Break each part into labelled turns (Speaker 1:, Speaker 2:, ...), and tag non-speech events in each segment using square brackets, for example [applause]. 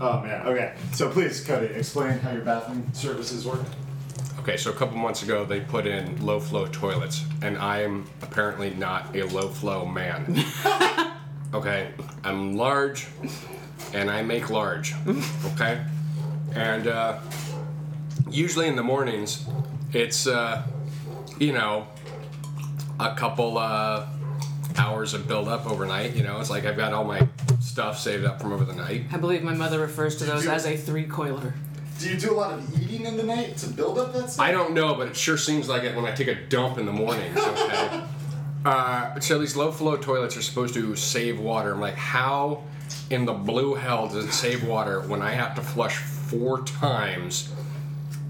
Speaker 1: Oh man. Okay. So please, Cody, explain how your bathroom services work.
Speaker 2: Okay, so a couple months ago they put in low flow toilets, and I am apparently not a low flow man. okay, I'm large, and I make large. Okay, and uh, usually in the mornings, it's uh, you know a couple uh, hours of build up overnight. You know, it's like I've got all my stuff saved up from over the night.
Speaker 3: I believe my mother refers to those as a three coiler.
Speaker 1: Do you do a lot of eating in the night to build up that stuff?
Speaker 2: I don't know, but it sure seems like it when I take a dump in the morning. Okay. uh, so these low flow toilets are supposed to save water. I'm like, how in the blue hell does it save water when I have to flush four times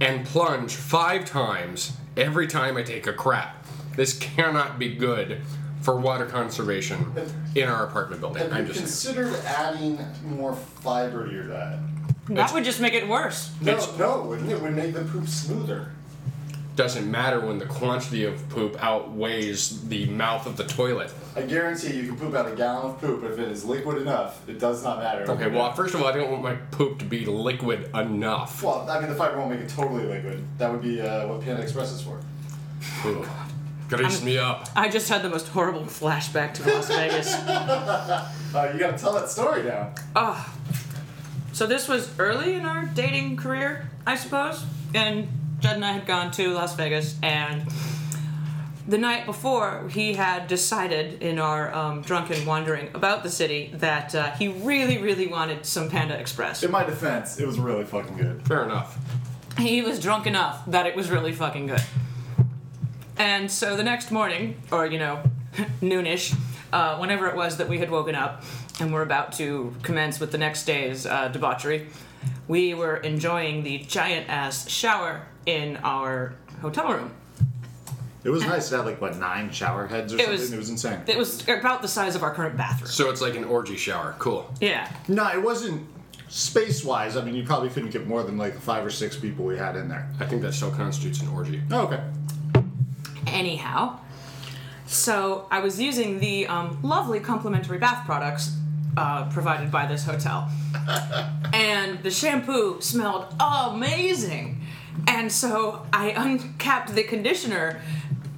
Speaker 2: and plunge five times every time I take a crap? This cannot be good for water conservation in our apartment building.
Speaker 1: Have
Speaker 2: I'm
Speaker 1: you
Speaker 2: just
Speaker 1: considered adding more fiber to your diet?
Speaker 3: That would just make it worse.
Speaker 1: No,
Speaker 2: It's-
Speaker 1: no, it wouldn't. It would make the poop smoother.
Speaker 2: doesn't matter when the quantity of poop outweighs the mouth of the toilet.
Speaker 1: I guarantee you can poop out a gallon of poop if it is liquid enough. It does not matter.
Speaker 2: Okay, well, first of all, I don't want my poop to be liquid enough.
Speaker 1: Well, I mean, the fiber won't make it totally liquid. That would be uh, what Panda Express is for.
Speaker 2: Ooh. Grease me up.
Speaker 3: I just had the most horrible flashback to Las Vegas.
Speaker 1: Uh, you gotta tell that story now.
Speaker 3: Ah. So this was early in our dating career, I suppose. And Judd and I had gone to Las Vegas, and the night before, he had decided in our um, drunken wandering about the city that uh, he really, really wanted some Panda Express.
Speaker 1: In my defense, it was really fucking good.
Speaker 2: Fair enough.
Speaker 3: He was drunk enough that it was really fucking good. And so the next morning, or you know, [laughs] noonish, uh, whenever it was that we had woken up and were about to commence with the next day's uh, debauchery, we were enjoying the giant ass shower in our hotel room.
Speaker 1: It was nice to have like what nine shower heads or
Speaker 3: It was-
Speaker 1: insane.
Speaker 3: It was about the size of our current bathroom.
Speaker 2: So it's like an orgy shower. Cool.
Speaker 3: Yeah.
Speaker 1: No, it wasn't space wise. I mean, you probably couldn't get more than like the five or six people we had in there.
Speaker 2: I think that still constitutes an orgy.
Speaker 1: Oh, okay.
Speaker 3: Anyhow, so I was using the um, lovely complimentary bath products uh, provided by this hotel. and the shampoo smelled amazing. And so I uncapped the conditioner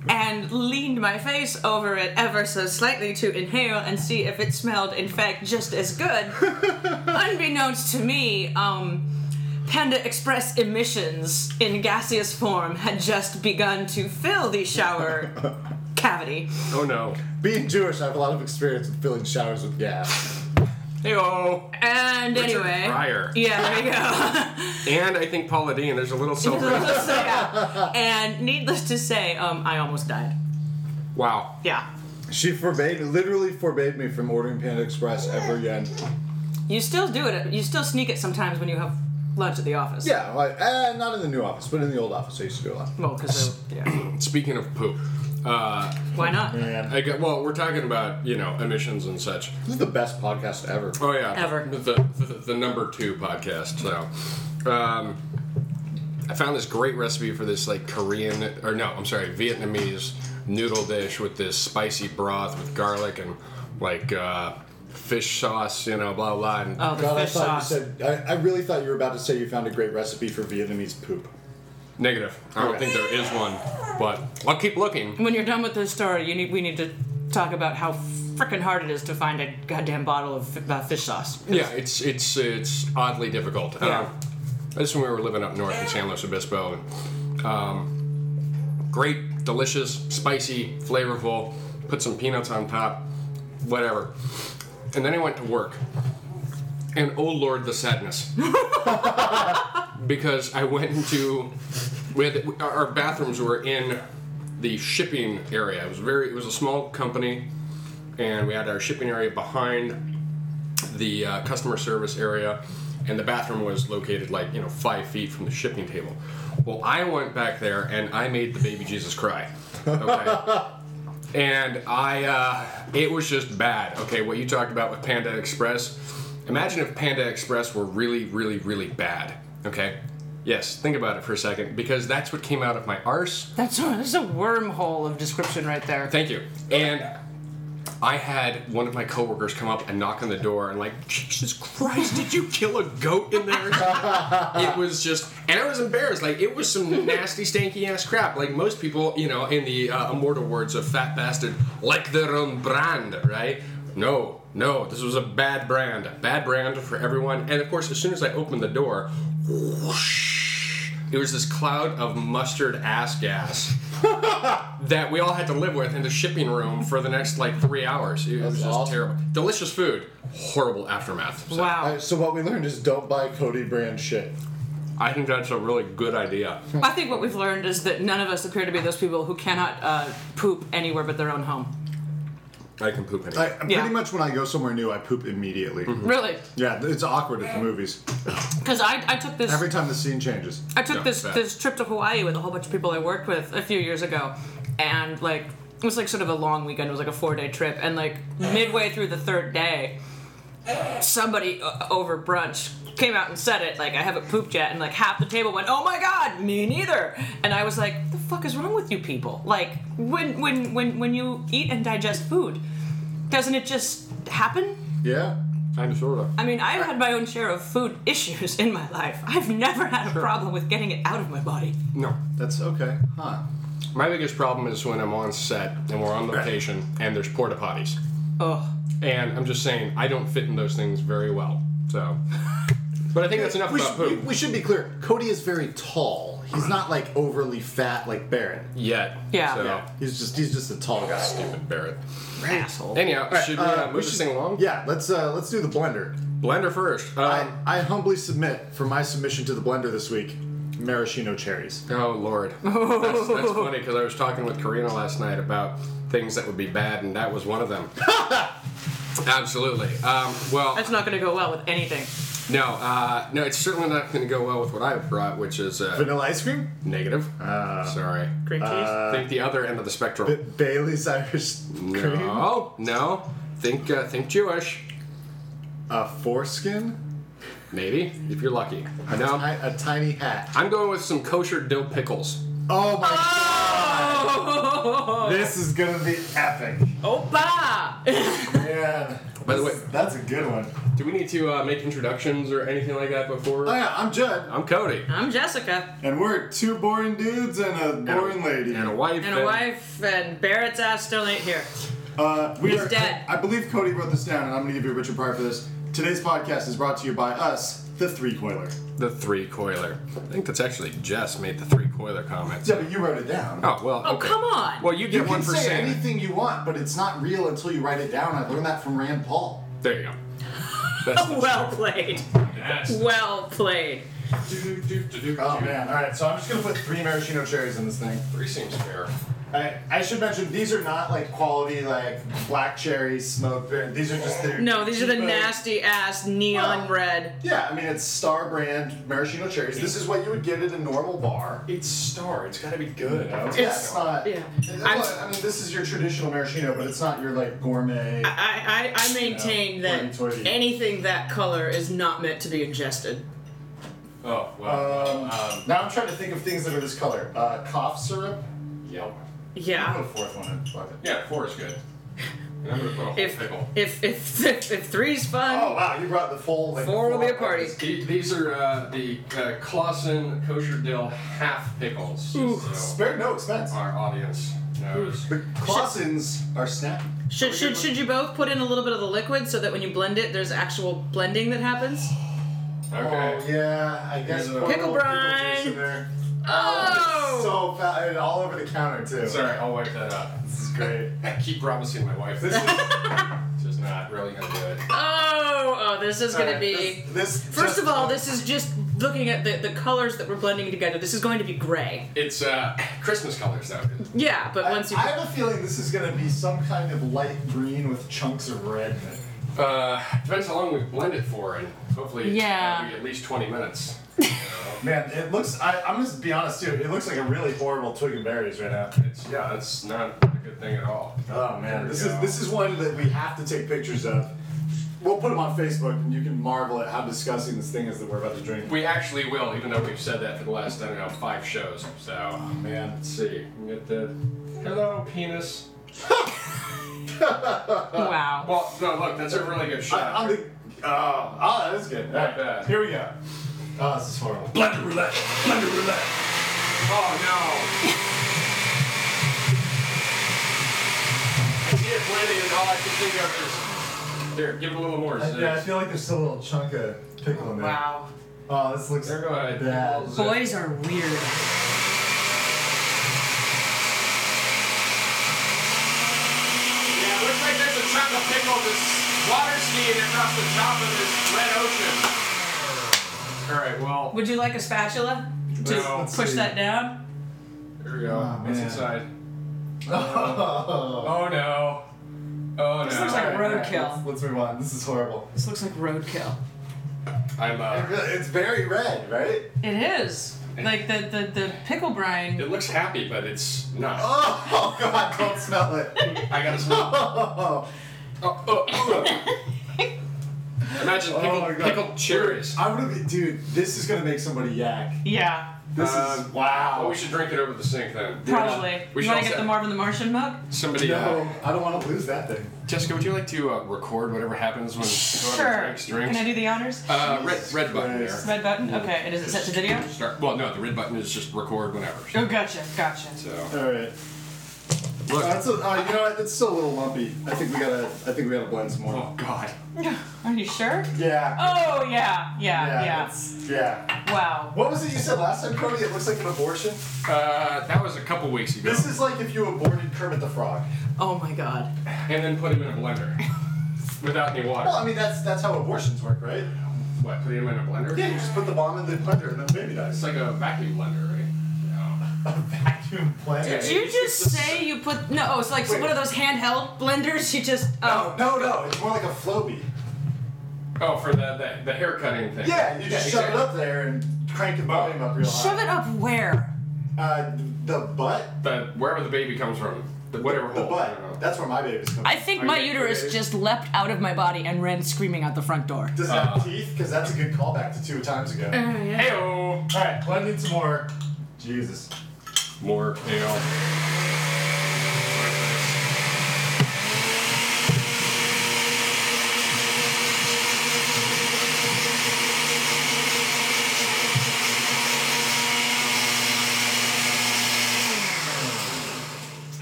Speaker 3: and leaned my face over it ever so slightly to inhale and see if it smelled, in fact, just as good. Unbeknownst to me, um, Panda Express emissions in gaseous form had just begun to fill
Speaker 1: [laughs]
Speaker 3: the shower cavity.
Speaker 2: Oh no.
Speaker 1: Being Jewish, I have a lot of experience with filling showers with gas.
Speaker 2: Hey oh.
Speaker 3: And anyway,
Speaker 2: Pryor.
Speaker 3: yeah, there you go.
Speaker 2: And I think Paula Deen, there's a little silver.
Speaker 3: So,
Speaker 1: [laughs]
Speaker 3: yeah. And needless to say, um, I almost died.
Speaker 2: wow.
Speaker 3: Yeah,
Speaker 1: She forbade, literally forbade me from ordering Panda Express ever again.
Speaker 3: you still do it. You still sneak it sometimes when you have lunch at the office.
Speaker 1: Yeah, like, eh, not in the new office, but in the old office, I used to do a lot.
Speaker 3: Well, because yeah.
Speaker 2: Speaking of poop, uh,
Speaker 3: why not?
Speaker 1: Man,
Speaker 2: I got, well, we're talking about you know emissions and such.
Speaker 1: this is the best podcast ever.
Speaker 2: Oh yeah,
Speaker 3: Ever.
Speaker 2: the the, the number two podcast. So, um, I found this great recipe for this like Korean or no, I'm sorry, Vietnamese noodle dish with this spicy broth with garlic and like uh, fish sauce, you know, blah blah. And
Speaker 3: Oh, the
Speaker 1: God, I
Speaker 3: fish
Speaker 1: thought
Speaker 3: sauce.
Speaker 1: you said. I, I really thought you were about to say you found a great recipe for Vietnamese poop.
Speaker 2: Negative. I don't think there is one, but I'll keep looking.
Speaker 3: when you're done with this story, you need we need to talk about how frickin' hard it is to find a goddamn bottle of fi- uh, fish sauce.
Speaker 2: Yeah, it's it's it's oddly difficult.
Speaker 3: Yeah.
Speaker 2: Um, this is when we were living up north in San Luis Obispo, and um, great, delicious, spicy, flavorful. Put some peanuts on top, whatever. And then I went to work, and oh lord, the sadness. because I went into with our our bathrooms were in the shipping area. It was very it was a small company, and we had our shipping area behind the uh, customer service area, and the bathroom was located like you know five feet from the shipping table. Well, I went back there and I made the baby Jesus cry. Okay. and I, uh, it was just bad. Okay, what you talked about with Panda Express. Imagine if Panda Express were really, really, really bad. Okay. Yes, think about it for a second, because that's what came out of my arse.
Speaker 3: That's a, that's a wormhole of description right there.
Speaker 2: Thank you. And I had one of my coworkers come up and knock on the door and like, Jesus Christ, did you kill a goat in there?
Speaker 1: Uh.
Speaker 2: it was just, and I was embarrassed. Like it
Speaker 1: [laughs]
Speaker 2: was some nasty, stanky ass crap. Like most people, you know, in the uh, immortal words of Fat Bastard, like their own brand, right? No, no, this was a bad brand, a bad brand for everyone. And of course, as soon as I opened the door, whoosh, it was this cloud of mustard ass
Speaker 1: [laughs]
Speaker 2: gas that we all had to live with in the shipping room for the next like three hours. It was
Speaker 1: That's
Speaker 2: just
Speaker 1: awesome.
Speaker 2: terrible. Delicious food, horrible aftermath. So
Speaker 3: Wow.
Speaker 1: Alright, so what we learned is don't buy Cody brand shit.
Speaker 2: I think that's a really good idea.
Speaker 1: Hmm.
Speaker 3: I think what we've learned is that none of us appear to be those people who cannot uh, poop anywhere but their own home.
Speaker 2: I can poop anyway.
Speaker 1: I, Pretty
Speaker 3: Yeah.
Speaker 1: much when I go somewhere new, I poop immediately.
Speaker 3: Really?
Speaker 1: Yeah, it's awkward
Speaker 3: Eh.
Speaker 1: at the movies.
Speaker 3: Because I, I took this
Speaker 1: Every time the scene changes.
Speaker 3: I took
Speaker 2: Yeah,
Speaker 3: this
Speaker 2: bad.
Speaker 3: this trip to Hawaii with a whole bunch of people I worked with a few years ago, and like it was like sort of a long weekend. It was like a four day trip, and like midway through the third day, somebody uh, over brunch came out and said it like I haven't pooped yet, and like half the table went, "Oh my god, me neither," and I was like, "The fuck is wrong with you people? Like when when when when you eat and digest food, doesn't it just happen?"
Speaker 1: Yeah.
Speaker 2: I'm sort of.
Speaker 3: I mean, I've had my own share of food issues in my life. I've never had a problem with getting it out of my body.
Speaker 2: No.
Speaker 1: That's okay. Huh.
Speaker 2: My biggest problem is when I'm on set and we're on location and there's porta potties.
Speaker 3: Oh.
Speaker 2: And I'm just saying, I don't fit in those things very well. So. But I think that's enough
Speaker 1: We,
Speaker 2: about
Speaker 1: should, we,
Speaker 2: poop.
Speaker 1: we should be clear. Cody is very tall. He's not like overly fat like Barrett.
Speaker 2: Yet.
Speaker 3: Yeah.
Speaker 2: So.
Speaker 3: Yeah.
Speaker 1: He's just he's just a tall guy.
Speaker 2: Stupid Barrett.
Speaker 3: Asshole.
Speaker 2: Anyhow, should we
Speaker 1: uh,
Speaker 2: uh, move this thing along?
Speaker 1: Yeah, let's uh let's do the blender.
Speaker 2: Blender first.
Speaker 1: I,
Speaker 2: Um,
Speaker 1: I humbly submit for my submission to the blender this week, maraschino cherries.
Speaker 2: Oh
Speaker 3: [laughs]
Speaker 2: Lord, that's, that's funny because I was talking with Karina last night about things that would be bad, and that was one of them.
Speaker 1: [laughs]
Speaker 2: Absolutely. Um, well,
Speaker 3: That's not going to go well with anything.
Speaker 2: no, uh, no, it's certainly not going to go well with what I brought, which is uh,
Speaker 1: Vanilla ice cream?
Speaker 2: negative.
Speaker 1: Ah.
Speaker 2: Sorry.
Speaker 3: Green cheese.
Speaker 2: [laughs] think the other end of the spectrum.
Speaker 1: B- Bailey's Irish cream?
Speaker 2: no, no. Think, uh, think Jewish.
Speaker 1: A foreskin?
Speaker 2: Maybe if you're lucky.
Speaker 1: A,
Speaker 2: No,
Speaker 1: ti- a tiny hat.
Speaker 2: I'm going with some kosher dill pickles.
Speaker 1: Oh my
Speaker 2: Ah!
Speaker 1: god! This is gonna be epic.
Speaker 3: Opa! [laughs]
Speaker 1: Yeah.
Speaker 2: By the way-
Speaker 1: that's a good one.
Speaker 2: Do we need to uh, make introductions or anything like that before?
Speaker 1: Oh yeah, I'm Judd,
Speaker 2: I'm Cody.
Speaker 3: I'm Jessica.
Speaker 1: and we're two boring dudes and a boring lady.
Speaker 2: And a wife.
Speaker 3: And a wife, and Barrett's ass still ain't here.
Speaker 1: Uh, we
Speaker 3: He's
Speaker 1: are,
Speaker 3: dead.
Speaker 1: I, I believe Cody wrote this down, and I'm going to give you a Richard Pryor for this. Today's podcast is brought to you by us, the Three Coiler.
Speaker 2: The three coiler. I think that's actually Jess made the three coiler comment.
Speaker 1: Yeah, but you wrote it down.
Speaker 2: Oh well.
Speaker 3: Oh,
Speaker 2: okay.
Speaker 3: come on.
Speaker 2: Well, you
Speaker 1: you
Speaker 2: get
Speaker 1: can
Speaker 2: one for
Speaker 1: say
Speaker 2: saying it.
Speaker 1: anything you want, but it's not real until you write it down. I learned that from Rand Paul.
Speaker 2: There you go. That's
Speaker 1: [laughs]
Speaker 3: [laughs]
Speaker 2: the
Speaker 3: Well played.
Speaker 2: Yes.
Speaker 3: Well played.
Speaker 2: Do, do, do, do,
Speaker 1: Oh
Speaker 2: do.
Speaker 1: man! All right, so I'm just gonna put three maraschino cherries in this thing.
Speaker 2: Three seems fair.
Speaker 1: I, I should mention these are not like quality like black cherries, smoked. Or, these are just the
Speaker 3: No, these are the
Speaker 1: cheapo-
Speaker 3: nasty ass
Speaker 1: Well.
Speaker 3: neon red.
Speaker 1: Yeah, I mean it's Star brand maraschino cherries. This is what you would get at a normal bar.
Speaker 2: It's star. It's got to be good.
Speaker 1: Yeah, it's not.
Speaker 3: yeah.
Speaker 1: Well, I mean, this is your traditional maraschino, but it's not your like gourmet.
Speaker 3: I, I, I maintain that
Speaker 1: hoity-toity.
Speaker 3: anything that color is not meant to be ingested.
Speaker 2: Oh
Speaker 3: Uh,
Speaker 2: well.
Speaker 1: Um, now I'm trying to think of things that are this color. Uh, cough syrup.
Speaker 2: yelp.
Speaker 1: I'll
Speaker 3: Yeah. Um,
Speaker 1: put a fourth one in. Fuck it.
Speaker 2: Yeah, four is good. And I'm gonna put a whole
Speaker 3: If
Speaker 2: pickle.
Speaker 3: if if if, [laughs] if three's
Speaker 1: Oh
Speaker 3: fun,
Speaker 1: wow, you brought the full. Like,
Speaker 3: four will be a party.
Speaker 2: The- These are uh, the uh, Clausen kosher dill half pickles. just So
Speaker 1: Spare no expense.
Speaker 2: our audience knows.
Speaker 1: But Clausen's are snappy.
Speaker 3: Should should should you both put in a little bit of the liquid so that when you blend it, there's actual blending that happens?
Speaker 2: Okay.
Speaker 1: Oh yeah, I guess.
Speaker 2: Pickle
Speaker 1: put a little
Speaker 3: brine.
Speaker 1: juice in there.
Speaker 3: Oh!
Speaker 1: So fat and all over the counter too.
Speaker 2: Sorry, I'll wipe that up.
Speaker 1: This is great.
Speaker 2: [laughs] I keep promising my wife this is,
Speaker 3: [laughs]
Speaker 2: this is not really gonna do it.
Speaker 3: Oh, oh, this is gonna
Speaker 1: Alright,
Speaker 3: be.
Speaker 1: This, this
Speaker 3: First
Speaker 1: just-
Speaker 3: of all, this is just looking at the, the colors that we're blending together. This is going to be gray.
Speaker 2: It's uh, Christmas colors though.
Speaker 3: [laughs] Yeah, but
Speaker 1: I,
Speaker 3: once you.
Speaker 1: I have a feeling this is gonna be some kind of light green with chunks of red. in it.
Speaker 2: Uh, depends how long we blend it for, and hopefully
Speaker 3: Yeah.
Speaker 2: it'll be at least 20 minutes.
Speaker 1: Man, it looks. I, I'm just be honest too. It looks like a really horrible twig and berries right now.
Speaker 2: It's, yeah, that's not a good thing at all.
Speaker 1: Oh
Speaker 2: There
Speaker 1: man,
Speaker 2: we
Speaker 1: this
Speaker 2: go.
Speaker 1: is this is one that we have to take pictures of. We'll put them on Facebook, and you can marvel at how disgusting this thing is that we're about to drink.
Speaker 2: We actually will, even though we've said that for the last I don't know five shows. So
Speaker 1: Man,
Speaker 2: let's see. We get the hello penis.
Speaker 4: wow.
Speaker 2: Well, no, look, that's a really good shot.
Speaker 1: I, am the. Oh, oh, that's good.
Speaker 2: Not
Speaker 1: Alright,
Speaker 2: bad.
Speaker 1: Here we go. Oh, this is horrible.
Speaker 2: Blender roulette. Blender roulette. Oh no. [laughs] I see it blending, and all I can think of is here. Give it a little more.
Speaker 1: I, yeah, I feel like there's still a little chunk of pickle in there.
Speaker 4: Wow.
Speaker 1: Oh, this looks
Speaker 2: There go ahead.
Speaker 1: bad.
Speaker 2: Pickles.
Speaker 3: Boys are weird.
Speaker 2: Yeah, it looks like there's a chunk of pickle just water skiing across the top of this red ocean. All right, well,
Speaker 3: Would you like a spatula? Just
Speaker 2: No.
Speaker 3: push that down.
Speaker 2: here we go.
Speaker 1: Oh,
Speaker 2: What's
Speaker 1: man.
Speaker 2: inside?
Speaker 1: Oh. [laughs]
Speaker 2: [laughs] Oh no. Oh no.
Speaker 3: This looks like
Speaker 1: Alright,
Speaker 3: roadkill.
Speaker 1: alright, Let's, let's rewind. This is horrible.
Speaker 3: This looks like roadkill.
Speaker 2: I'm.
Speaker 1: It
Speaker 2: Uh,
Speaker 1: really- [laughs] It's very red, right?
Speaker 3: It is. Like the, the, the pickle brine.
Speaker 2: it looks happy, but it's not.
Speaker 1: Oh, oh [laughs] God! Don't smell it. [laughs]
Speaker 2: I gotta smell.
Speaker 1: Oh,
Speaker 2: Oh, oh, oh. Imagine
Speaker 1: Oh,
Speaker 2: pickled,
Speaker 1: my God.
Speaker 2: pickled cherries.
Speaker 1: I would have, dude. This is gonna make somebody yak.
Speaker 3: Yeah,
Speaker 1: This
Speaker 2: Um,
Speaker 1: is wow.
Speaker 2: Oh, we should drink it over the sink then.
Speaker 3: probably.
Speaker 2: We
Speaker 3: you
Speaker 2: should
Speaker 3: want
Speaker 2: also
Speaker 3: to get the Marvin the Martian mug?
Speaker 2: somebody.
Speaker 1: No,
Speaker 2: Uh,
Speaker 1: I don't want to lose that thing.
Speaker 2: Jessica, would you like to uh, record whatever happens when whoever drinks drinks?
Speaker 3: Can I do the honors?
Speaker 2: uh, red
Speaker 1: Jesus
Speaker 2: red button
Speaker 1: Christ.
Speaker 2: there.
Speaker 3: Red button? Okay, and is it set to video?
Speaker 2: Start. Well, no, the red button is just record whenever.
Speaker 3: Oh, gotcha, gotcha. [sighs]
Speaker 2: So
Speaker 1: All right.
Speaker 2: look.
Speaker 1: That's a, uh, you know what? It's still a little lumpy. I think we gotta. I think we gotta blend some more.
Speaker 2: oh God.
Speaker 3: Are you sure?
Speaker 1: Yeah.
Speaker 3: Oh, yeah, yeah, yeah.
Speaker 1: it's- yeah.
Speaker 3: Wow.
Speaker 1: What was it you said last time, Cody? It looks like an abortion.
Speaker 2: Uh, that was a couple weeks ago.
Speaker 1: This is like if you aborted Kermit the Frog.
Speaker 4: Oh my god.
Speaker 2: and then put him in a
Speaker 3: [laughs]
Speaker 2: blender without any water.
Speaker 1: Well, I mean that's that's how abortions work, right?
Speaker 2: What? Put him in a blender?
Speaker 1: Yeah, you just put the bomb in the blender and then the baby dies.
Speaker 2: It's like a vacuum blender, right? Yeah.
Speaker 1: A vacuum plant.
Speaker 4: Did you just say you put no? Oh, it's like
Speaker 1: Wait.
Speaker 4: one of those handheld blenders. You just oh.
Speaker 1: No, no, it's more like a Floby.
Speaker 2: Oh, for the the, the hair cutting thing.
Speaker 1: Yeah, you just shove
Speaker 2: exactly.
Speaker 1: it up there and crank the volume up real high.
Speaker 4: Shove it up where?
Speaker 1: Uh, the butt.
Speaker 2: The wherever the baby comes from, the, whatever
Speaker 1: The
Speaker 2: hole. I don't know.
Speaker 1: butt. That's where my baby's coming.
Speaker 4: I think
Speaker 2: Are
Speaker 4: my
Speaker 2: you
Speaker 4: uterus
Speaker 2: creative?
Speaker 4: just leapt out of my body and ran screaming out the front door.
Speaker 1: Does it have teeth? Because that's a good callback to two times ago.
Speaker 4: Uh-huh.
Speaker 3: Oh,
Speaker 2: Heyo.
Speaker 1: All right, blending some more. Jesus.
Speaker 2: More ale.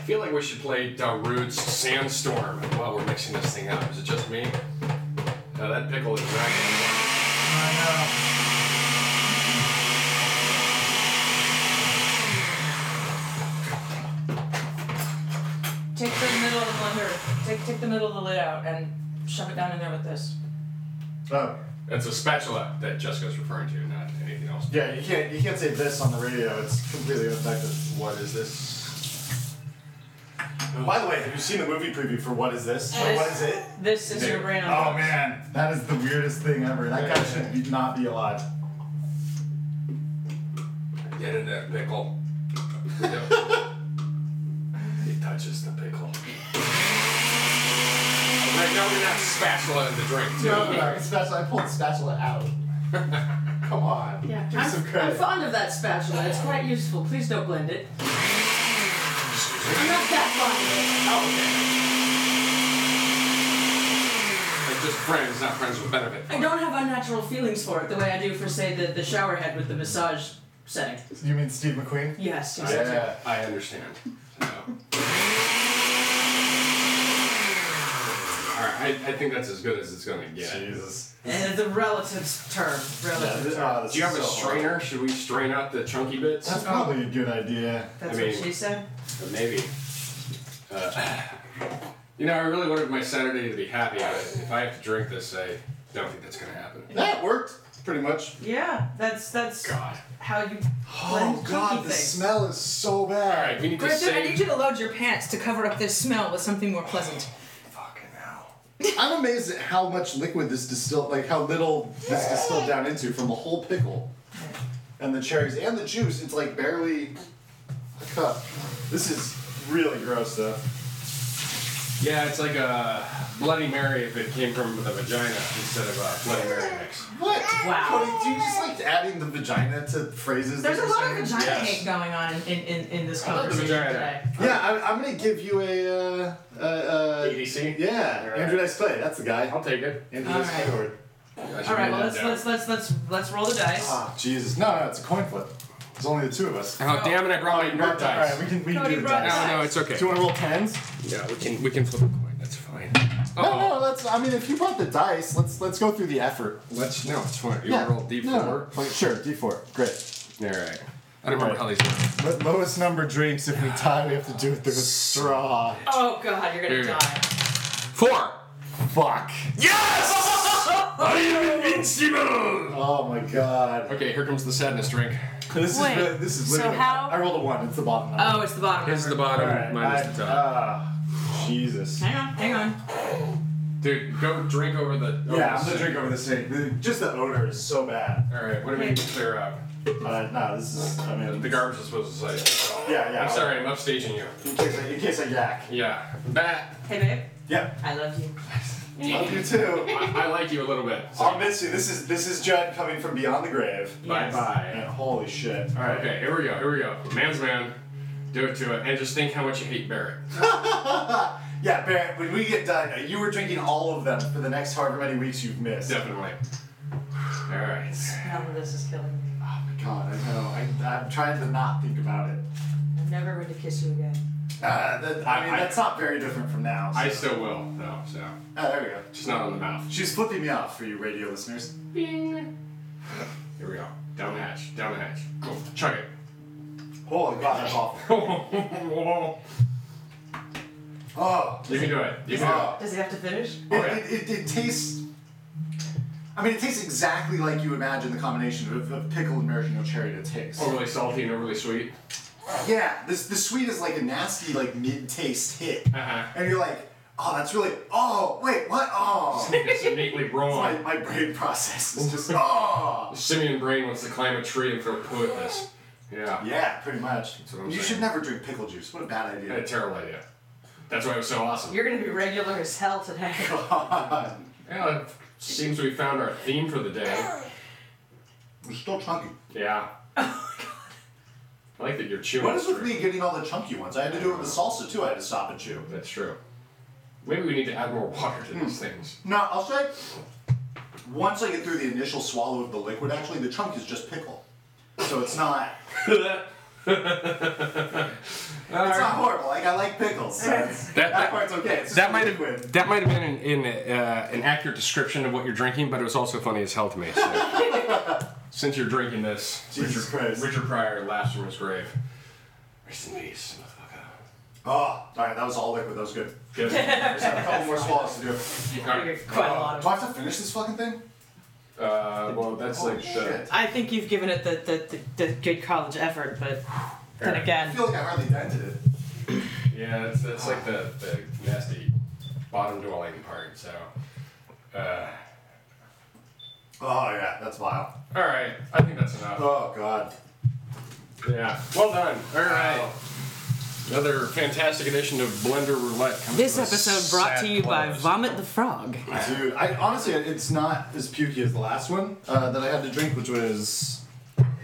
Speaker 2: I feel like we should play Darude's Sandstorm while we're mixing this thing up. Is it just me? No, that pickle is right.
Speaker 1: I
Speaker 3: Take the middle of the blender, take, take the middle of the lid out and shove it down in there with this.
Speaker 1: know. Oh,
Speaker 2: It's a spatula that Jessica's referring to, not anything else.
Speaker 1: yeah. You can't. You can't say this on the radio. It's completely ineffective. What is this? By the way, have you seen the movie preview for What Is This? Or what is it?
Speaker 3: This is your brain on
Speaker 1: Oh
Speaker 3: drugs.
Speaker 1: man, that is the weirdest thing ever. That guy should be, not be alive.
Speaker 2: Get in that pickle. [laughs] it touches the pickle. Right now we're not spatula in the drink too.
Speaker 1: No, no, no, spatula. I pulled the spatula out. [laughs] Come on.
Speaker 3: Yeah,
Speaker 1: Give me
Speaker 3: I'm,
Speaker 1: some
Speaker 3: I'm
Speaker 1: credit.
Speaker 3: fond of that spatula. It's quite useful. Please don't blend it. I'm
Speaker 2: Excuse me.
Speaker 3: not that fond
Speaker 2: Oh, okay. Like just friends, not friends with benefit.
Speaker 3: of it. I don't have unnatural feelings for it the way I do for, say, the, the shower head with the massage setting.
Speaker 1: You mean Steve McQueen?
Speaker 3: Yes,
Speaker 2: I-
Speaker 3: exactly.
Speaker 2: I understand. So. Alright, I, I think that's as good as it's gonna get.
Speaker 1: Jesus.
Speaker 3: And the relatives term.
Speaker 1: Yeah,
Speaker 3: Relative
Speaker 1: this-
Speaker 3: term.
Speaker 1: oh, this
Speaker 2: Do you
Speaker 1: is
Speaker 2: have a
Speaker 1: so hard.
Speaker 2: strainer? Should we strain out the chunky bits?
Speaker 1: That's probably a good idea.
Speaker 3: That's
Speaker 2: I mean-
Speaker 3: what she said.
Speaker 2: But maybe. Uh, you know, I really wanted my Saturday to be happy, but if I have to drink this, I don't think that's gonna happen.
Speaker 1: That worked pretty much.
Speaker 3: Yeah, that's that's
Speaker 2: God.
Speaker 3: how you blend
Speaker 1: Oh god, the smell is so bad.
Speaker 2: Alright, we need to
Speaker 4: Gretchen, I need
Speaker 2: save.
Speaker 4: you to load your pants to cover up this smell with something more pleasant.
Speaker 2: Fucking hell.
Speaker 1: I'm amazed at how much liquid this distilled, like how little this distilled down into from the whole pickle, and the cherries and the juice. It's like barely a cup. This is really gross stuff.
Speaker 2: Yeah, it's like a Bloody Mary if it came from the vagina instead of uh, Bloody Mary mix.
Speaker 1: What?
Speaker 3: Wow.
Speaker 1: Cody, do you just like adding the vagina to phrases?
Speaker 3: There's
Speaker 1: that
Speaker 3: a
Speaker 1: you're
Speaker 3: lot of
Speaker 1: saying?
Speaker 3: vagina
Speaker 2: Yes.
Speaker 3: hate going on in, in, in, in this
Speaker 2: I love the
Speaker 3: conversation
Speaker 2: vagina.
Speaker 3: today.
Speaker 1: Yeah, I, I'm gonna give you a. Uh, uh, uh,
Speaker 2: ADC?
Speaker 1: yeah,
Speaker 2: All right.
Speaker 1: Andrew Dice Clay. That's the guy.
Speaker 2: I'll take it.
Speaker 1: Andrew
Speaker 3: All
Speaker 1: Dice Clay
Speaker 3: right.
Speaker 1: word.
Speaker 3: All right, well let's let's let's let's let's roll the dice.
Speaker 1: Ah, Jesus. No, no, it's a coin flip. There's only the two of us.
Speaker 2: Oh, damn it, I brought my nerd dice.
Speaker 1: All right, we can we can
Speaker 3: Cody
Speaker 1: do the
Speaker 3: brought
Speaker 1: dice.
Speaker 2: no, no, it's okay.
Speaker 1: Do you want to roll tens?
Speaker 2: Yeah, we can we can flip a coin. That's fine. Oh,
Speaker 1: No, no. Let's. I mean, if you brought the dice, let's let's go through the effort.
Speaker 2: Let's no, it's fine. You
Speaker 1: yeah.
Speaker 2: roll D4.
Speaker 1: No, no, like, sure. D four. Great.
Speaker 2: All right. I don't remember how these work.
Speaker 1: But lowest number drinks. If we tie, we have to do it through a straw.
Speaker 3: Oh god, you're gonna
Speaker 2: Here.
Speaker 3: die.
Speaker 2: Four.
Speaker 1: Fuck.
Speaker 2: Yes. I am invincible.
Speaker 1: Oh my god.
Speaker 2: Okay, here comes the sadness drink.
Speaker 1: This
Speaker 5: Wait,
Speaker 1: is really, this is
Speaker 5: so
Speaker 1: literally.
Speaker 5: how-
Speaker 1: I rolled a one. It's the bottom. number.
Speaker 3: Oh, it's the bottom.
Speaker 2: Here's the
Speaker 3: number.
Speaker 2: bottom,
Speaker 1: Alright,
Speaker 2: minus
Speaker 1: I-
Speaker 2: the top.
Speaker 1: ah, Jesus.
Speaker 3: Hang on, hang on.
Speaker 2: Dude, go drink over the. over
Speaker 1: Yeah, I'm
Speaker 2: the
Speaker 1: gonna drink over this thing. The- Just the odor is so bad.
Speaker 2: All right, what do we need to clear out?
Speaker 1: Uh, no, this is. I mean,
Speaker 2: The garbage is supposed to say.
Speaker 1: Yeah, yeah.
Speaker 2: I'm sorry, I'm upstaging you.
Speaker 1: In case I, in case I yak.
Speaker 2: Yeah, that.
Speaker 3: Hey babe,
Speaker 1: Yep.
Speaker 5: [laughs]
Speaker 3: I love you.
Speaker 1: Love you too.
Speaker 2: I, I like you a little bit. so-
Speaker 1: I'll miss you. This is this is Judd coming from beyond the grave.
Speaker 2: Bye
Speaker 3: Yes.
Speaker 2: bye.
Speaker 1: Man, holy shit. All right.
Speaker 2: Okay, here we go. Here we go. Man's man. Do it to it, and just think how much you hate Barrett.
Speaker 1: Yeah, Barrett. When we get done, uh, you were drinking all of them for the next however many weeks you've missed.
Speaker 2: Definitely. All right.
Speaker 3: None of this is killing me.
Speaker 1: Oh my god, I know. I, I'm trying to not think about it.
Speaker 3: I'm never going to kiss you again.
Speaker 1: Uh, that, I mean,
Speaker 2: I-
Speaker 1: that's not very different from now.
Speaker 2: I
Speaker 1: so-
Speaker 2: still will though. So
Speaker 1: Ah, there we go.
Speaker 2: just not on the mouth.
Speaker 1: She's flipping me off for you radio listeners.
Speaker 2: Here we go. Down the hatch. Down the hatch. Go. Chug it.
Speaker 1: Holy god, that's awful.
Speaker 2: [laughs] you
Speaker 1: Oh,
Speaker 2: can do it. You can do it.
Speaker 1: oh.
Speaker 3: Does he have to finish?
Speaker 1: It, it, it, it tastes. I mean, it tastes exactly like you imagine the combination of, of pickle and maraschino cherry to taste.
Speaker 2: Overly salty and overly sweet.
Speaker 1: Yeah, this the sweet is like a nasty like mid taste hit,
Speaker 2: Uh-huh.
Speaker 1: and you're like, oh, that's really. Oh, wait, what? Oh,
Speaker 2: It's innately
Speaker 1: my,
Speaker 2: wrong.
Speaker 1: my brain [laughs] process is
Speaker 2: [laughs]
Speaker 1: just oh.
Speaker 2: Simeon Brain wants to climb a tree and throw poo at this. Yeah.
Speaker 1: Yeah, pretty much.
Speaker 2: what I'm
Speaker 1: you
Speaker 2: saying.
Speaker 1: should never drink pickle juice. What a bad idea.
Speaker 2: Had a terrible idea. That's why it was so awesome.
Speaker 3: You're going to be regular as hell today. [laughs]
Speaker 1: [laughs]
Speaker 2: Well, it seems we found our theme for the day.
Speaker 1: It's still chunky.
Speaker 2: Yeah. I like that you're chewing.
Speaker 1: What is with
Speaker 2: through.
Speaker 1: me getting all the chunky ones? I had to do it with salsa too. I had to stop and chew.
Speaker 2: That's true. Maybe we need to add more water to these things.
Speaker 1: No, I'll say once I get through the initial swallow of the liquid, actually, the chunk is just pickle. So it's not it's not horrible. Like I like pickles. So it's- that,
Speaker 2: That- that-
Speaker 1: part's okay. It's just
Speaker 2: That might
Speaker 1: liquid.
Speaker 2: have that might have been in, in uh, an accurate description of what you're drinking, but it was also funny as hell to me. so.
Speaker 1: [laughs]
Speaker 2: Since you're drinking this,
Speaker 1: Jesus
Speaker 2: Richard,
Speaker 1: Christ.
Speaker 2: Richard Pryor laughs from his grave. Rest in peace, motherfucker.
Speaker 1: Oh, all right, that was all liquid. That was good. [laughs]
Speaker 2: Good.
Speaker 1: I just have a couple more swallows to do. Do
Speaker 2: All right.
Speaker 3: Quite a lot
Speaker 1: I
Speaker 3: of
Speaker 1: have to finish this fucking thing?
Speaker 2: Uh, well, that's
Speaker 1: Holy
Speaker 2: like
Speaker 1: shit!
Speaker 2: the.
Speaker 3: I think you've given it the, the, the, the good college effort, but then
Speaker 2: Yeah.
Speaker 1: I
Speaker 3: again.
Speaker 1: feel like I hardly dented it.
Speaker 2: Yeah, that's, that's like the, the nasty bottom dwelling part. So, uh,
Speaker 1: Oh yeah, that's vile.
Speaker 2: all right, I think that's enough.
Speaker 1: Oh god.
Speaker 2: Yeah. Well done. All right. Another fantastic edition of Blender Roulette. Coming
Speaker 5: This
Speaker 2: to a
Speaker 5: episode brought
Speaker 2: sad
Speaker 5: to you by
Speaker 2: close.
Speaker 5: Vomit the Frog.
Speaker 1: Dude, I honestly, it's not as pukey as the last one uh, that I had to drink, which was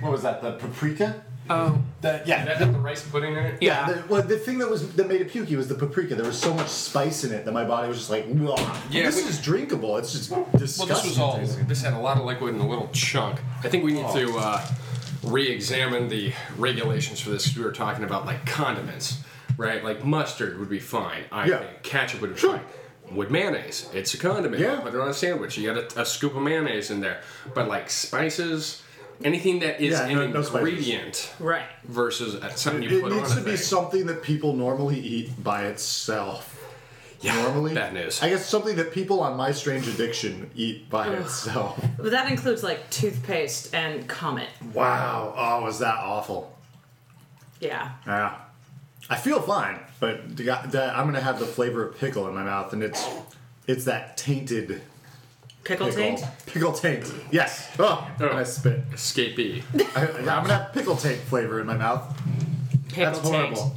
Speaker 1: what was that? The paprika.
Speaker 5: Oh,
Speaker 1: That
Speaker 2: Did
Speaker 1: yeah.
Speaker 2: that have the rice pudding in it?
Speaker 5: yeah.
Speaker 1: The, well, the thing that was that made it pukey was the paprika. There was so much spice in it that my body was just like, "Ugh."
Speaker 2: Yeah,
Speaker 1: this
Speaker 2: we-
Speaker 1: is drinkable. It's just
Speaker 2: Well,
Speaker 1: disgusting. Oh.
Speaker 2: this was all.
Speaker 1: tasting.
Speaker 2: This had a lot of liquid and a little chunk. I think we need to uh, re-examine the regulations for this. We were talking about like condiments, right? Like mustard would be fine. I
Speaker 1: Yeah.
Speaker 2: think ketchup would be
Speaker 1: Sure.
Speaker 2: fine. Would mayonnaise? It's a condiment.
Speaker 1: Yeah.
Speaker 2: Put it on a sandwich. You got a, a scoop of mayonnaise in there. But like spices, anything that is
Speaker 1: Yeah,
Speaker 2: an
Speaker 1: no- no spices.
Speaker 2: ingredient.
Speaker 5: Right.
Speaker 2: versus uh, something you
Speaker 1: It
Speaker 2: put
Speaker 1: needs
Speaker 2: on
Speaker 1: to
Speaker 2: a
Speaker 1: be
Speaker 2: thing.
Speaker 1: something that people normally eat by itself.
Speaker 2: Yeah,
Speaker 1: normally,
Speaker 2: bad news.
Speaker 1: I guess something that people on My Strange Addiction eat by itself. [laughs]
Speaker 5: But that includes like toothpaste and Comet.
Speaker 1: Wow. Oh, was that awful?
Speaker 5: Yeah.
Speaker 1: Yeah. I feel fine, but the, guy- the, I'm gonna have the flavor of pickle in my mouth, and it's it's that tainted
Speaker 5: Pickle,
Speaker 1: pickle.
Speaker 5: taint.
Speaker 1: Pickle taint. Yes. Oh,
Speaker 2: Oh.
Speaker 1: and I spit.
Speaker 2: escapee.
Speaker 1: I, I'm gonna have pickle taint flavor in my mouth.
Speaker 5: Pickle
Speaker 1: That's
Speaker 5: taint.
Speaker 1: horrible.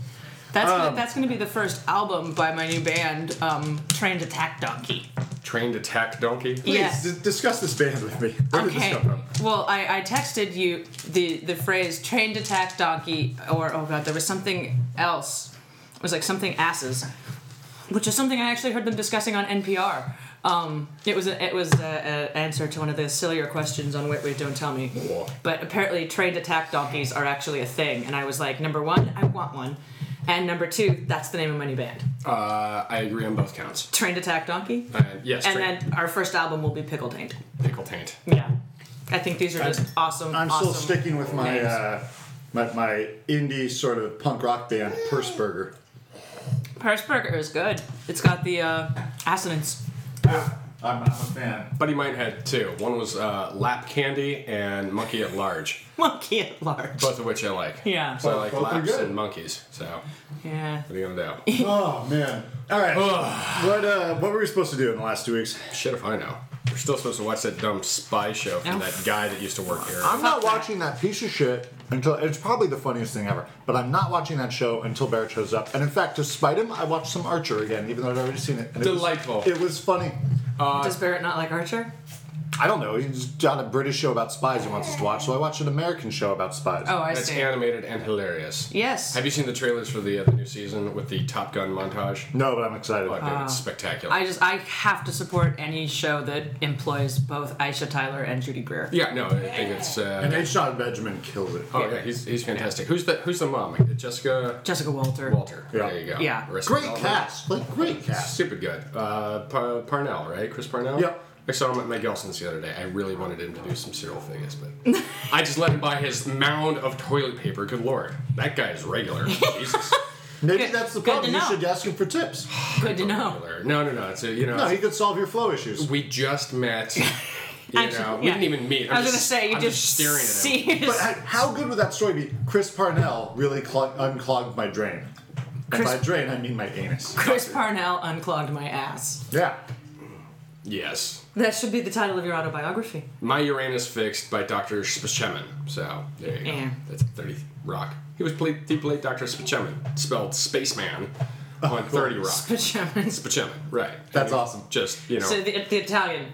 Speaker 3: That's gonna, that's gonna be the first album by my new band, um, Trained Attack Donkey.
Speaker 2: Trained attack
Speaker 1: [laughs]
Speaker 2: donkey.
Speaker 3: Yeah. Yes.
Speaker 1: Please, d- discuss this band with me. Where did this
Speaker 3: Okay.
Speaker 1: come from?
Speaker 3: Well, I, I texted you the the phrase "trained attack donkey" or oh god, there was something else. It was like something asses, which is something I actually heard them discussing on NPR. Um, it was a, it was an answer to one of the sillier questions on Wait Wait Don't Tell Me. But apparently, trained attack donkeys are actually a thing, and I was like, number one, I want one, and number two, that's the name of my new band,
Speaker 2: Uh, I agree on both counts.
Speaker 3: Trained Attack Donkey.
Speaker 2: Uh, yes,
Speaker 3: And
Speaker 2: trained
Speaker 3: then our first album will be Pickle Taint.
Speaker 2: pickle taint.
Speaker 3: Yeah. I think these are just awesome.
Speaker 1: I'm still
Speaker 3: awesome
Speaker 1: sticking with my
Speaker 3: names.
Speaker 1: uh, my, my indie sort of punk rock band, Purseburger.
Speaker 3: Paris Burger is good. It's got the uh, assonance. [laughs]
Speaker 6: I'm, I'm a fan.
Speaker 2: Buddy mine had two. One was uh, lap candy and monkey at large,
Speaker 3: Monkey at large.
Speaker 2: both of which I like.
Speaker 3: Yeah.
Speaker 2: So I like
Speaker 1: Both are
Speaker 2: laps
Speaker 1: good.
Speaker 2: and monkeys. So what
Speaker 3: Yeah.
Speaker 2: are you gonna do?
Speaker 1: [laughs] Oh man! All right, what uh, what were we supposed to do in the last two weeks?
Speaker 2: Shit if I know. We're still supposed to watch that dumb spy show from
Speaker 3: Oh.
Speaker 2: that guy that used to work here.
Speaker 1: I'm not
Speaker 3: Fuck that.
Speaker 1: watching that piece of shit until it's probably the funniest thing ever. But I'm not watching that show until Barrett shows up. And in fact, to spite him, I watched some Archer again, even though I'd already seen it. And it was-
Speaker 2: Delightful.
Speaker 1: it was funny.
Speaker 2: Uh,
Speaker 3: Does Barrett not like Archer?
Speaker 1: I don't know. He's got a British show about spies he wants us to watch, so I watched an American show about spies.
Speaker 3: Oh, I
Speaker 2: It's
Speaker 3: see.
Speaker 2: animated and hilarious.
Speaker 3: Yes.
Speaker 2: Have you seen the trailers for the, uh, the new season with the Top Gun montage?
Speaker 1: No, but I'm excited.
Speaker 2: Oh, dude, it's spectacular.
Speaker 3: I just I have to support any show that employs both Aisha Tyler and Judy Greer.
Speaker 2: yeah, no, I think it's.
Speaker 1: and
Speaker 2: Uh,
Speaker 1: H. John Benjamin kills it.
Speaker 2: oh yeah, he's, he's fantastic. Who's the Who's the mom? Jessica
Speaker 3: Jessica Walter.
Speaker 2: Walter.
Speaker 1: Yeah.
Speaker 2: There you go.
Speaker 3: Yeah.
Speaker 2: Arrested
Speaker 1: Great
Speaker 2: Development.
Speaker 1: cast. Like, great cast.
Speaker 2: Stupid good. Uh, Par- Parnell, right? Chris Parnell.
Speaker 1: Yep.
Speaker 2: I saw him at Mike Gelson's the other day. I really wanted him to do some cereal figures, but I just let him buy his mound of toilet paper. Good lord, that guy is regular.
Speaker 1: [laughs]
Speaker 2: Jesus.
Speaker 1: Maybe
Speaker 3: Good-
Speaker 1: that's the
Speaker 3: good to
Speaker 1: problem. You
Speaker 3: know.
Speaker 1: should ask him for tips.
Speaker 3: Good to know.
Speaker 2: No, no, no. It's a, you know.
Speaker 1: No,
Speaker 2: it's-
Speaker 1: he could solve your flow issues.
Speaker 2: we just met.
Speaker 3: [laughs]
Speaker 2: You
Speaker 3: Actually,
Speaker 2: know, we
Speaker 3: yeah.
Speaker 2: didn't even meet.
Speaker 3: I
Speaker 2: I'm
Speaker 3: was
Speaker 2: just-
Speaker 3: gonna say you
Speaker 2: I'm
Speaker 3: just,
Speaker 2: staring at him.
Speaker 3: see his-
Speaker 1: But h- how good would that story be? Chris Parnell really clog- unclogged my drain. And
Speaker 3: Chris-
Speaker 1: by drain, I mean my anus.
Speaker 3: Chris Parnell unclogged my ass.
Speaker 1: Yeah.
Speaker 2: Yes.
Speaker 3: That should be the title of your [laughs] autobiography.
Speaker 2: My Uranus fixed by Dr. Spachemin. So there you go.
Speaker 3: Yeah.
Speaker 2: That's 30 Rock. He was played, he played Dr. Spachemin, spelled spaceman
Speaker 1: Oh,
Speaker 2: on 30 Rock.
Speaker 3: Pajamas.
Speaker 2: Spachemin, right.
Speaker 1: That's
Speaker 2: I mean,
Speaker 1: awesome.
Speaker 2: Just, you know,
Speaker 3: So the, the Italian,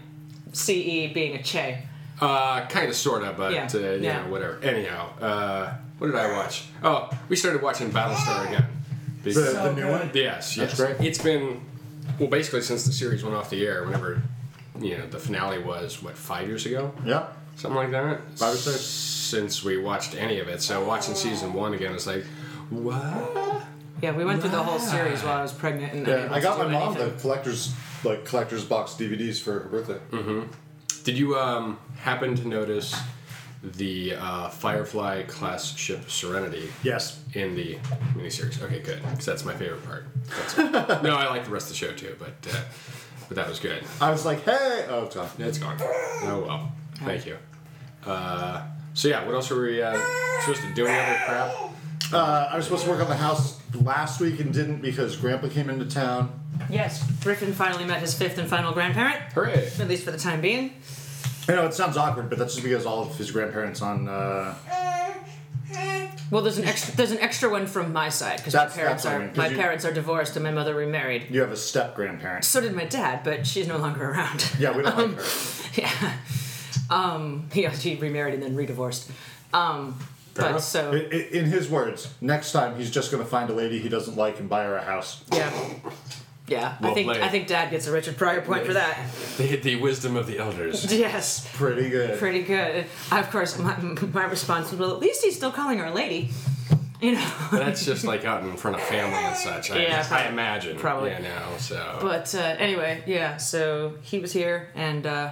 Speaker 3: CE being a che.
Speaker 2: uh, kind of, sort of, but,
Speaker 3: Yeah.
Speaker 2: uh, you
Speaker 3: Yeah.
Speaker 2: know, whatever. Anyhow, uh, what did I watch? Oh, we started watching Battlestar again.
Speaker 1: The,
Speaker 2: Because-
Speaker 1: the new one?
Speaker 2: Yes, yes.
Speaker 1: That's great.
Speaker 2: It's been well, basically since the series went off the air. Whenever you know the finale was what five years ago,
Speaker 1: Yeah.
Speaker 2: something like that.
Speaker 1: Five or six.
Speaker 2: Since we watched any of it, so watching season one again is like, what?
Speaker 3: Yeah, we went through the whole series while I was pregnant and
Speaker 1: Yeah,
Speaker 3: unable
Speaker 1: I got
Speaker 3: to
Speaker 1: my
Speaker 3: do
Speaker 1: mom
Speaker 3: anything.
Speaker 1: the collector's like collector's box DVDs for her birthday.
Speaker 3: Hmm.
Speaker 2: Did you um, happen to notice the uh, Firefly class ship Serenity?
Speaker 1: Yes.
Speaker 2: In the miniseries. Okay, good. Because that's my favorite part. That's all. no, I like the rest of the show too, but uh, but that was good.
Speaker 1: I was like, hey, oh, it's gone.
Speaker 2: It's gone. Oh well. Thank you. Uh, so yeah, what else were we uh, supposed to do? Any other crap?
Speaker 1: Uh, I was supposed to work on the house last week and didn't because Grandpa came into town.
Speaker 3: Yes, Griffin finally met his fifth and final grandparent,
Speaker 2: Hooray!
Speaker 3: at least for the time being.
Speaker 1: I know it sounds awkward, but that's just because all of his grandparents on. Uh,
Speaker 3: Well, there's an extra there's an extra one from my side because my
Speaker 1: That's-
Speaker 3: parents
Speaker 1: that's what I
Speaker 3: are
Speaker 1: mean, 'cause
Speaker 3: my
Speaker 1: you-
Speaker 3: parents are divorced and my mother remarried.
Speaker 1: you have a step grandparent.
Speaker 3: So did my dad, but she's no longer around.
Speaker 1: [laughs] Yeah,
Speaker 3: [laughs]
Speaker 1: we don't like her.
Speaker 3: yeah. Um, yeah, she remarried and then redivorced. Um, but
Speaker 1: enough. Uh-huh. I-
Speaker 3: so
Speaker 1: I- In his words, next time he's just going to find a lady he doesn't like and buy her a house.
Speaker 3: yeah. Yeah, I
Speaker 2: Well
Speaker 3: think I
Speaker 2: played.
Speaker 3: think Dad gets a Richard Pryor point for that. [laughs]
Speaker 2: The, the wisdom of the elders.
Speaker 3: Yes,
Speaker 1: Pretty good.
Speaker 3: pretty good. I, of course, my, [laughs] my response was, well, at least he's still calling her a lady. You know. [laughs]
Speaker 2: That's just like out in front of family and such. I,
Speaker 3: Yeah,
Speaker 2: I
Speaker 3: prob-
Speaker 2: imagine.
Speaker 3: probably.
Speaker 2: You know, so.
Speaker 3: But uh, anyway, yeah. So he was here, and uh,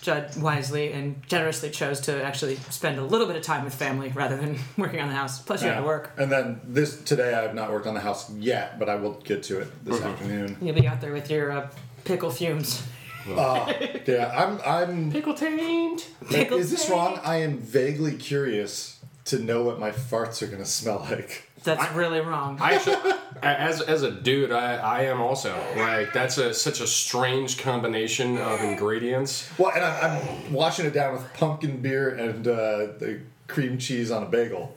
Speaker 3: Judd wisely and generously chose to actually spend a little bit of time with family rather than [laughs] working on the house. Plus, you had to work.
Speaker 1: And then this today, I have not worked on the house yet, but I will get to it this afternoon.
Speaker 3: You'll be out there with your uh, pickle fumes.
Speaker 1: Yeah, I'm. I'm.
Speaker 2: Pickle taint.
Speaker 3: Pickle
Speaker 1: is this wrong? I am vaguely curious to know what my farts are going to smell like.
Speaker 3: That's really wrong. [laughs]
Speaker 2: I should, as as a dude, I, I am also like that's a such a strange combination of ingredients.
Speaker 1: Well, and I'm, I'm washing it down with pumpkin beer and uh, the cream cheese on a bagel.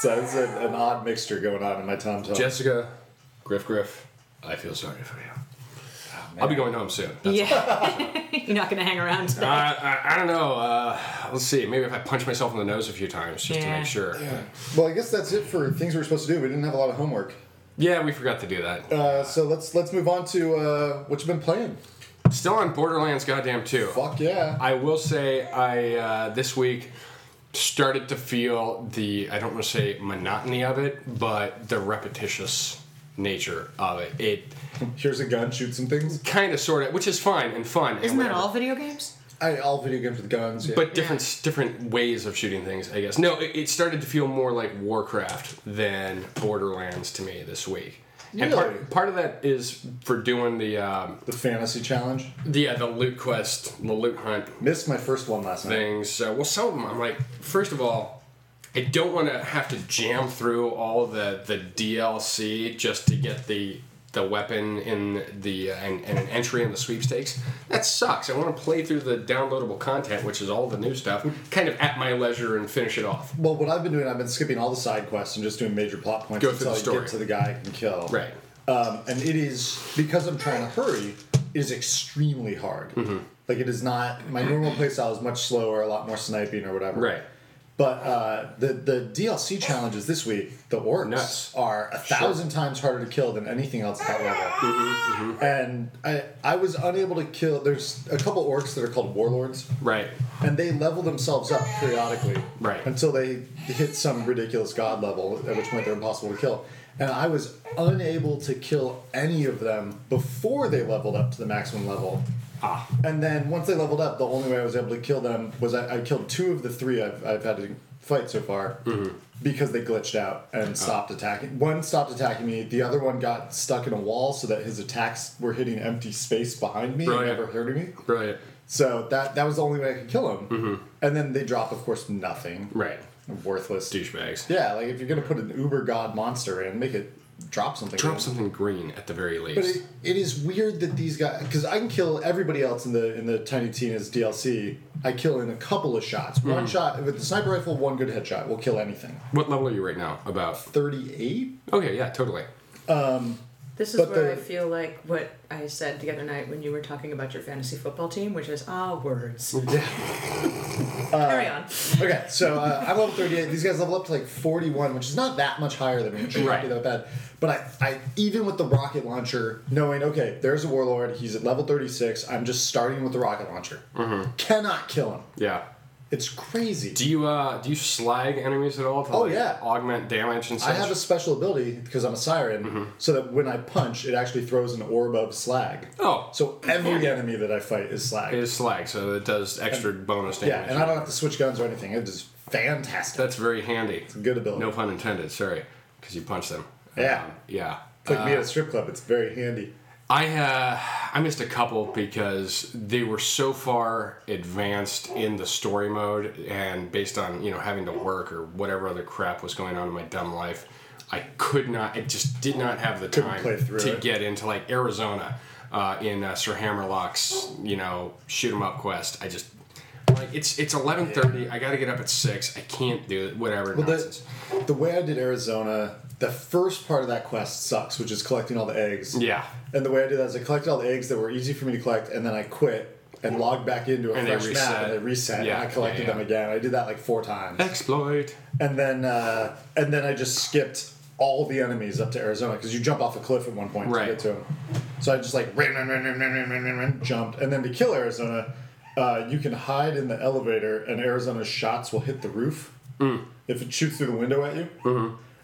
Speaker 1: So it's an, an odd mixture going on in my Tom Tom.
Speaker 2: Jessica, Griff Griff, I feel sorry for you. I'll be going home soon. That's
Speaker 3: [laughs]
Speaker 7: yeah. You're not gonna hang around.
Speaker 2: Uh, [laughs] I, I don't know. Uh, let's see. Maybe if I punch myself in the nose a few times just to
Speaker 7: Yeah.
Speaker 2: make sure. Yeah.
Speaker 1: [clears throat] Well, I guess that's it for things we were supposed to do. We didn't have a lot of homework.
Speaker 2: we forgot to do that.
Speaker 1: Uh, so let's let's move on to uh, what you've been playing.
Speaker 2: Still on Borderlands Goddamn 2.
Speaker 1: Fuck yeah.
Speaker 2: I will say I uh, this week started to feel the I don't want to say monotony of it, but the repetitious nature of it. It
Speaker 1: Here's a gun, shoot some things.
Speaker 2: kind of sort of, which is fine and fun. and
Speaker 7: Isn't that
Speaker 2: whatever.
Speaker 7: all video games?
Speaker 1: I all video games with guns. Yeah.
Speaker 2: But different different ways of shooting things, I guess. No, it, it started to feel more like Warcraft than Borderlands to me this week. And
Speaker 1: Really?
Speaker 2: part, part of that is for doing the um,
Speaker 1: the fantasy challenge.
Speaker 2: the uh, the loot quest, the loot hunt
Speaker 1: Missed my first one last night.
Speaker 2: things. So, well, some of them, I'm like, first of all, I don't want to have to jam through all the the DLC just to get the the weapon in the uh, and, and an entry in the sweepstakes. That sucks. I want to play through the downloadable content, which is all the new stuff, kind of at my leisure and finish it off.
Speaker 1: Well, what I've been doing, I've been skipping all the side quests and just doing major plot points
Speaker 2: Go through
Speaker 1: until
Speaker 2: the
Speaker 1: I
Speaker 2: story.
Speaker 1: get to the guy I can kill.
Speaker 2: Right.
Speaker 1: Um, and it is because I'm trying to hurry. It is extremely hard.
Speaker 2: Mm-hmm.
Speaker 1: Like it is not my normal playstyle is much slower, a lot more sniping or whatever.
Speaker 2: Right.
Speaker 1: But uh, the the DLC challenges this week, the orcs
Speaker 2: Nuts.
Speaker 1: are a thousand times harder to kill than anything else at that level.
Speaker 2: Mm-hmm,
Speaker 1: And I I was unable to kill. There's a couple orcs that are called warlords
Speaker 2: Right.
Speaker 1: and they level themselves up periodically
Speaker 2: Right.
Speaker 1: until they hit some ridiculous god level at which point they're impossible to kill and i was unable to kill any of them before they leveled up to the maximum level
Speaker 2: Ah.
Speaker 1: and then once they leveled up the only way i was able to kill them was i, I killed two of the three i've, I've had to fight so far
Speaker 2: Mm-hmm.
Speaker 1: because they glitched out
Speaker 2: Ah.
Speaker 1: and stopped attacking one stopped attacking me the other one got stuck in a wall so that his attacks were hitting empty space behind me
Speaker 2: Brilliant.
Speaker 1: and never hurting me
Speaker 2: Brilliant.
Speaker 1: so that that was the only way I could kill him. And then they drop, of course, nothing.
Speaker 2: Mm-hmm. Right.
Speaker 1: Worthless.
Speaker 2: Douchebags.
Speaker 1: Yeah, like if you're gonna put an uber god monster in, make it drop something. in.
Speaker 2: Drop something green at the very
Speaker 1: But
Speaker 2: least.
Speaker 1: it, it is weird that these guys, because I can kill everybody else in the in the Tiny Tina's DLC. I kill in a couple of shots.
Speaker 2: Mm.
Speaker 1: One shot with the sniper rifle, one good headshot will kill anything.
Speaker 2: what level are you right now? About.
Speaker 1: Thirty eight.
Speaker 2: Okay. Yeah. Totally.
Speaker 3: This is
Speaker 1: But
Speaker 3: where
Speaker 1: the-
Speaker 3: I feel like what I said the other night when you were talking about your fantasy football team, which is ah words. [laughs] Carry on.
Speaker 1: Okay, so uh, I'm level 38. These guys level up to like 41, which is not that much higher than me. It should not be
Speaker 2: Right.
Speaker 1: that bad. But I, I, even with the rocket launcher, knowing, okay, there's a warlord, he's at level 36, I'm just starting with the rocket launcher. Cannot kill him.
Speaker 2: Yeah.
Speaker 1: It's crazy.
Speaker 2: Mm-hmm. Do you uh do you slag enemies at all to
Speaker 1: Oh,
Speaker 2: like,
Speaker 1: yeah.
Speaker 2: augment damage and such?
Speaker 1: I have a special ability because I'm a siren,
Speaker 2: Mm-hmm.
Speaker 1: so that when I punch, it actually throws an orb of slag.
Speaker 2: Oh.
Speaker 1: So every enemy that I fight is slag.
Speaker 2: It is slag, so it does extra bonus damage.
Speaker 1: yeah, and I don't have to switch guns or anything. It is fantastic.
Speaker 2: That's very handy.
Speaker 1: good ability.
Speaker 2: No pun intended. Sorry, because you punch them.
Speaker 1: Yeah.
Speaker 2: Um, yeah.
Speaker 1: it's like me at a strip club. It's very handy.
Speaker 2: I uh, I missed a couple because they were so far advanced in the story mode, and based on you know having to work or whatever other crap was going on in my dumb life, I could not. I just did not have the
Speaker 1: Couldn't
Speaker 2: time
Speaker 1: play through
Speaker 2: to
Speaker 1: it.
Speaker 2: get into like Arizona uh, in uh, Sir Hammerlock's you know shoot 'em up quest. I just like it's it's eleven thirty. I got to get up at six. I can't do it. Whatever
Speaker 1: Well,
Speaker 2: nonsense.
Speaker 1: the, the way I did Arizona, the first part of that quest sucks, which is collecting all the eggs.
Speaker 2: yeah.
Speaker 1: And the way I did that is I collected all the eggs that were easy for me to collect, and then I quit and logged back into a
Speaker 2: And they
Speaker 1: fresh map, and
Speaker 2: reset.
Speaker 1: they reset.
Speaker 2: Yeah,
Speaker 1: and I collected
Speaker 2: yeah, yeah.
Speaker 1: them again. I did that like four times,
Speaker 2: Exploit.
Speaker 1: and then uh, and then I just skipped all the enemies up to Arizona because you jump off a cliff at one point
Speaker 2: Right.
Speaker 1: to get to them. So I just like ran, ran, ran, ran, ran, ran, ran, ran, ran, jumped, and then to kill Arizona, uh, you can hide in the elevator, and Arizona's shots will hit the roof
Speaker 2: Mm.
Speaker 1: if it shoots through the window at you.
Speaker 2: Mm-hmm.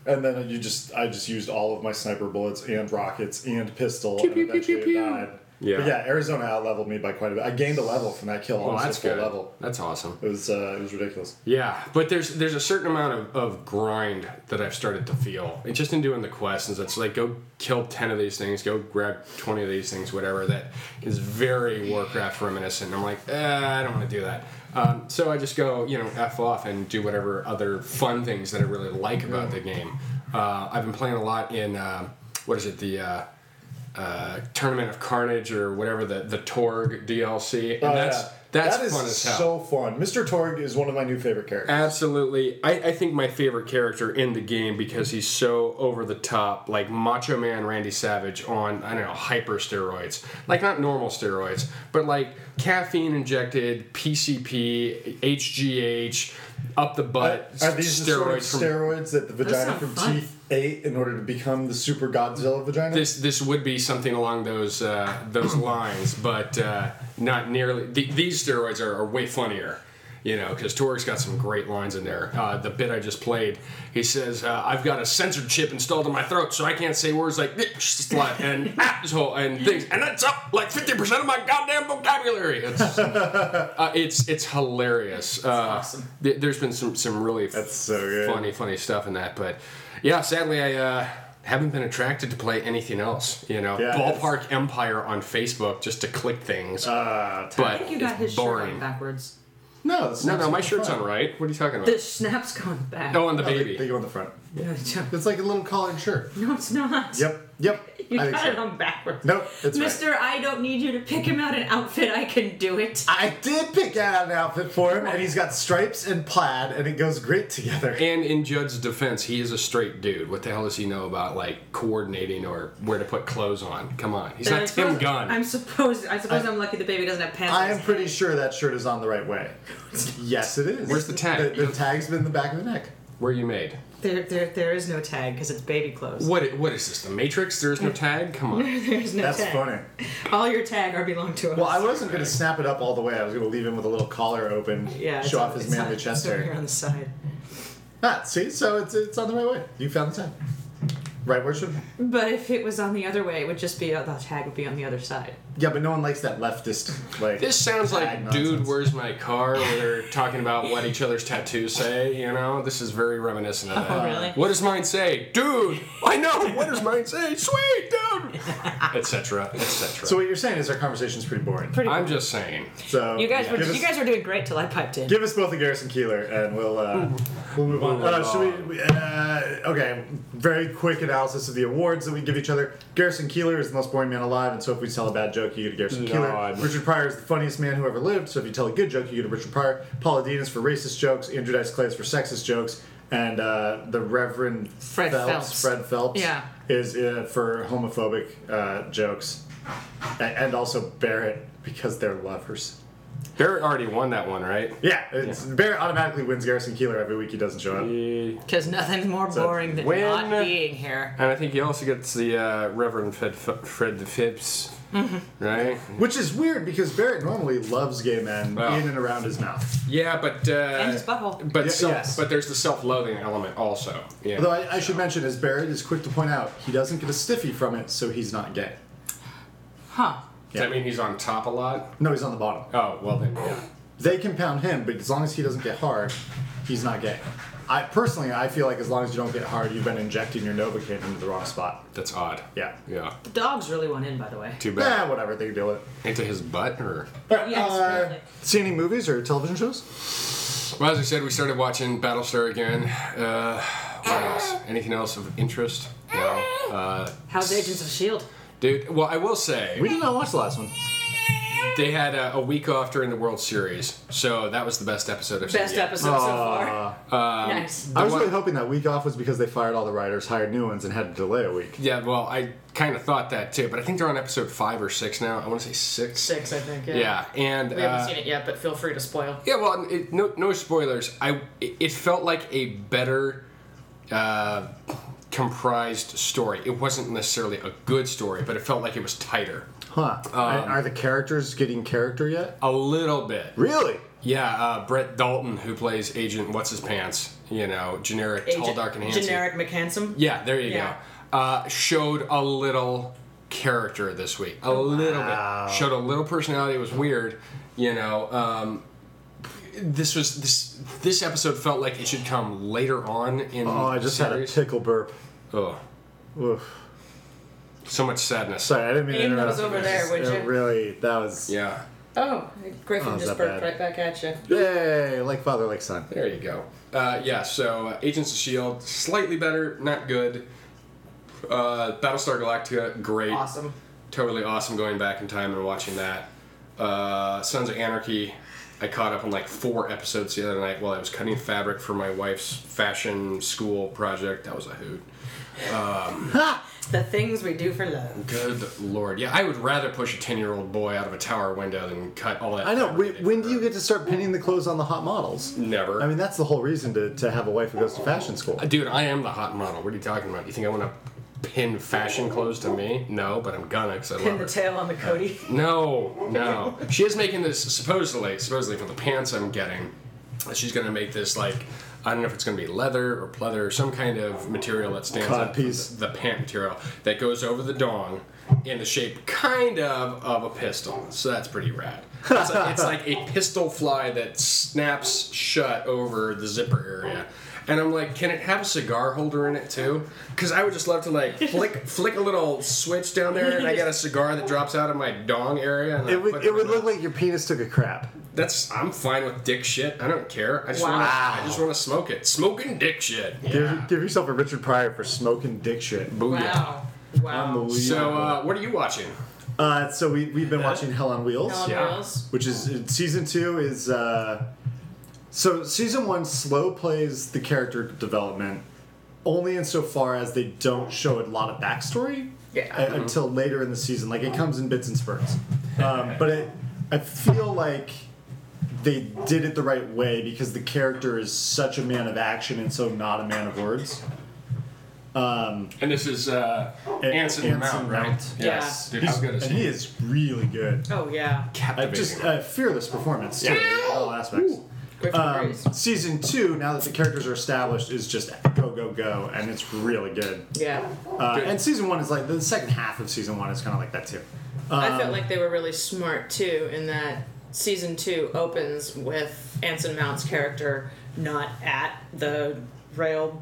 Speaker 1: And then you just, I just used all of my sniper bullets and rockets and pistol, and eventually it died.
Speaker 2: Yeah.
Speaker 1: But yeah, Arizona outleveled me by quite a bit. I gained a level from that kill,
Speaker 2: Well,
Speaker 1: almost
Speaker 2: that's
Speaker 1: a full
Speaker 2: good.
Speaker 1: level.
Speaker 2: That's awesome.
Speaker 1: It was, uh, it was ridiculous.
Speaker 2: Yeah, but there's there's a certain amount of, of grind that I've started to feel. It's just in doing the quests, and it's like go kill ten of these things, go grab twenty of these things, whatever. That is very Warcraft reminiscent. I'm like, eh, I don't want to do that. Um, so I just go, you know, f off and do whatever other fun things that I really like about the game. Uh, I've been playing a lot in uh, what is it the uh, uh, Tournament of Carnage or whatever the the Torg DLC, and
Speaker 1: Oh,
Speaker 2: that's
Speaker 1: yeah.
Speaker 2: That's
Speaker 1: That is
Speaker 2: fun as hell.
Speaker 1: so fun. Mr. Torg is one of my new favorite characters.
Speaker 2: Absolutely. I, I think my favorite character in the game because he's so over the top, like Macho Man Randy Savage on, I don't know, hyper steroids. Like, not normal steroids, but like caffeine injected, PCP, HGH, up the butt,
Speaker 1: Are these the sort of
Speaker 2: steroids from.
Speaker 1: steroids that the vagina
Speaker 7: sound
Speaker 1: from
Speaker 7: fun.
Speaker 1: teeth ate in order to become the super Godzilla vagina?
Speaker 2: This, this would be something along those uh,
Speaker 1: [clears throat]
Speaker 2: those lines, but uh, not nearly. The, these steroids are, are way funnier, you know, because Torik's got some great lines in there. Uh, the bit I just played, he says, uh, "I've got a censored chip installed in my throat, so I can't say words like "bitch," slut and [laughs] asshole and things, and that's up like fifty percent of my goddamn vocabulary."
Speaker 1: [laughs]
Speaker 2: It's uh, it's, it's hilarious. Uh, th- there's been some some really
Speaker 1: That's so good.
Speaker 2: funny funny stuff in that, but yeah, sadly I. Uh, haven't been attracted to play anything else, you know.
Speaker 1: Yeah, it's-
Speaker 2: Ballpark Empire on Facebook just to click things,
Speaker 1: Uh,
Speaker 2: but
Speaker 3: I think you got
Speaker 2: it's
Speaker 3: his shirt
Speaker 2: boring.
Speaker 3: on backwards.
Speaker 1: no, that's
Speaker 2: no,
Speaker 1: not
Speaker 2: no, my
Speaker 1: super
Speaker 2: shirt's
Speaker 1: fun.
Speaker 2: on right. What are you talking about?
Speaker 3: The snap's going back.
Speaker 2: oh, on the
Speaker 1: No, they-
Speaker 2: baby.
Speaker 1: They go on the front.
Speaker 3: no,
Speaker 1: It's like a little collared shirt.
Speaker 3: it's not.
Speaker 1: Yep, yep.
Speaker 3: [laughs] You
Speaker 1: I think
Speaker 3: got
Speaker 1: so.
Speaker 3: it on backwards.
Speaker 1: Nope, that's right.
Speaker 3: Mister, I don't need you to pick him out an outfit. I can do it.
Speaker 1: I did pick out an outfit for him, and he's got stripes and plaid, and it goes great together.
Speaker 2: And in Judd's defense, he is a straight dude. What the hell does he know about like coordinating or where to put clothes on? Come on, he's
Speaker 3: I
Speaker 2: not Tim
Speaker 3: suppose-
Speaker 2: Gunn.
Speaker 3: I'm supposed. I suppose I, am lucky the baby doesn't have pants.
Speaker 1: [laughs] I am pretty sure that shirt is on the right
Speaker 3: [laughs]
Speaker 1: way. Yes, it is.
Speaker 2: Where's the tag?
Speaker 1: The, the tag's been in the back of the neck.
Speaker 2: Where are you made?
Speaker 3: There, there, there is no tag because it's baby [laughs] clothes.
Speaker 2: What? i- What is this? The Matrix? There is no tag. Come
Speaker 3: [laughs]
Speaker 2: on.
Speaker 3: There's no
Speaker 1: That's
Speaker 3: tag.
Speaker 1: funny.
Speaker 3: All your tag are belong to us.
Speaker 1: Well, I wasn't going to snap it up all the way. I was going to leave him with a little collar open,
Speaker 3: [laughs] yeah, it's
Speaker 1: show
Speaker 3: on-
Speaker 1: off his
Speaker 3: it's
Speaker 1: manly
Speaker 3: on-
Speaker 1: chest
Speaker 3: it's over here [laughs]
Speaker 1: hair.
Speaker 3: on the side.
Speaker 1: Ah, see, so it's it's on the right way. You found the tag. Right where it should be.
Speaker 3: But if it was on the other way, it would just be uh, the tag would be on the other side.
Speaker 1: Yeah, but no one likes that leftist like.
Speaker 2: This sounds
Speaker 1: Tag
Speaker 2: like,
Speaker 1: nonsense.
Speaker 2: dude, where's my car? Where they're [laughs] talking about what each other's tattoos say. You know, this is very reminiscent of that.
Speaker 3: Oh, really?
Speaker 2: What does mine say, dude? I know. What does mine say? Sweet,
Speaker 3: [laughs]
Speaker 2: dude. Etc. Etc.
Speaker 1: so what you're saying is our conversation's pretty boring.
Speaker 3: Pretty.
Speaker 2: I'm just saying.
Speaker 1: So
Speaker 3: you guys were
Speaker 1: give us,
Speaker 3: you guys were doing great till I piped in.
Speaker 1: give us both a Garrison Keeler, and we'll uh, we'll move on. Uh, should we? we- Uh, okay, very quick analysis of the awards that we give each other. Garrison Keeler is the most boring man alive, and so if we tell a bad joke, you get a Garrison Keeler.
Speaker 2: Lord.
Speaker 1: Richard Pryor is the funniest man who ever lived, so if you tell a good joke, you get a Richard Pryor. Paula Dean is for racist jokes. Andrew Dice Clay is for sexist jokes. And uh, the Reverend
Speaker 3: Fred Phelps.
Speaker 1: Fred Phelps,
Speaker 3: Yeah.
Speaker 1: is uh, for homophobic uh, jokes, A- and also Barrett because they're lovers.
Speaker 2: Barrett already won that one, right?
Speaker 1: Yeah, it's, Barrett automatically wins Garrison Keeler every week he doesn't show up.
Speaker 3: Because nothing's more boring than
Speaker 2: when-
Speaker 3: not being here.
Speaker 2: And I think he also gets the uh, Reverend Fred, Fred the Phipps,
Speaker 3: Mm-hmm.
Speaker 2: right?
Speaker 1: Which is weird because Barrett normally loves gay men
Speaker 2: Wow.
Speaker 1: in and around his mouth.
Speaker 2: Yeah, but uh,
Speaker 3: And his butthole.
Speaker 2: but
Speaker 1: Yeah,
Speaker 2: self,
Speaker 1: yes.
Speaker 2: but there's the self-loathing element also. Yeah.
Speaker 1: Although I, I should mention, as Barrett is quick to point out, he doesn't get a stiffy from it, so he's not gay.
Speaker 3: Huh.
Speaker 2: Does that mean he's on top a lot?
Speaker 1: No, he's on the bottom.
Speaker 2: Oh well then. Yeah.
Speaker 1: They can pound him, but as long as he doesn't get hard, he's not gay. I personally, I feel like as long as you don't get hard, you've been injecting your Novocaine into the wrong spot.
Speaker 2: That's odd.
Speaker 1: Yeah.
Speaker 2: Yeah.
Speaker 3: The dogs really want in, by the way.
Speaker 2: Too bad.
Speaker 1: Yeah, whatever, they can deal with it.
Speaker 2: Into his butt or.
Speaker 8: Yes,
Speaker 1: Uh,
Speaker 8: apparently.
Speaker 1: see any movies or television shows?
Speaker 2: Well, as I said, we started watching Battlestar again. Uh, what else? Anything else of interest? No. Uh,
Speaker 3: How's Agents of Shield?
Speaker 2: dude, well, I will say
Speaker 1: We did not watch the last one.
Speaker 2: they had a, a week off during the World Series, so that was the best episode I've
Speaker 3: Best
Speaker 2: seen. yet.
Speaker 3: episode so far. nice.
Speaker 1: I was
Speaker 2: one-
Speaker 1: really hoping that week off was because they fired all the writers, hired new ones, and had to delay a week.
Speaker 2: Yeah, well, I kind of thought that too, but I think they're on episode five or six now. I want to say six.
Speaker 3: Six, I think. Yeah.
Speaker 2: Yeah, and
Speaker 3: We haven't
Speaker 2: uh,
Speaker 3: seen it yet, but feel free to spoil.
Speaker 2: yeah, well, it, no, no spoilers. I it, it felt like a better uh, comprised story. It wasn't necessarily a good story, but it felt like it was tighter.
Speaker 1: Huh.
Speaker 2: Um,
Speaker 1: And are the characters getting character yet?
Speaker 2: A little bit.
Speaker 1: Really?
Speaker 2: Yeah, uh, Brett Dalton, who plays Agent What's His Pants, you know, generic tall,
Speaker 3: Agent-
Speaker 2: dark, and handsome.
Speaker 3: Generic McHandsome.
Speaker 2: Yeah, there you
Speaker 3: Yeah.
Speaker 2: go. Uh, showed a little character this week. A little bit. Showed a little personality. It was weird. You know, um, this was this this episode felt like it should come later on in.
Speaker 1: Oh, I just
Speaker 2: the
Speaker 1: had a
Speaker 2: series.
Speaker 1: tickle burp.
Speaker 2: Oh,
Speaker 1: Oof.
Speaker 2: so much sadness.
Speaker 1: Sorry, I didn't mean to
Speaker 3: Aim
Speaker 1: interrupt.
Speaker 3: those over
Speaker 1: It
Speaker 3: there,
Speaker 1: just-
Speaker 3: would
Speaker 1: it
Speaker 3: you?
Speaker 1: Really, that was.
Speaker 2: Yeah,
Speaker 3: Oh, Griffin
Speaker 1: Oh, is
Speaker 3: just
Speaker 1: that
Speaker 3: burped
Speaker 1: bad?
Speaker 3: right back at you.
Speaker 1: Yay! Like father, like son.
Speaker 2: there you go. Uh, yeah, so uh, Agents of Shield slightly better, not good. Uh, Battlestar Galactica, great.
Speaker 3: Awesome.
Speaker 2: totally awesome going back in time and watching that. Uh, Sons of Anarchy, I caught up on like four episodes the other night while I was cutting fabric for my wife's fashion school project. That was a hoot.
Speaker 3: The things we do for love.
Speaker 2: Good lord. Yeah, I would rather push a 10 year old boy out of a tower window than cut all that.
Speaker 1: I know.
Speaker 2: fabric
Speaker 1: When, when do you get to start pinning the clothes on the hot models?
Speaker 2: Never.
Speaker 1: I mean, that's the whole reason to, to have a wife who goes to fashion school.
Speaker 2: Dude, I am the hot model. What are you talking about? You think I want to pin fashion clothes to me? No, but I'm gonna because I
Speaker 3: Pin
Speaker 2: love
Speaker 3: the
Speaker 2: it.
Speaker 3: tail on the Cody.
Speaker 2: No, no. She is making this supposedly, supposedly from the pants I'm getting. She's gonna make this like I don't know if it's gonna be leather or pleather, some kind of material that stands out from
Speaker 1: Codpiece.
Speaker 2: The, the pant material that goes over the dong in the shape kind of of a pistol. So that's pretty rad. It's like, it's like a pistol fly that snaps shut over the zipper area. And I'm like, can it have a cigar holder in it too? Because I would just love to like flick flick a little switch down there, and I got a cigar that drops out of my dong area. And I
Speaker 1: It would,
Speaker 2: put
Speaker 1: it would
Speaker 2: in my-
Speaker 1: look like your penis took a crap.
Speaker 2: that's I'm fine with dick shit. I don't care. I just want
Speaker 1: Wow.
Speaker 2: to I just want to smoke it. Smoking dick shit.
Speaker 1: Give, give yourself a Richard Pryor for smoking dick shit.
Speaker 2: Booyah.
Speaker 8: Wow.
Speaker 1: Unbelievable.
Speaker 2: So uh, what are you watching?
Speaker 1: Uh, so we, we've been watching Hell on Wheels,
Speaker 8: Hell on
Speaker 2: Yeah.
Speaker 8: wheels.
Speaker 1: which is season two is. Uh, so season one slow plays the character development only insofar as they don't show a lot of backstory
Speaker 3: Yeah.
Speaker 1: a- until later in the season. Like it comes in bits and spurts. Um, but it, I feel like they did it the right way because the character is such a man of action and so not a man of words.
Speaker 2: And this is uh,
Speaker 1: And-
Speaker 2: Anson, Mount, right?
Speaker 3: Yeah.
Speaker 2: Yes. Dude,
Speaker 1: Eh, He's-
Speaker 2: how good is
Speaker 1: and
Speaker 2: he?
Speaker 1: he is really good.
Speaker 3: Oh yeah.
Speaker 1: I
Speaker 2: Captivating.
Speaker 1: just uh, fearless performance too, in all aspects.
Speaker 3: Griffin
Speaker 1: Um,
Speaker 3: Grace.
Speaker 1: season two, now that the characters are established, is just go go go, and it's really good.
Speaker 3: Yeah.
Speaker 1: Uh,
Speaker 2: Good.
Speaker 1: and season one is like the second half of season one is kind of like that too.
Speaker 3: I felt like they were really smart too in that season two opens with Anson Mount's character not at the rail,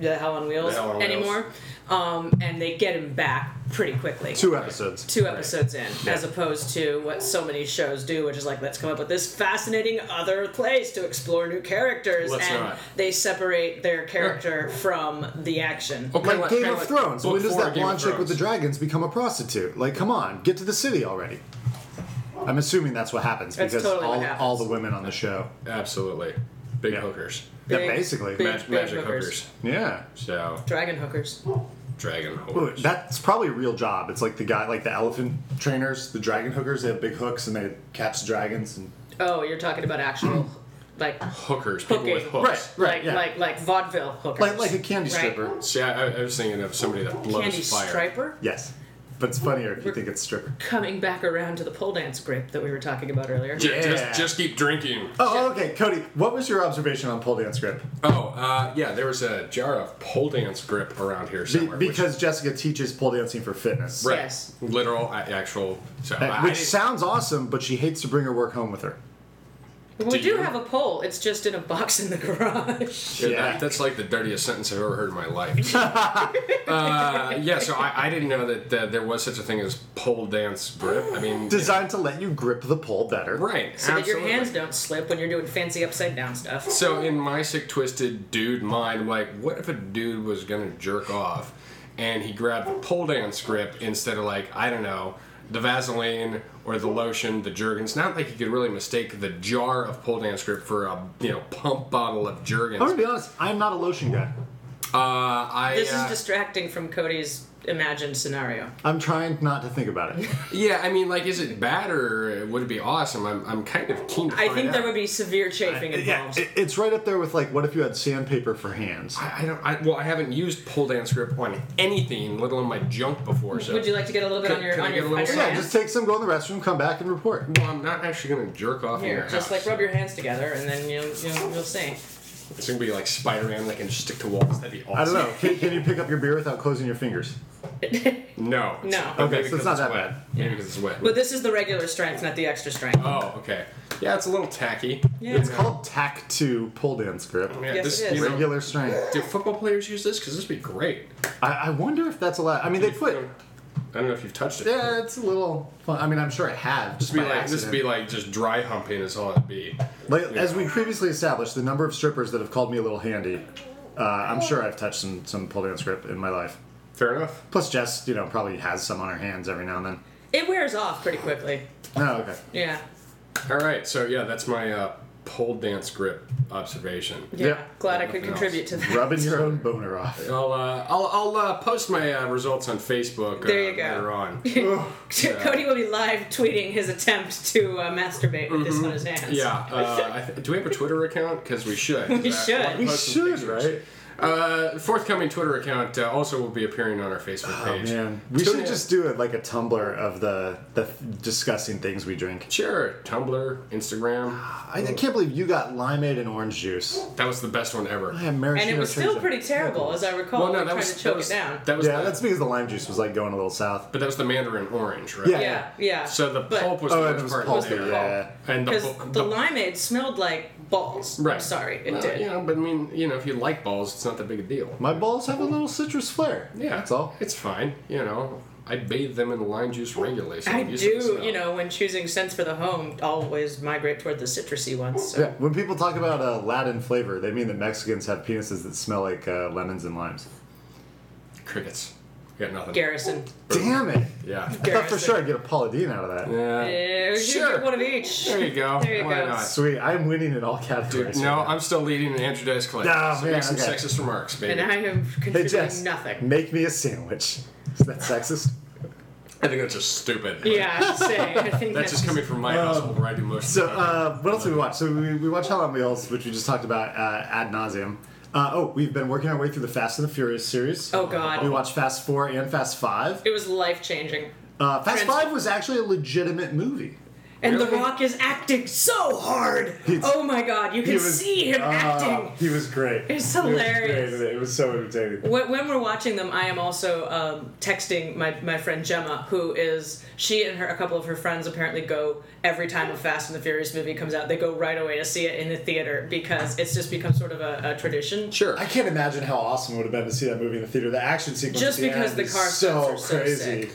Speaker 3: the Hell on Wheels
Speaker 2: The Hell on
Speaker 3: anymore, Um, and they get him back pretty quickly.
Speaker 1: Two episodes.
Speaker 3: Two episodes in, as opposed to what so many shows do, which is like, let's come up with this fascinating other place to explore new characters,
Speaker 2: Let's
Speaker 3: and
Speaker 2: not.
Speaker 3: they separate their character from the action.
Speaker 2: Okay,
Speaker 1: Like
Speaker 2: like-
Speaker 1: Game
Speaker 2: kinda
Speaker 1: of
Speaker 2: like
Speaker 1: Thrones.
Speaker 2: book
Speaker 1: When does
Speaker 2: four
Speaker 1: that
Speaker 2: of Game of
Speaker 1: blonde chick with the
Speaker 2: Thrones.
Speaker 1: dragons become a prostitute? Like, come on, get to the city already. I'm assuming that's what happens
Speaker 3: That's
Speaker 1: because
Speaker 3: totally
Speaker 1: all,
Speaker 3: what happens.
Speaker 1: all the women on the show.
Speaker 2: Absolutely. Big
Speaker 1: Yeah.
Speaker 2: hookers.
Speaker 1: Yeah,
Speaker 3: Big-
Speaker 1: basically.
Speaker 3: big-
Speaker 2: Mag- magic
Speaker 3: hookers.
Speaker 2: hookers.
Speaker 1: Yeah.
Speaker 2: So
Speaker 3: Dragon hookers.
Speaker 2: dragon
Speaker 1: Ooh,
Speaker 2: hookers.
Speaker 1: That's probably a real job. It's like the guy, like the elephant trainers, the dragon hookers. They have big hooks and they catch dragons. And
Speaker 3: Oh, you're talking
Speaker 2: [clears throat]
Speaker 3: about actual, like
Speaker 2: hookers. People with
Speaker 3: Hooking.
Speaker 2: hooks.
Speaker 1: Right,
Speaker 3: like
Speaker 1: yeah.
Speaker 3: like like vaudeville hookers.
Speaker 1: like like a candy
Speaker 3: Right.
Speaker 1: stripper.
Speaker 2: See, I, I- I was thinking of somebody that blows
Speaker 3: Candy
Speaker 2: fire.
Speaker 3: striper
Speaker 1: Yes, but it's funnier if you think it's stripper.
Speaker 3: coming back around to the pole dance group that we were talking about earlier.
Speaker 2: Ju- Just,
Speaker 1: Yeah.
Speaker 2: just keep drinking.
Speaker 1: Oh, okay, Cody. What was your observation on pole dance grip?
Speaker 2: Oh, uh, yeah, there was a jar of pole dance grip around here
Speaker 1: Be-
Speaker 2: somewhere. which-
Speaker 1: because Jessica teaches pole dancing for fitness,
Speaker 2: right,
Speaker 3: Yes.
Speaker 2: literal, a- actual. So
Speaker 1: Uh,
Speaker 2: I- I
Speaker 1: which
Speaker 2: didn't-
Speaker 1: sounds awesome, but she hates to bring her work home with her.
Speaker 3: Well, we
Speaker 2: Do you?
Speaker 3: do have a pole. It's just in a box in the garage. [laughs]
Speaker 2: Yeah,
Speaker 1: Yeah.
Speaker 2: that, that's like the dirtiest sentence I've ever heard in my life. uh, yeah, so I, I didn't know that uh, there was such a thing as pole dance grip. I
Speaker 3: [gasps]
Speaker 2: mean,
Speaker 1: Designed to let you grip the pole better.
Speaker 2: right?
Speaker 3: So that your
Speaker 2: absolutely.
Speaker 3: hands don't slip when you're doing fancy upside down stuff.
Speaker 2: So in my sick, twisted dude mind, I'm like, what if a dude was gonna jerk off, and he grabbed the pole dance grip instead of like, I don't know, the Vaseline or the lotion, the Jergens. Not like you could really mistake the jar of pole dance grip for a you know pump bottle of Jergens.
Speaker 1: I'm gonna be honest. I'm not a lotion guy.
Speaker 2: uh, I
Speaker 3: This
Speaker 2: uh,
Speaker 3: is distracting from Cody's imagined scenario.
Speaker 1: I'm trying not to think about
Speaker 2: [laughs]
Speaker 1: it.
Speaker 2: Yeah, I mean, like, is it bad or would it be awesome? I'm, I'm kind of keen to
Speaker 3: I
Speaker 2: find
Speaker 3: think there
Speaker 2: out.
Speaker 3: would be severe chafing
Speaker 1: yeah,
Speaker 3: involved.
Speaker 1: it- it's right up there with like, what if you had sandpaper for hands?
Speaker 2: I I don't. I, well, I haven't used pole dance grip on anything, let alone my junk before. So
Speaker 3: Would you like to get a little bit
Speaker 2: Could-
Speaker 3: on your
Speaker 2: could I
Speaker 3: on
Speaker 2: get
Speaker 3: your,
Speaker 2: a
Speaker 3: on
Speaker 2: little
Speaker 3: your
Speaker 2: sand?
Speaker 1: Yeah,
Speaker 3: hands?
Speaker 1: just take some, go in the restroom, come back, and report.
Speaker 2: Well, I'm not actually gonna jerk off in
Speaker 3: Here,
Speaker 2: your
Speaker 3: just
Speaker 2: house.
Speaker 3: like rub your hands together, and then you'll you'll, you'll see.
Speaker 2: It's gonna be like Spider-Man that can stick to walls. That'd be awesome.
Speaker 1: I don't
Speaker 2: [laughs]
Speaker 1: know. Can, can you pick up your beer without closing your fingers?
Speaker 2: No.
Speaker 3: No.
Speaker 2: But
Speaker 1: Okay,
Speaker 2: maybe
Speaker 1: so it's
Speaker 2: 'cause
Speaker 1: not that
Speaker 2: wet.
Speaker 1: bad.
Speaker 2: Maybe because it's wet.
Speaker 3: But this is the regular strength, not the extra strength.
Speaker 2: oh, okay. Yeah, it's a little tacky. Yeah.
Speaker 1: It's called tack two pole dance grip.
Speaker 3: Yes,
Speaker 2: this,
Speaker 3: it is.
Speaker 2: You know,
Speaker 1: Regular strength.
Speaker 2: do football players use this? Because this would be great.
Speaker 1: I, I wonder if that's allowed. I mean, they
Speaker 2: I
Speaker 1: put.
Speaker 2: don't know if you've touched it.
Speaker 1: Yeah, it's a little fun. I mean, I'm sure I have. Just
Speaker 2: This would
Speaker 1: by
Speaker 2: be like this would be like just dry humping is all it'd be.
Speaker 1: like, as we previously established, the number of strippers that have called me a little handy. Uh, I'm sure I've touched some some pole dance grip in my life.
Speaker 2: Fair enough.
Speaker 1: Plus, Jess, you know, probably has some on her hands every now and then.
Speaker 3: It wears off pretty quickly.
Speaker 1: Oh, okay.
Speaker 3: Yeah.
Speaker 2: All right, so yeah, that's my uh, pole dance grip observation.
Speaker 3: Yeah.
Speaker 1: Yeah.
Speaker 3: Glad I could
Speaker 2: Nothing
Speaker 3: contribute
Speaker 2: else.
Speaker 3: to that.
Speaker 1: Rubbing
Speaker 3: [laughs]
Speaker 1: your own boner off.
Speaker 2: I'll uh, I'll, I'll uh, post my uh, results on Facebook uh,
Speaker 3: There you go.
Speaker 2: later
Speaker 3: [laughs]
Speaker 2: on.
Speaker 3: Cody will be live tweeting his attempt to uh, masturbate with this on his hands.
Speaker 2: Mm-hmm. Yeah, uh, I th- do we have a Twitter account? Because we should.
Speaker 3: We
Speaker 2: Uh,
Speaker 3: should.
Speaker 2: I'll
Speaker 3: We
Speaker 2: post some
Speaker 1: should,
Speaker 2: pictures.
Speaker 1: right?
Speaker 2: Uh, forthcoming Twitter account uh, also will be appearing on our Facebook
Speaker 1: Oh,
Speaker 2: page.
Speaker 1: man, we
Speaker 2: Tune
Speaker 1: should
Speaker 2: in.
Speaker 1: just do it like a tumbler of the the th- disgusting things we drink.
Speaker 2: Sure, Tumblr, Instagram.
Speaker 1: I, I can't believe you got limeade and orange juice.
Speaker 2: That was the best one ever.
Speaker 1: I am
Speaker 3: And it was still pretty terrible, as I recall.
Speaker 2: Well, no,
Speaker 3: we
Speaker 2: that
Speaker 3: tried
Speaker 2: was
Speaker 3: to
Speaker 2: that
Speaker 3: choke
Speaker 2: was,
Speaker 3: it down.
Speaker 2: That was
Speaker 1: Yeah,
Speaker 2: the-
Speaker 1: that's because the lime juice was like going a little south.
Speaker 2: but that was the Mandarin orange, right?
Speaker 1: Yeah.
Speaker 3: yeah, yeah.
Speaker 2: So the
Speaker 3: But-
Speaker 2: pulp was
Speaker 1: Oh,
Speaker 2: the
Speaker 1: and
Speaker 2: worst
Speaker 1: it was
Speaker 2: part
Speaker 1: pulpy,
Speaker 2: there.
Speaker 1: yeah.
Speaker 2: And the,
Speaker 3: Because
Speaker 2: bu-
Speaker 3: the, limeade smelled like balls.
Speaker 2: right.
Speaker 3: I'm sorry, it
Speaker 2: Well,
Speaker 3: did.
Speaker 2: You know, but I mean, you know, if you like balls, it's not that big a deal.
Speaker 1: My balls have a little citrus flair.
Speaker 2: Yeah,
Speaker 1: that's all.
Speaker 2: It's fine. You know, I bathe them in lime juice regularly. So
Speaker 3: I
Speaker 2: I'm used to the
Speaker 3: do,
Speaker 2: smell.
Speaker 3: you know, when choosing scents for the home, always migrate toward the citrusy ones. So.
Speaker 1: Yeah, when people talk about uh, Latin flavor, they mean that Mexicans have penises that smell like uh, lemons and limes.
Speaker 2: crickets. Got nothing.
Speaker 3: Garrison.
Speaker 1: Damn it!
Speaker 2: Yeah.
Speaker 1: I thought for
Speaker 3: Garrison.
Speaker 1: sure I'd get a Paula Dean out of that.
Speaker 2: [laughs] Yeah.
Speaker 3: Yeah, we should
Speaker 2: Sure.
Speaker 3: get one of each.
Speaker 2: There you go.
Speaker 3: [laughs] There you
Speaker 2: Why
Speaker 3: go.
Speaker 2: not?
Speaker 1: Sweet, I'm winning in all
Speaker 2: Dude,
Speaker 1: categories.
Speaker 2: no,
Speaker 1: right now.
Speaker 2: I'm still leading an Andrew Dice Clay.
Speaker 1: Ah,
Speaker 2: so make
Speaker 1: man,
Speaker 2: some
Speaker 1: okay.
Speaker 2: sexist remarks, baby.
Speaker 3: And I am
Speaker 1: Hey
Speaker 3: contributing
Speaker 1: Jess,
Speaker 3: nothing.
Speaker 1: make me a sandwich. Is that sexist?
Speaker 2: I think that's just stupid.
Speaker 3: Yeah, I'm saying. I think
Speaker 2: That's just coming from my household where I do most
Speaker 1: Um,
Speaker 2: of
Speaker 1: So,
Speaker 2: the time.
Speaker 1: uh, what else did we watch? So, we, we watched Hell on Wheels, which we just talked about uh, ad nauseum. Uh, oh, we've been working our way through the Fast and the Furious series.
Speaker 3: Oh, God.
Speaker 1: We watched Fast Four and Fast Five.
Speaker 3: It was life changing.
Speaker 1: Uh, Fast
Speaker 3: Trans-
Speaker 1: Five was actually a legitimate movie.
Speaker 3: And The
Speaker 2: Really?
Speaker 3: Rock is acting so hard.
Speaker 1: He's-
Speaker 3: oh my god, you can see him
Speaker 1: Ah,
Speaker 3: acting.
Speaker 1: He was great.
Speaker 3: It's
Speaker 1: He was
Speaker 3: hilarious.
Speaker 1: great. It was so entertaining.
Speaker 3: When, when we're watching them, I am also um, texting my, my friend Gemma, who is she and her a couple of her friends apparently go every time a Fast and the Furious movie comes out. They go right away to see it in the theater because it's just become sort of a, a tradition.
Speaker 2: sure.
Speaker 1: I can't imagine how awesome it would have been to see that movie in the theater. The action sequence
Speaker 3: Just
Speaker 1: at the
Speaker 3: because
Speaker 1: end
Speaker 3: the
Speaker 1: is
Speaker 3: car
Speaker 1: so
Speaker 3: stunts are so
Speaker 1: crazy.
Speaker 3: sick.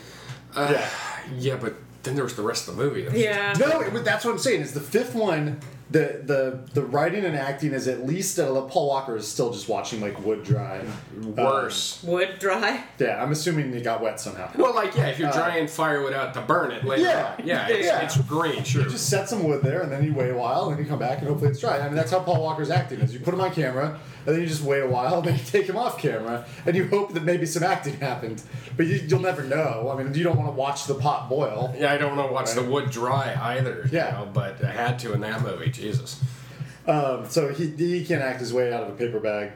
Speaker 1: yeah.
Speaker 2: yeah, but then there was the rest of the movie. That was
Speaker 3: Yeah.
Speaker 1: No, it, was- that's what I'm saying. Is the fifth one the the the writing and acting is at least uh, Paul Walker is still just watching like wood dry. Um,
Speaker 2: Worse.
Speaker 3: Wood dry.
Speaker 1: yeah, I'm assuming he got wet somehow.
Speaker 2: well, like, yeah, if you're drying firewood out to burn it
Speaker 1: uh,
Speaker 2: later.
Speaker 1: Yeah.
Speaker 2: on. Yeah, it's,
Speaker 1: Yeah.
Speaker 2: it's green, sure.
Speaker 1: Just set some wood there, and then you wait a while, and then you come back, and hopefully it's dry. I mean, that's how Paul Walker's acting is. You put him on camera, and then you just wait a while, and then you take him off camera, and you hope that maybe some acting happened, but you, you'll never know. I mean, you don't want to watch the pot boil.
Speaker 2: yeah, I don't know what's the wood dry either.
Speaker 1: Yeah.
Speaker 2: You know, but I had to in that movie. Jesus.
Speaker 1: Um, so he he can't act his way out of a paper bag.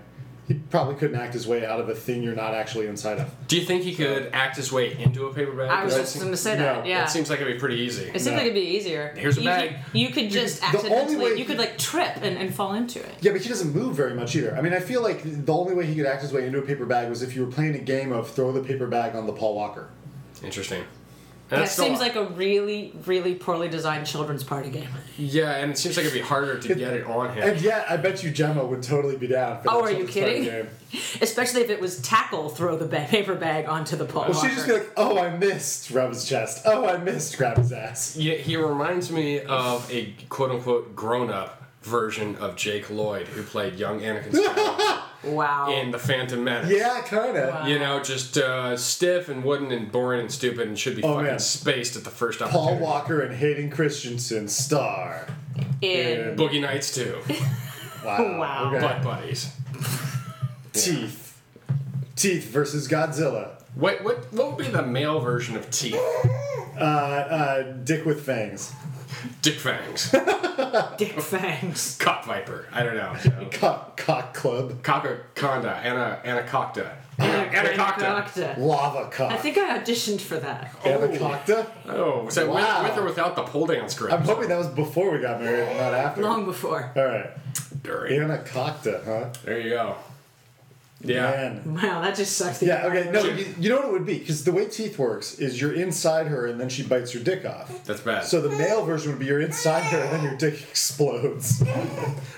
Speaker 1: He probably couldn't act his way out of a thing you're not actually inside of.
Speaker 2: Do you think he could act his way into a paper bag?
Speaker 7: I was
Speaker 2: That
Speaker 7: just
Speaker 2: seems-
Speaker 7: going to say
Speaker 1: no,
Speaker 7: that. Yeah.
Speaker 2: That seems like it'd be pretty easy.
Speaker 7: it seems like it'd be easier.
Speaker 2: Here's a
Speaker 7: you
Speaker 2: bag.
Speaker 7: Could, you could just
Speaker 1: the only
Speaker 7: accidentally,
Speaker 1: way-
Speaker 7: you could like trip and, and fall into it.
Speaker 1: Yeah, but he doesn't move very much either. I mean, I feel like the only way he could act his way into a paper bag was if you were playing a game of throw the paper bag on the Paul Walker.
Speaker 2: Interesting. And
Speaker 7: That
Speaker 2: that's still-
Speaker 7: seems like a really, really poorly designed children's party game.
Speaker 2: Yeah, and it seems like it'd be harder to get it on him.
Speaker 1: And yeah, I bet you Gemma would totally be down. For
Speaker 7: Oh,
Speaker 1: that
Speaker 7: are you
Speaker 1: children's party
Speaker 7: kidding?
Speaker 1: game.
Speaker 7: Especially if it was tackle, throw the ba- paper bag onto the pole.
Speaker 1: Well, she'd just be like, "Oh, I missed," rub his chest. "Oh, I missed," grab his ass.
Speaker 2: Yeah, he reminds me of a quote unquote grown up version of Jake Lloyd, who played young Anakin Skywalker
Speaker 1: [laughs]
Speaker 7: wow.
Speaker 2: in The Phantom Menace.
Speaker 1: Yeah, kind of.
Speaker 2: You know, just uh, stiff and wooden and boring and stupid and should be
Speaker 1: Oh,
Speaker 2: fucking
Speaker 1: man.
Speaker 2: spaced at the first
Speaker 1: Paul
Speaker 2: opportunity.
Speaker 1: Walker and Hayden Christensen star.
Speaker 7: in
Speaker 2: Boogie Nights too.
Speaker 1: Wow.
Speaker 7: [laughs] Wow.
Speaker 1: Okay.
Speaker 2: Butt buddies.
Speaker 1: Teeth. Teeth versus Godzilla.
Speaker 2: What what what would be the male version of teeth?
Speaker 1: Uh, uh, dick with fangs.
Speaker 2: Dick
Speaker 1: [laughs]
Speaker 2: fangs.
Speaker 7: Dick
Speaker 2: [laughs]
Speaker 7: Fangs.
Speaker 2: Cock viper. I don't know. So.
Speaker 1: Cock, cock club.
Speaker 2: Cocaconda. Anna Anacocta. Anna- Anacocta.
Speaker 7: Anacocta.
Speaker 1: Lava cock.
Speaker 7: I think I auditioned for that.
Speaker 1: Anacocta?
Speaker 2: Oh, so
Speaker 1: Wow.
Speaker 2: with, with or without the pole dance group?
Speaker 1: I'm hoping that was before we got married, not after.
Speaker 7: Long before.
Speaker 1: All right.
Speaker 2: Dirty.
Speaker 1: Anacocta, huh?
Speaker 2: There you go. Yeah.
Speaker 1: Man.
Speaker 7: Wow, that just sucks.
Speaker 1: Yeah, okay. No, you, you know what it would be? Because the way teeth works is you're inside her and then she bites your dick off.
Speaker 2: That's bad.
Speaker 1: So the male version would be you're inside her and then your dick explodes.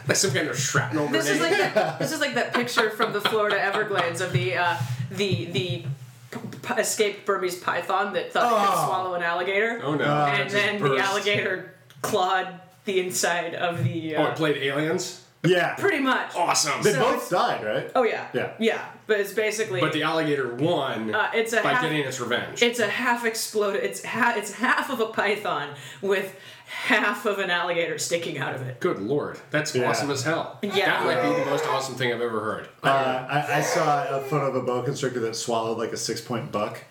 Speaker 2: like some kind of shrapnel
Speaker 3: This is
Speaker 2: grenade.
Speaker 3: like that, this is like that picture from the Florida Everglades of the uh, the the p- p- escaped Burmese python that thought it could
Speaker 1: Oh.
Speaker 3: swallow an alligator.
Speaker 2: oh no.
Speaker 1: Uh,
Speaker 2: It
Speaker 3: and
Speaker 2: just
Speaker 3: then the
Speaker 2: burst.
Speaker 3: alligator clawed the inside of the.
Speaker 2: Oh, it
Speaker 3: Uh,
Speaker 2: played aliens.
Speaker 1: Yeah.
Speaker 3: Pretty much.
Speaker 2: Awesome.
Speaker 1: They
Speaker 3: so
Speaker 1: both
Speaker 3: it's-
Speaker 1: died, right?
Speaker 3: Oh yeah.
Speaker 1: Yeah.
Speaker 3: Yeah. But it's basically
Speaker 2: but the alligator won
Speaker 3: uh, it's a
Speaker 2: by
Speaker 3: half,
Speaker 2: getting its revenge.
Speaker 3: it's a half exploded it's ha- it's half of a python with half of an alligator sticking out of it.
Speaker 2: Good lord, that's
Speaker 1: Yeah.
Speaker 2: awesome as hell.
Speaker 3: Yeah.
Speaker 2: That might be the most awesome thing I've ever heard.
Speaker 1: Uh, I, I saw a photo of a boa constrictor that swallowed like a six point buck.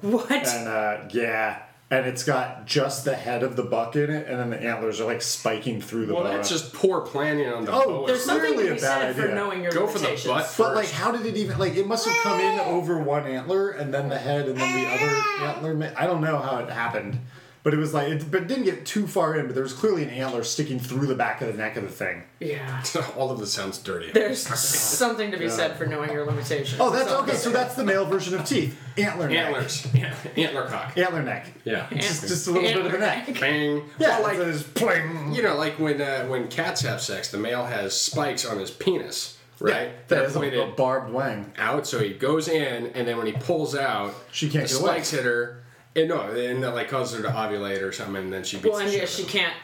Speaker 3: What?
Speaker 1: And uh, yeah. And it's got just the head of the buck in it, and then the antlers are like spiking through the
Speaker 2: well,
Speaker 1: boa.
Speaker 2: that's just poor planning on the
Speaker 1: Oh,
Speaker 2: boa.
Speaker 3: There's something
Speaker 1: clearly
Speaker 3: to
Speaker 1: a
Speaker 3: be
Speaker 1: bad
Speaker 3: said for
Speaker 1: idea.
Speaker 3: knowing your
Speaker 2: Go for the
Speaker 3: limitations.
Speaker 2: butt.
Speaker 1: But like,
Speaker 2: first.
Speaker 1: how did it even like? It must have come in over one antler and then the head and then the other antler. ma- I don't know how it happened, but it was like, it, but it didn't get too far in. But there was clearly an antler sticking through the back of the neck of the thing.
Speaker 3: Yeah.
Speaker 2: [laughs] All of this sounds dirty.
Speaker 3: There's something to be said for knowing your limitations.
Speaker 1: Oh, that's
Speaker 3: So-
Speaker 1: okay. So that's the male version of teeth. Antler neck.
Speaker 2: [laughs] Antlers, yeah. antler cock.
Speaker 1: Antler neck.
Speaker 3: [laughs]
Speaker 2: Yeah.
Speaker 1: Just, just a little bit of a neck.
Speaker 2: Bang.
Speaker 1: Yeah,
Speaker 2: Well, like
Speaker 1: so it's pling.
Speaker 2: you know, like when uh, when cats have sex, the male has spikes on his penis, right?
Speaker 1: Yeah, that
Speaker 2: They're
Speaker 1: is a,
Speaker 2: pointed
Speaker 1: a barbed wang.
Speaker 2: out, so he goes in, and then when he pulls out,
Speaker 1: She can't
Speaker 2: the
Speaker 1: get away.
Speaker 2: spikes hit her, and no, and that like causes her to ovulate or something, and then she beats
Speaker 3: Well,
Speaker 2: the
Speaker 3: and
Speaker 2: shit
Speaker 3: yeah,
Speaker 2: out
Speaker 3: she
Speaker 2: of him.
Speaker 3: can't.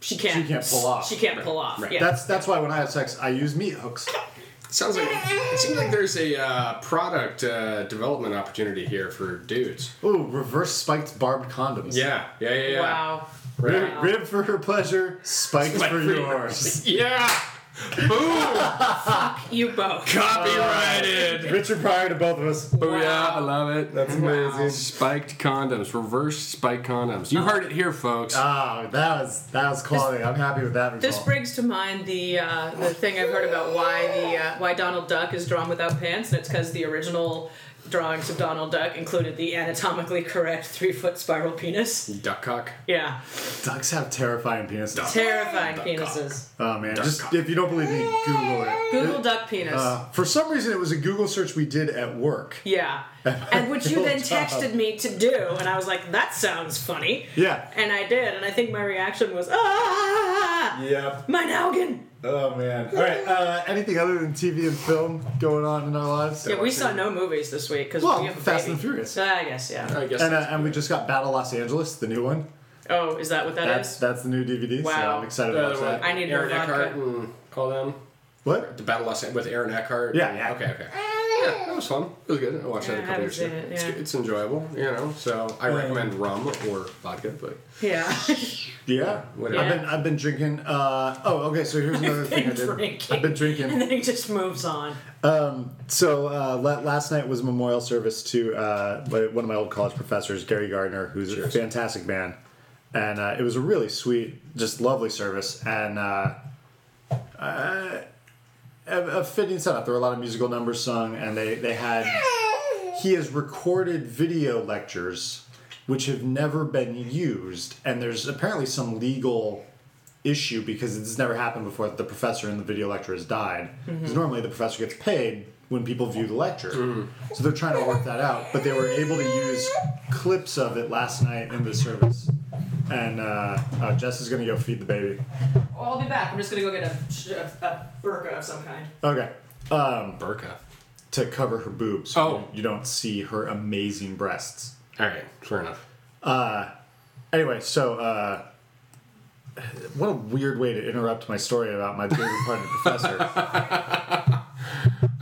Speaker 3: She can't.
Speaker 1: She can't pull off.
Speaker 3: She can't pull off. Yeah.
Speaker 1: That's that's why when I have sex, I use meat hooks.
Speaker 2: Sounds like it seems like there's a uh, product uh, development opportunity here for dudes.
Speaker 1: Ooh, reverse spiked barbed condoms.
Speaker 2: Yeah, yeah, yeah, yeah.
Speaker 3: wow.
Speaker 2: Right.
Speaker 1: Rib, rib for her pleasure, spiked
Speaker 2: Spike
Speaker 1: for
Speaker 2: for
Speaker 1: yours.
Speaker 2: Yeah. Boom.
Speaker 3: You both.
Speaker 1: [laughs]
Speaker 2: Copyrighted.
Speaker 1: Richard Pryor to both of us.
Speaker 2: Booyah, I love it.
Speaker 1: That's amazing.
Speaker 2: Spiked condoms, reverse spiked condoms. You heard it here, folks.
Speaker 1: Ah, that was that was quality. I'm happy with that
Speaker 3: This
Speaker 1: result.
Speaker 3: brings to mind the uh, the thing I've heard about why the uh, why Donald Duck is drawn without pants, and it's because the original drawings of Donald Duck included the anatomically correct three foot spiral penis.
Speaker 2: Duck cock.
Speaker 3: Yeah,
Speaker 1: Ducks have terrifying penises.
Speaker 3: terrifying penises.
Speaker 1: Oh man,
Speaker 2: Duck.
Speaker 1: just if you don't believe me, Google it.
Speaker 3: Google duck penis.
Speaker 1: Uh, for some reason, it was a Google search we did at work.
Speaker 3: yeah, and which you then
Speaker 1: Donald Duck.
Speaker 3: texted me to do, and I was like, that sounds funny.
Speaker 1: Yeah.
Speaker 3: And I did, and I think my reaction was, ah,
Speaker 1: Yep.
Speaker 3: my noggin.
Speaker 1: Oh man. All right. Uh, anything other than TV and film going on in our lives?
Speaker 3: Yeah, we saw no movies this week because
Speaker 1: Well,
Speaker 3: we have a
Speaker 1: Fast
Speaker 3: baby.
Speaker 1: and Furious.
Speaker 3: So I guess yeah.
Speaker 2: I guess.
Speaker 1: And, uh,
Speaker 2: that's-
Speaker 1: and we just got Battle Los Angeles, the new one.
Speaker 3: Oh, is that what that
Speaker 1: That's
Speaker 3: is?
Speaker 1: that's the new DVD. So
Speaker 3: Wow.
Speaker 1: I'm excited
Speaker 2: The
Speaker 1: about
Speaker 2: other one,
Speaker 1: that.
Speaker 3: I need
Speaker 2: Aaron
Speaker 3: more vodka.
Speaker 2: Eckhart and all Hmm. them.
Speaker 1: what?
Speaker 2: The Battle Los Angeles with Aaron Eckhart.
Speaker 1: Yeah, yeah.
Speaker 2: Okay, okay. Yeah, that was fun. It was good. I watched
Speaker 3: Eh, Yeah,
Speaker 2: that
Speaker 3: I
Speaker 2: a couple years
Speaker 3: haven't
Speaker 2: ago.
Speaker 3: seen it,
Speaker 2: It's,
Speaker 3: yeah.
Speaker 2: good- it's enjoyable, you know. So I recommend rum or vodka, but
Speaker 1: [laughs]
Speaker 3: Yeah.
Speaker 1: Yeah.
Speaker 2: Whatever.
Speaker 1: I've been I've been drinking. Uh, oh, okay. So here's
Speaker 3: [laughs]
Speaker 1: another thing I did.
Speaker 3: drinking.
Speaker 1: I've been
Speaker 3: [laughs] and
Speaker 1: drinking.
Speaker 3: then he just moves on.
Speaker 1: Um, so uh, la- last night was memorial service to uh, my- one of my old college professors, Gary Gardner, who's a fantastic man, and uh, it was a really sweet, just lovely service, and. Uh, a, a fitting setup. There were a lot of musical numbers sung, and they, they had. He has recorded video lectures which have never been used, and there's apparently some legal issue because it's never happened before that the professor and the video lecturer has died. Because normally the professor gets paid when people view the lecture. So they're trying to work that out, but they were able to use clips of it last night in the service. And uh, uh, Jess is going to go feed the baby.
Speaker 3: Oh, I'll be back. I'm just gonna go get a, sh- a, a burqa of some kind.
Speaker 1: Okay. Um,
Speaker 2: Burka.
Speaker 1: to cover her boobs.
Speaker 2: Oh.
Speaker 1: You don't see her amazing breasts.
Speaker 2: All right, fair enough.
Speaker 1: Anyway, so uh, what a weird way to interrupt my story about my favorite part of the professor.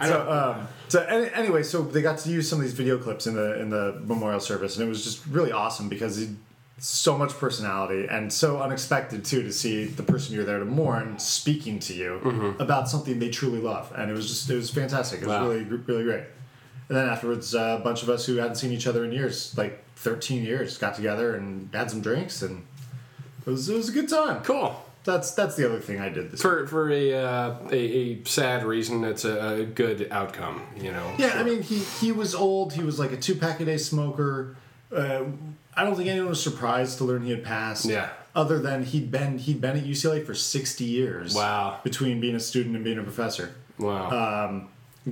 Speaker 1: so, um, so any, anyway, so they got to use some of these video clips in the in the memorial service, and it was just really awesome because he, so much personality and so unexpected too to see the person you're there to mourn speaking to you about something they truly love, and it was just it was fantastic. It was
Speaker 2: Wow.
Speaker 1: really really great. And then afterwards, uh, a bunch of us who hadn't seen each other in years, like 13 years, got together and had some drinks, and it was, it was a good time.
Speaker 2: Cool.
Speaker 1: That's that's the other thing I did this.
Speaker 2: For for a uh, a, a sad reason, it's a, a good outcome, you know.
Speaker 1: Yeah, I
Speaker 2: Sure.
Speaker 1: mean, he he was old. He was like a two pack a day smoker. Uh, I don't think anyone was surprised to learn he had passed.
Speaker 2: Yeah.
Speaker 1: Other than he'd been he'd been at UCLA for 60 years.
Speaker 2: Wow.
Speaker 1: Between being a student and being a professor.
Speaker 2: wow.
Speaker 1: uh,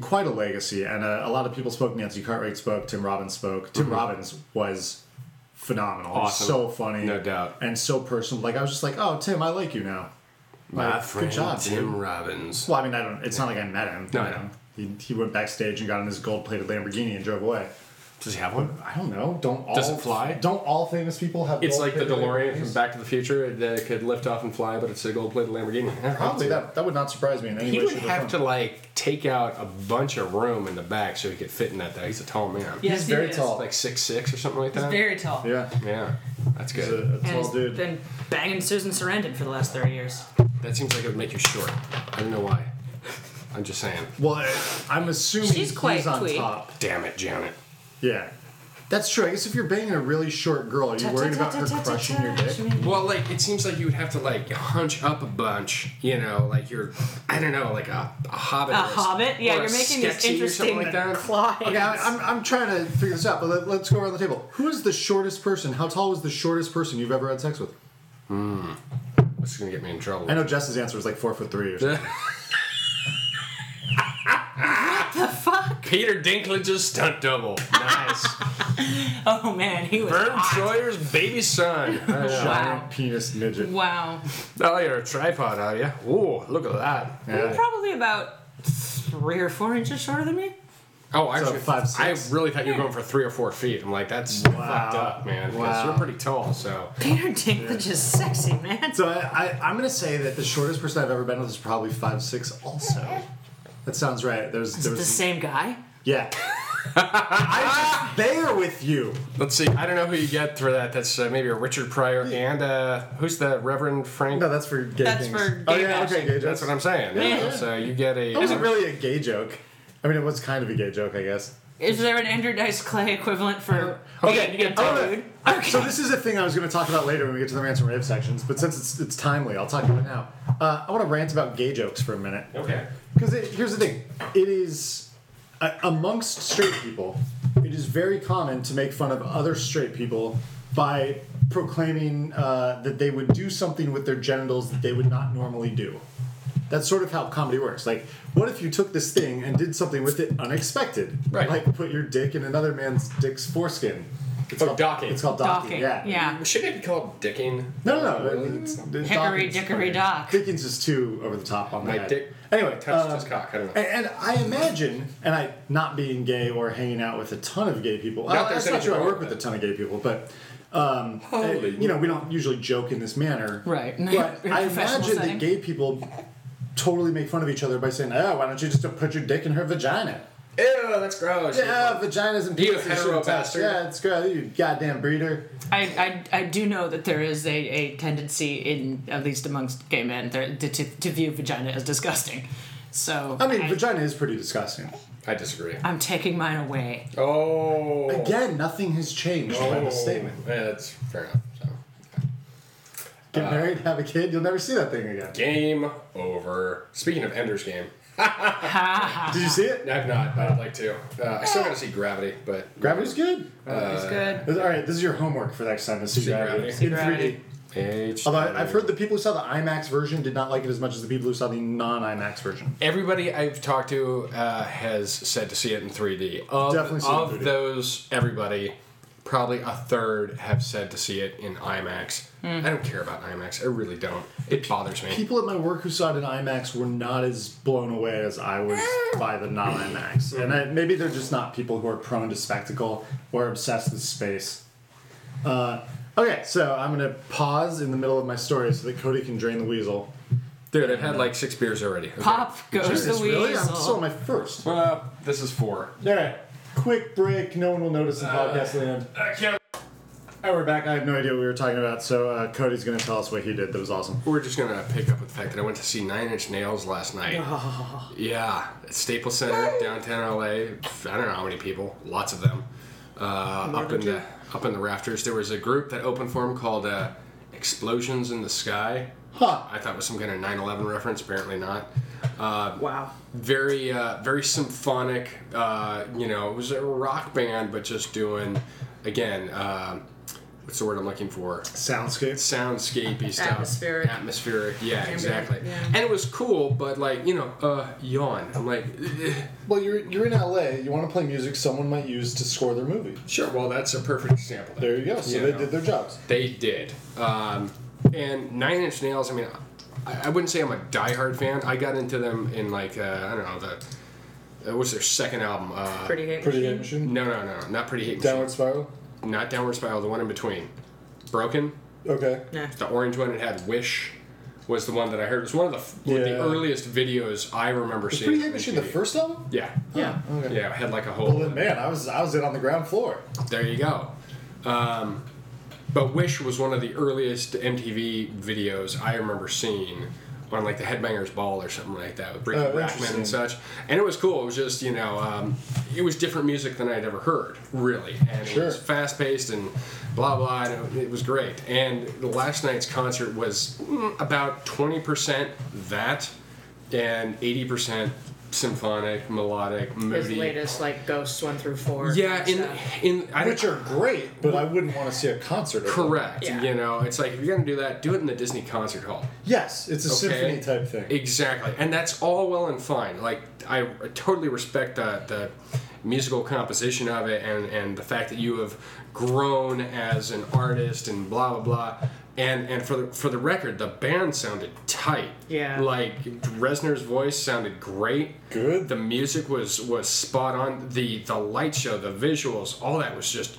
Speaker 1: quite a legacy, and uh, a lot of people spoke. Nancy Cartwright spoke. Tim Robbins spoke. Tim Robbins was phenomenal. He was
Speaker 2: Mm-hmm. Awesome.
Speaker 1: so funny,
Speaker 2: No doubt.
Speaker 1: and so personal. Like I was just like, oh, Tim, I like you now.
Speaker 2: My
Speaker 1: Like,
Speaker 2: friend
Speaker 1: good job,
Speaker 2: Tim
Speaker 1: dude.
Speaker 2: Robbins.
Speaker 1: Well, I mean, I don't. It's not like I met him.
Speaker 2: No,
Speaker 1: you
Speaker 2: no.
Speaker 1: know. He, he went backstage and got in his gold plated Lamborghini and drove away.
Speaker 2: Does he have one?
Speaker 1: I don't know. Don't all
Speaker 2: Does it fly?
Speaker 1: Don't all famous people have?
Speaker 2: It's
Speaker 1: gold
Speaker 2: like the
Speaker 1: plated
Speaker 2: DeLorean
Speaker 1: Lamborghinis?
Speaker 2: from Back to the Future that could lift off and fly, but it's a gold-plated Lamborghini. Yeah,
Speaker 1: Probably that. That would not surprise me in any
Speaker 2: He
Speaker 1: way.
Speaker 2: would
Speaker 1: shape, or
Speaker 2: have to
Speaker 1: form.
Speaker 2: like take out a bunch of room in the back so he could fit in that. Thing. He's a tall man.
Speaker 1: He's very tall.
Speaker 2: like six six or something like that.
Speaker 8: Very tall.
Speaker 1: Yeah,
Speaker 2: yeah, that's
Speaker 1: he's
Speaker 2: good.
Speaker 1: a, a
Speaker 7: And
Speaker 1: tall
Speaker 7: he's
Speaker 1: dude.
Speaker 7: been banging Susan Sarandon for the last 30 years.
Speaker 2: That seems like it would make you short. I don't know why. I'm just saying.
Speaker 1: well, I- I'm assuming
Speaker 7: She's quite
Speaker 1: he's on
Speaker 7: tweet.
Speaker 1: top.
Speaker 2: Damn it, Janet.
Speaker 1: Yeah, that's true. I guess if you're banging a really short girl, are you worried about her crushing your dick?
Speaker 2: Well, like it seems like you would have to like hunch up a bunch, you know, like you're, I don't know, like a, a hobbit.
Speaker 7: A
Speaker 2: or s-
Speaker 7: hobbit? Yeah,
Speaker 2: or a
Speaker 7: you're making these
Speaker 2: Skeksis or something
Speaker 7: interesting
Speaker 2: like that.
Speaker 7: climbs.
Speaker 1: Okay, I, I'm, I'm trying to figure this out, but let, let's go around the table. Who is the shortest person? How tall was the shortest person you've ever had sex with?
Speaker 2: This is gonna get me in trouble.
Speaker 1: I know Jess's answer was like four foot three or something.
Speaker 2: Peter Dinklage's stunt double. Nice.
Speaker 7: [laughs] Oh man, he was.
Speaker 2: Vern Troyer's baby son. I know.
Speaker 1: Giant penis midget.
Speaker 7: Wow.
Speaker 2: Oh, you're a tripod, are you? Ooh, look at that.
Speaker 1: Yeah.
Speaker 7: Probably about three or four inches shorter than me.
Speaker 2: Oh, I
Speaker 1: So
Speaker 2: was-
Speaker 1: five, six?
Speaker 2: I really thought you were going for three or four feet. I'm like, that's fucked up, man. Because
Speaker 1: Wow.
Speaker 2: you're pretty tall, so.
Speaker 7: Peter Dinklage is sexy, man.
Speaker 1: So I, I, I'm gonna say that the shortest person I've ever been with is probably five six. Also, that sounds right. There's
Speaker 7: Is
Speaker 1: there
Speaker 7: it the
Speaker 1: was
Speaker 7: same guy?
Speaker 1: yeah. [laughs] I'm just there with you.
Speaker 2: Let's see. I don't know who you get for that. That's uh, maybe a Richard Pryor and uh, who's the Reverend Frank?
Speaker 1: No, that's for gay
Speaker 7: That's
Speaker 1: things.
Speaker 7: for
Speaker 1: oh
Speaker 7: gay
Speaker 1: yeah,
Speaker 7: bashing.
Speaker 1: okay, gay
Speaker 2: That's
Speaker 1: jokes.
Speaker 2: what I'm saying. you know?
Speaker 7: Yeah.
Speaker 2: So you get a. uh,
Speaker 1: It wasn't really a gay joke. I mean, it was kind of a gay joke, I guess.
Speaker 7: Is there an Andrew Dice Clay equivalent for?
Speaker 2: Okay, you get
Speaker 1: Oh, no. So this is a thing I was going to talk about later when we get to the rants and rave sections, but since it's, it's timely, I'll talk about it now. Uh, I want to rant about gay jokes for a minute.
Speaker 2: Okay.
Speaker 1: Because here's the thing, it is uh, amongst straight people, it is very common to make fun of other straight people by proclaiming uh, that they would do something with their genitals that they would not normally do. That's sort of how comedy works. Like, what if you took this thing and did something with it unexpected?
Speaker 2: Right.
Speaker 1: Like put your dick in another man's dick's foreskin. It's
Speaker 2: Oh,
Speaker 1: called
Speaker 2: docking.
Speaker 1: It's called docking.
Speaker 7: Docking.
Speaker 1: Yeah.
Speaker 7: Yeah.
Speaker 2: Should it be called dicking?
Speaker 1: No, no, no. It's,
Speaker 2: Mm.
Speaker 1: it's
Speaker 7: Hickory
Speaker 1: Dawkins.
Speaker 7: dickory dock.
Speaker 1: Dickens is too over the top on
Speaker 2: My
Speaker 1: that.
Speaker 2: dick
Speaker 1: Anyway,
Speaker 2: touched
Speaker 1: um,
Speaker 2: his cock. I don't know.
Speaker 1: And, and I imagine, and I not being gay or hanging out with a ton of gay people.
Speaker 2: Not
Speaker 1: Well,
Speaker 2: that
Speaker 1: that's
Speaker 2: there's
Speaker 1: not true. I
Speaker 2: anything
Speaker 1: work
Speaker 2: wrong with
Speaker 1: with a ton of gay people, but um,
Speaker 2: Holy-
Speaker 1: uh, you know, we don't usually joke in this manner.
Speaker 7: Right. [laughs] In a
Speaker 1: But I
Speaker 7: professional
Speaker 1: imagine that
Speaker 7: setting.
Speaker 1: gay people totally make fun of each other by saying, "Oh, why don't you just put your dick in her vagina?"
Speaker 2: Ew, that's gross.
Speaker 1: Yeah, vaginas and
Speaker 2: You
Speaker 1: penises
Speaker 2: hetero
Speaker 1: shouldn't touch.
Speaker 2: bastard.
Speaker 1: Yeah, it's gross. You goddamn breeder.
Speaker 7: I, I, I do know that there is a, a tendency in at least amongst gay men there, to, to, to view vagina as disgusting. So
Speaker 1: I mean, vagina is pretty disgusting.
Speaker 2: I disagree.
Speaker 7: I'm taking mine away.
Speaker 2: Oh.
Speaker 1: Again, nothing has changed by
Speaker 2: Oh.
Speaker 1: the statement.
Speaker 2: Yeah, that's fair enough. So.
Speaker 1: Get married, have a kid, you'll never see that thing again.
Speaker 2: Game over. Speaking of Ender's Game,
Speaker 1: Did you see it?
Speaker 2: I've not, but I'd like to. Uh, I still gotta see Gravity, but
Speaker 1: Gravity's good.
Speaker 3: Uh,
Speaker 7: it's good.
Speaker 1: All right, this is your homework for next time. Is see
Speaker 2: See
Speaker 1: Gravity
Speaker 2: Gravity.
Speaker 1: in 3D.
Speaker 2: H-
Speaker 1: Although I- I've heard the people who saw the IMAX version did not like it as much as the people who saw the non-IMAX version.
Speaker 2: everybody I've talked to uh, has said to see it in 3D. Of,
Speaker 1: Definitely see it in
Speaker 2: of
Speaker 1: 3D.
Speaker 2: those, everybody, probably a third have said to see it in IMAX.
Speaker 1: Hmm.
Speaker 2: I don't care about IMAX. I really don't. It bothers me.
Speaker 1: People at my work who saw it in IMAX were not as blown away as I was by the non-IMAX, and I, maybe they're just not people who are prone to spectacle or obsessed with space. Uh, okay, so I'm gonna pause in the middle of my story so that Cody can drain the weasel.
Speaker 2: Dude, I've had like six beers already. okay?
Speaker 7: Pop goes the
Speaker 1: Jesus,
Speaker 7: weasel.
Speaker 1: Oh, really? I'm still on my first.
Speaker 2: Uh, this is four.
Speaker 1: All right, quick break. No one will notice in podcast land. All Uh, right, we're back. I have no idea what we were talking about, so uh, Cody's going to tell us what he did. That was awesome.
Speaker 2: We're just gonna pick up with the fact that I went to see Nine Inch Nails last night. Yeah, at Staples Center, downtown LA. I don't know how many people, lots of them. Uh, up in the up in the rafters, there was a group that opened for them called uh, Explosions in the Sky.
Speaker 1: Huh.
Speaker 2: I thought it was some kind of 9/11 reference. Apparently not. Uh,
Speaker 3: Wow.
Speaker 2: very uh, very symphonic. Uh, you know, it was a rock band, but just doing again. um what's the word I'm looking for?
Speaker 1: Soundscapes.
Speaker 2: soundscapey stuff.
Speaker 3: Atmospheric.
Speaker 2: Atmospheric, yeah, exactly. And it was cool, but like, you know, uh, yawn. I'm like, eh,
Speaker 1: Well, you're you're in LA. You want to play music someone might use to score their movie.
Speaker 2: sure, well, that's a perfect example.
Speaker 1: There you go. So
Speaker 2: Yeah.
Speaker 1: they did their jobs.
Speaker 2: They did. Um, and Nine Inch Nails, I mean, I, I wouldn't say I'm a diehard fan. I got into them in like, uh, I don't know, the uh, what's their second album? Uh,
Speaker 3: Pretty hate.
Speaker 1: Pretty
Speaker 3: Machine.
Speaker 1: Hate Machine.
Speaker 2: No, no, no, not Pretty Hate Machine.
Speaker 1: Downward Spiral.
Speaker 2: Not Downward Spiral, the one in between. Broken,
Speaker 1: Okay.
Speaker 2: the orange one, it had Wish, was the one that I heard. It was one of the f- like, the
Speaker 1: Yeah.
Speaker 2: earliest videos I remember
Speaker 1: Was
Speaker 2: seeing.
Speaker 1: Pretty Hate
Speaker 2: on
Speaker 1: Machine the
Speaker 2: MTV.
Speaker 1: first album?
Speaker 2: Yeah,
Speaker 1: Yeah. okay.
Speaker 2: yeah, it had like a whole.
Speaker 1: Well then, man, I was I was in on the ground floor.
Speaker 2: There you go. Um, but Wish was one of the earliest MTV videos I remember seeing on like the Headbangers Ball or something like that with Ricky
Speaker 1: Oh,
Speaker 2: Rackman
Speaker 1: interesting.
Speaker 2: and such. And it was cool. It was just, you know, um, it was different music than I'd ever heard, really. And it
Speaker 1: Sure.
Speaker 2: was fast paced and blah, blah. And it, it was great. And the last night's concert was mm, about 20% that and 80% symphonic, melodic,
Speaker 3: His
Speaker 2: moody.
Speaker 3: latest like Ghosts one through four.
Speaker 2: Yeah,
Speaker 3: and
Speaker 2: in,
Speaker 3: stuff.
Speaker 2: in I don't-
Speaker 1: Which are great, but I wouldn't want to see a concert. of them.
Speaker 2: Correct.
Speaker 3: Yeah.
Speaker 2: You know, it's like if you're gonna do that, do it in the Disney concert hall.
Speaker 1: Yes, it's a symphony type thing.
Speaker 2: Exactly, and that's all well and fine. Like I totally respect the, the musical composition of it, and and the fact that you have grown as an artist, and blah blah blah. And and for the for the record, the band sounded tight.
Speaker 3: Yeah.
Speaker 2: Like Resner's voice sounded great.
Speaker 1: Good.
Speaker 2: The music was was spot on. The the light show, the visuals, all that was just,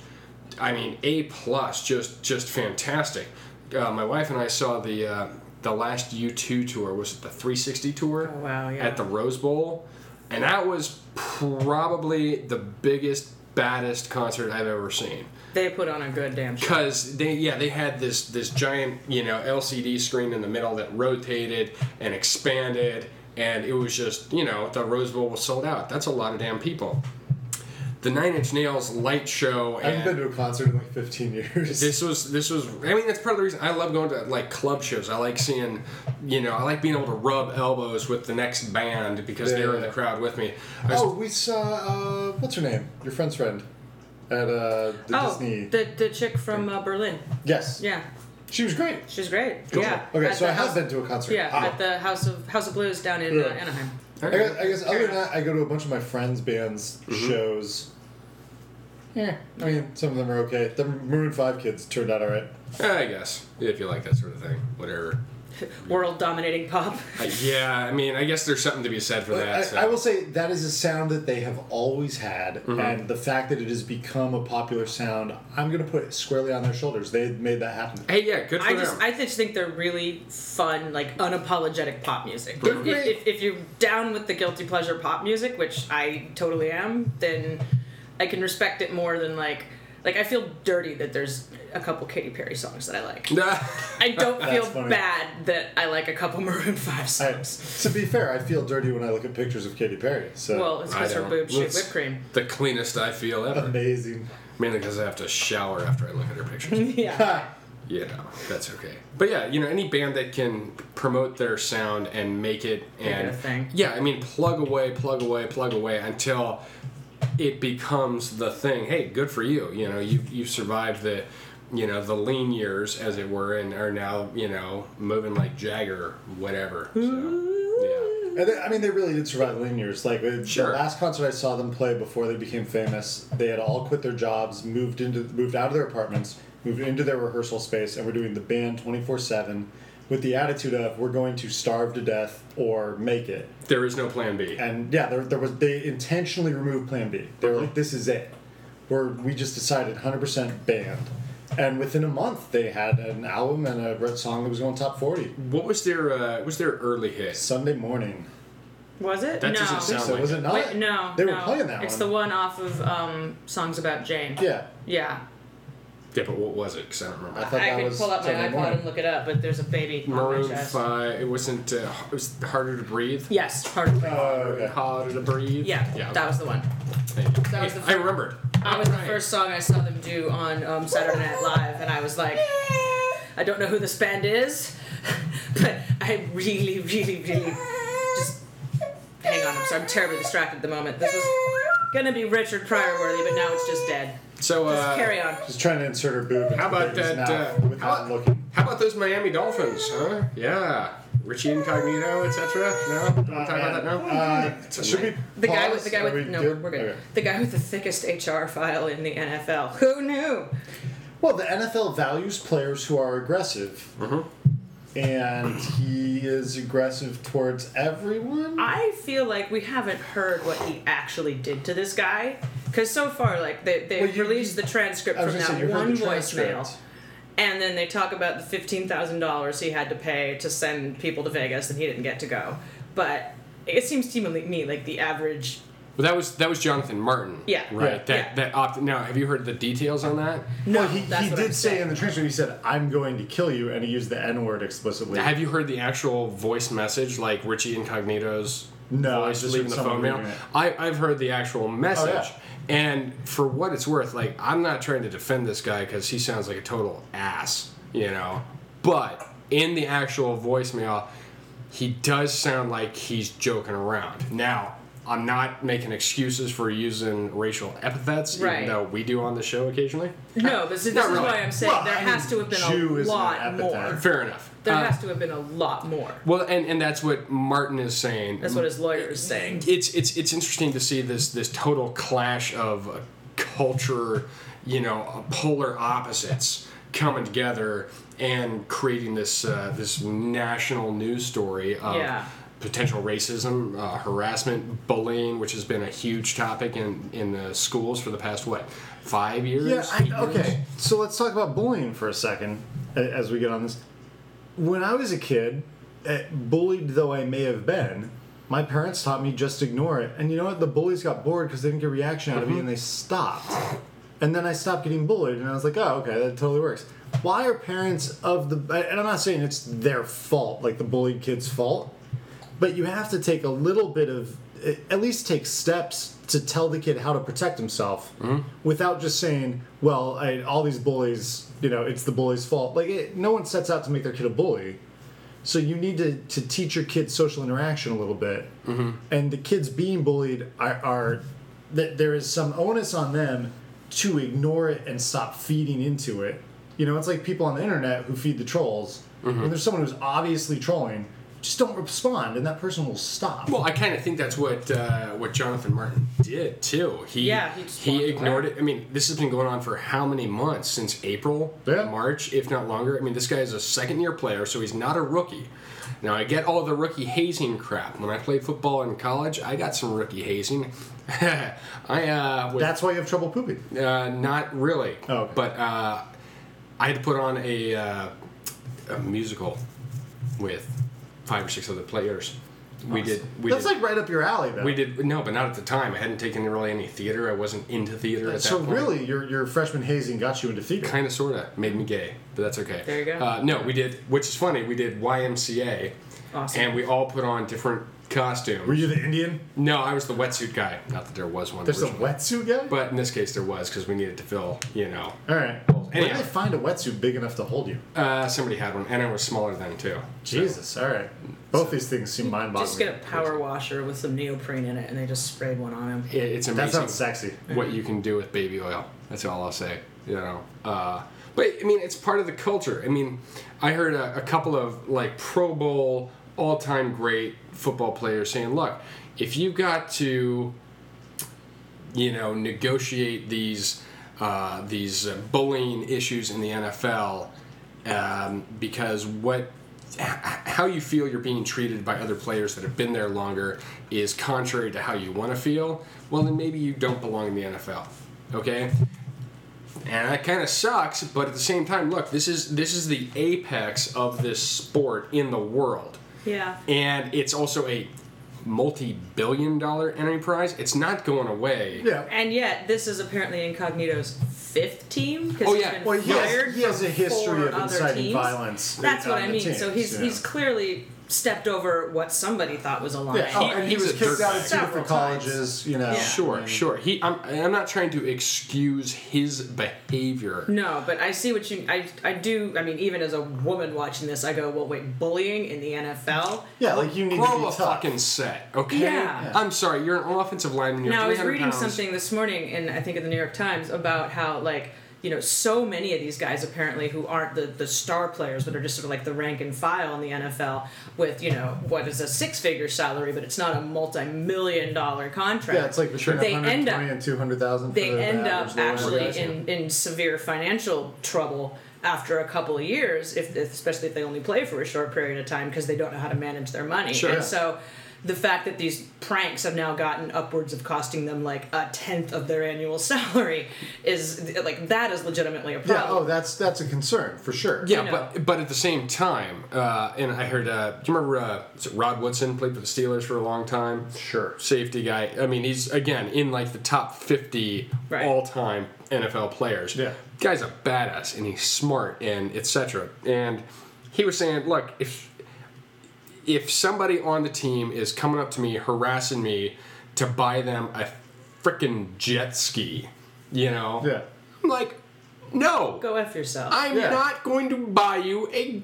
Speaker 2: I mean, a plus. Just just fantastic. Uh, my wife and I saw the uh, the last U two tour. Was it the three sixty tour?
Speaker 3: Oh, wow, yeah.
Speaker 2: At the Rose Bowl, and that was probably the biggest, baddest concert I've ever seen
Speaker 3: they put on a good damn show.
Speaker 2: because they yeah they had this this giant you know LCD screen in the middle that rotated and expanded and it was just you know the Rose Bowl was sold out. That's a lot of damn people. The Nine Inch Nails light show.
Speaker 1: I haven't
Speaker 2: and-
Speaker 1: been to a concert in like 15 years.
Speaker 2: this was this was I mean that's part of the reason I love going to like club shows. I like seeing you know I like being able to rub elbows with the next band because
Speaker 1: Yeah,
Speaker 2: they're
Speaker 1: yeah,
Speaker 2: in the
Speaker 1: yeah.
Speaker 2: crowd with me. I was-
Speaker 1: oh, we saw uh, what's her name? Your friend's friend at uh, the
Speaker 3: Oh,
Speaker 1: Disney.
Speaker 3: the the chick from uh, Berlin.
Speaker 1: yes.
Speaker 3: Yeah,
Speaker 1: She was great.
Speaker 3: she's great. Yeah.
Speaker 1: Okay,
Speaker 3: At
Speaker 1: so
Speaker 3: the
Speaker 1: I have
Speaker 3: house-
Speaker 1: been to a concert.
Speaker 3: Yeah,
Speaker 1: Ah.
Speaker 3: at the House of House of Blues down in uh,
Speaker 1: Yeah.
Speaker 3: Anaheim.
Speaker 1: I guess, I guess other than that, I go to a bunch of my friends' bands' shows. Yeah, I mean, some of them are okay. The Maroon Five kids turned out all right.
Speaker 2: I guess if you like that sort of thing, whatever.
Speaker 3: World dominating pop. [laughs]
Speaker 2: Uh, yeah, I mean I guess there's something to be said for
Speaker 1: But
Speaker 2: that.
Speaker 1: I,
Speaker 2: so.
Speaker 1: I will say that is a sound that they have always had, and the fact that it has become a popular sound, I'm gonna put it squarely on their shoulders. They made that happen.
Speaker 2: Hey, yeah, good for
Speaker 3: I
Speaker 2: them.
Speaker 3: just I just think they're really fun, like unapologetic pop music.
Speaker 1: They're
Speaker 3: If,
Speaker 1: great.
Speaker 3: if, if you're down with the guilty pleasure pop music, which I totally am, then I can respect it more than like like I feel dirty that there's a couple Katy Perry songs that I like. I
Speaker 1: [laughs]
Speaker 3: don't feel
Speaker 1: funny.
Speaker 3: bad that I like a couple [laughs] Maroon Five
Speaker 1: I,
Speaker 3: songs. [laughs]
Speaker 1: to be fair, I feel dirty when I look at pictures of Katy Perry. So
Speaker 3: well, it's because
Speaker 2: I
Speaker 3: her
Speaker 2: don't.
Speaker 3: boobs shoot
Speaker 2: Let's-
Speaker 3: whipped cream.
Speaker 2: the cleanest I feel ever.
Speaker 1: amazing.
Speaker 2: Mainly because I have to shower after I look at her
Speaker 3: [laughs]
Speaker 2: pictures.
Speaker 3: Yeah.
Speaker 2: you know, that's okay. But yeah, you know, any band that can promote their sound and make it and
Speaker 3: a thing.
Speaker 2: yeah, I mean, plug away, plug away, plug away until it becomes the thing. Hey, good for you. You know, you you survived the you know the lean years as it were and are now you know moving like jagger whatever so,
Speaker 1: And they, I mean, they really did survive lean years. Like uh,
Speaker 2: Sure.
Speaker 1: the last concert I saw them play before they became famous, they had all quit their jobs, moved into moved out of their apartments, moved into their rehearsal space, and were doing the band twenty four seven, with the attitude of we're going to starve to death or make it.
Speaker 2: yeah there is no plan b
Speaker 1: And yeah, there, there was they intentionally removed Plan B. They were like, this is it. Where we just decided hundred percent band. And within a month, they had an album and a red song that was going top forty.
Speaker 2: what was their uh what was their early hit
Speaker 1: Sunday morning.
Speaker 3: Was it?
Speaker 2: That
Speaker 3: no.
Speaker 2: doesn't sound-
Speaker 1: So was it not?
Speaker 3: Wait, no.
Speaker 1: They were
Speaker 3: no.
Speaker 1: playing that
Speaker 3: It's
Speaker 1: one.
Speaker 3: the one off of um, Songs About Jane.
Speaker 1: Yeah.
Speaker 3: Yeah.
Speaker 2: yeah but what was it because i don't remember
Speaker 1: I thought
Speaker 3: I
Speaker 1: that
Speaker 3: can
Speaker 1: was
Speaker 3: pull up my
Speaker 1: Sunday
Speaker 3: iPod
Speaker 1: morning.
Speaker 3: and look it up, but there's a baby. on my
Speaker 2: Maroon
Speaker 3: chest.
Speaker 2: Five. It wasn't. Uh, it was harder to breathe.
Speaker 3: Yes, hard.
Speaker 1: Oh, okay.
Speaker 2: Harder to breathe.
Speaker 3: Yeah,
Speaker 2: Yeah.
Speaker 3: that was the one.
Speaker 2: Thank you.
Speaker 3: that was the
Speaker 2: I remembered.
Speaker 3: That was the
Speaker 2: Alright.
Speaker 3: first song I saw them do on um, Saturday Night Live, and I was like, I don't know who this band is, [laughs] but I really, really, really just hang on. I'm sorry, I'm terribly distracted at the moment. This was gonna be Richard Pryor worthy, but now it's just dead.
Speaker 2: So
Speaker 3: Just
Speaker 2: uh,
Speaker 3: carry on.
Speaker 1: Just trying to insert her boob.
Speaker 2: How about that? Uh,
Speaker 1: without
Speaker 2: how,
Speaker 1: looking.
Speaker 2: how about those Miami Dolphins? Huh? Yeah. Richie Incognito, etc.
Speaker 3: Uh,
Speaker 2: No, don't talk about that now.
Speaker 1: Uh, should we?
Speaker 3: The guy
Speaker 1: pause?
Speaker 3: with the guy
Speaker 1: Are
Speaker 3: with
Speaker 1: we
Speaker 3: no,
Speaker 1: good?
Speaker 3: we're good.
Speaker 1: Okay.
Speaker 3: The guy with the thickest HR file in the NFL. Who knew?
Speaker 1: Well, the NFL values players who are aggressive. and he is aggressive towards everyone.
Speaker 3: I feel like we haven't heard what he actually did to this guy. Because so far, like, they, they
Speaker 1: Well, you-
Speaker 3: released the transcript
Speaker 1: I was
Speaker 3: from
Speaker 1: gonna say,
Speaker 3: that
Speaker 1: you heard
Speaker 3: one
Speaker 1: the transcript.
Speaker 3: voicemail. And then they talk about the $15,000 he had to pay to send people to Vegas and he didn't get to go. But it seems to me like the average.
Speaker 2: But that was that was Jonathan Martin.
Speaker 3: Yeah.
Speaker 2: Right.
Speaker 1: Yeah.
Speaker 2: That
Speaker 3: Yeah.
Speaker 2: that opt now have you heard the details on that?
Speaker 1: No, he,
Speaker 3: that's
Speaker 1: he
Speaker 3: what
Speaker 1: did
Speaker 3: I'm
Speaker 1: say
Speaker 3: saying.
Speaker 1: in the transcript, he said, I'm going to kill you, and he used the N word explicitly.
Speaker 2: Have you heard the actual voice message, like Richie Incognito's
Speaker 1: No, I
Speaker 2: voice
Speaker 1: just
Speaker 2: leaving the
Speaker 1: heard someone
Speaker 2: phone mail?
Speaker 1: reading it. Oh,
Speaker 2: I, I've heard the actual message.
Speaker 1: yeah.
Speaker 2: And for what it's worth, like I'm not trying to defend this guy because he sounds like a total ass, you know. But in the actual voicemail, he does sound like he's joking around. Now, I'm not making excuses for using racial epithets,
Speaker 3: Right.
Speaker 2: even though we do on the show occasionally.
Speaker 3: No, but this is
Speaker 2: Not really.
Speaker 3: why I'm saying
Speaker 1: Well,
Speaker 3: there
Speaker 1: I mean,
Speaker 3: has to have been
Speaker 1: Jew
Speaker 3: a
Speaker 1: is an
Speaker 3: lot
Speaker 1: epithet.
Speaker 3: more.
Speaker 2: Fair enough.
Speaker 3: There
Speaker 2: Uh,
Speaker 3: has to have been a lot more.
Speaker 2: well, and, and that's what Martin is saying.
Speaker 3: That's what his lawyer is saying.
Speaker 2: it's it's it's interesting to see this this total clash of uh, culture, you know, uh, polar opposites coming together and creating this uh, this national news story of
Speaker 3: Yeah.
Speaker 2: potential racism, uh, harassment, bullying, which has been a huge topic in in the schools for the past what five years.
Speaker 1: Yeah,
Speaker 2: eight
Speaker 1: I,
Speaker 2: years?
Speaker 1: okay. So let's talk about bullying for a second a- as we get on this. When I was a kid, eh, bullied though I may have been, my parents taught me just ignore it. And you know what? The bullies got bored because they didn't get a reaction out of me and they stopped. And then I stopped getting bullied and I was like, oh, okay, that totally works. Why are parents of the. And I'm not saying it's their fault, like the bullied kid's fault but you have to take a little bit of at least take steps to tell the kid how to protect himself without just saying well I, all these bullies you know it's the bully's fault like it, no one sets out to make their kid a bully so you need to, to teach your kids social interaction a little bit
Speaker 2: Mm-hmm.
Speaker 1: and the kids being bullied are, are that there is some onus on them to ignore it and stop feeding into it you know it's like people on the internet who feed the trolls
Speaker 2: Mm-hmm.
Speaker 1: when there's someone who's obviously trolling just don't respond and that person will stop
Speaker 2: Well, I kind of think that's what uh, what Jonathan Martin did too. He
Speaker 3: Yeah,
Speaker 2: he,
Speaker 3: he just walked
Speaker 2: ignored it. I mean, this has been going on for how many months since April,
Speaker 1: Yeah.
Speaker 2: March, if not longer. I mean, this guy is a second year player, so he's not a rookie. Now I get all the rookie hazing crap. When I played football in college, I got some rookie hazing. [laughs] I uh, was
Speaker 1: that's why you have trouble pooping
Speaker 2: uh, not really.
Speaker 1: Oh, okay.
Speaker 2: But uh, I had to put on a, uh, a musical with five or six other players. We did. We
Speaker 1: that's
Speaker 2: did,
Speaker 1: like right up your alley though
Speaker 2: we did no, but not at the time. I hadn't taken really any theater. I wasn't into theater at that
Speaker 1: so
Speaker 2: point.
Speaker 1: really your, your freshman hazing got you into theater
Speaker 2: kind of, sort of made me gay, but that's okay.
Speaker 3: There you go.
Speaker 2: Uh, no, we did, which is funny. We did YMCA,
Speaker 3: Awesome.
Speaker 2: and we all put on different costumes.
Speaker 1: were you the indian
Speaker 2: no, I was the wetsuit guy. Not that there was one.
Speaker 1: there's a
Speaker 2: originally.
Speaker 1: wetsuit guy
Speaker 2: but in this case there was because we needed to fill. You know,
Speaker 1: all right where did
Speaker 2: Anyhow.
Speaker 1: they find a wetsuit big enough to hold you
Speaker 2: uh, somebody had one, and I was smaller than too.
Speaker 1: Jesus, all right. Both these things seem mind-boggling.
Speaker 3: Just get a power washer with some neoprene in it and they just sprayed one on him.
Speaker 2: It, it's amazing.
Speaker 1: That sounds sexy.
Speaker 2: what you can do with baby oil. That's all I'll say. You know, uh, but I mean, it's part of the culture. I mean, I heard a, a couple of like Pro Bowl all-time great football players saying, "Look, if you got to, you know, negotiate these uh, these uh, bullying issues in the NFL, um, because what." h- How you feel you're being treated by other players that have been there longer is contrary to how you want to feel. Well, then maybe you don't belong in the NFL. Okay, and that kind of sucks but at the same time look this is this is the apex of this sport in the world
Speaker 3: Yeah.
Speaker 2: and it's also a multi-billion dollar enterprise it's not going away
Speaker 1: Yeah.
Speaker 3: And yet, this is apparently Incognito's fifth team because
Speaker 2: Oh,
Speaker 3: he's
Speaker 2: yeah.
Speaker 3: been
Speaker 1: Well, he
Speaker 3: fired
Speaker 1: has, he has a
Speaker 3: from
Speaker 1: history
Speaker 3: four
Speaker 1: of
Speaker 3: other
Speaker 1: inciting
Speaker 3: teams.
Speaker 1: violence.
Speaker 3: That's what
Speaker 1: on
Speaker 3: I
Speaker 1: the
Speaker 3: mean.
Speaker 1: teams,
Speaker 3: so he's
Speaker 1: you know.
Speaker 3: he's clearly stepped over what somebody thought was a line.
Speaker 1: yeah. oh, and he
Speaker 2: he's
Speaker 1: was
Speaker 2: a
Speaker 1: kicked out of two
Speaker 2: dirtbag.
Speaker 1: different
Speaker 3: Several times.
Speaker 1: colleges. You know.
Speaker 3: Yeah.
Speaker 2: sure sure he I'm, I'm not trying to excuse his behavior
Speaker 3: No, but I see what you. I I do. I mean, even as a woman watching this, I go, well, wait, bullying in the NFL.
Speaker 1: Yeah, like you need to
Speaker 2: Grow
Speaker 1: be
Speaker 2: a
Speaker 1: tough.
Speaker 2: fucking set, okay?
Speaker 3: Yeah.
Speaker 2: I'm sorry, you're an offensive lineman. You're
Speaker 3: Now I was
Speaker 2: 300
Speaker 3: reading
Speaker 2: pounds.
Speaker 3: something this morning, in I think in the New York Times about how like you know so many of these guys apparently who aren't the the star players, but are just sort of like the rank and file in the NFL with you know what is a six figure salary, but it's not a multi million dollar contract.
Speaker 1: Yeah, it's like between
Speaker 3: They end
Speaker 1: 120
Speaker 3: up-
Speaker 1: and 200,000. for
Speaker 3: they
Speaker 1: the
Speaker 3: end up
Speaker 1: average lower
Speaker 3: actually
Speaker 1: guys.
Speaker 3: in, in severe financial trouble after a couple of years, if especially if they only play for a short period of time because they don't know how to manage their money.
Speaker 2: Sure.
Speaker 3: And so the fact that these pranks have now gotten upwards of costing them like a tenth of their annual [laughs] salary is like that is legitimately a
Speaker 1: Yeah. Oh,
Speaker 3: problem.
Speaker 1: that's that's a concern for sure.
Speaker 2: Yeah,
Speaker 3: you
Speaker 2: but but at the same time, uh, and I heard. Uh, do you remember uh, is it Rod Woodson played for the Steelers for a long time?
Speaker 1: Sure.
Speaker 2: Safety guy. I mean, he's again in like the top fifty
Speaker 3: Right.
Speaker 2: all-time NFL players.
Speaker 1: Yeah.
Speaker 2: guy's a badass and he's smart and etc. And he was saying, look, if if somebody on the team is coming up to me harassing me to buy them a freaking jet ski, you know,
Speaker 1: Yeah.
Speaker 2: I'm like, no,
Speaker 3: Go F yourself.
Speaker 2: I'm
Speaker 1: Yeah.
Speaker 2: not going to buy you a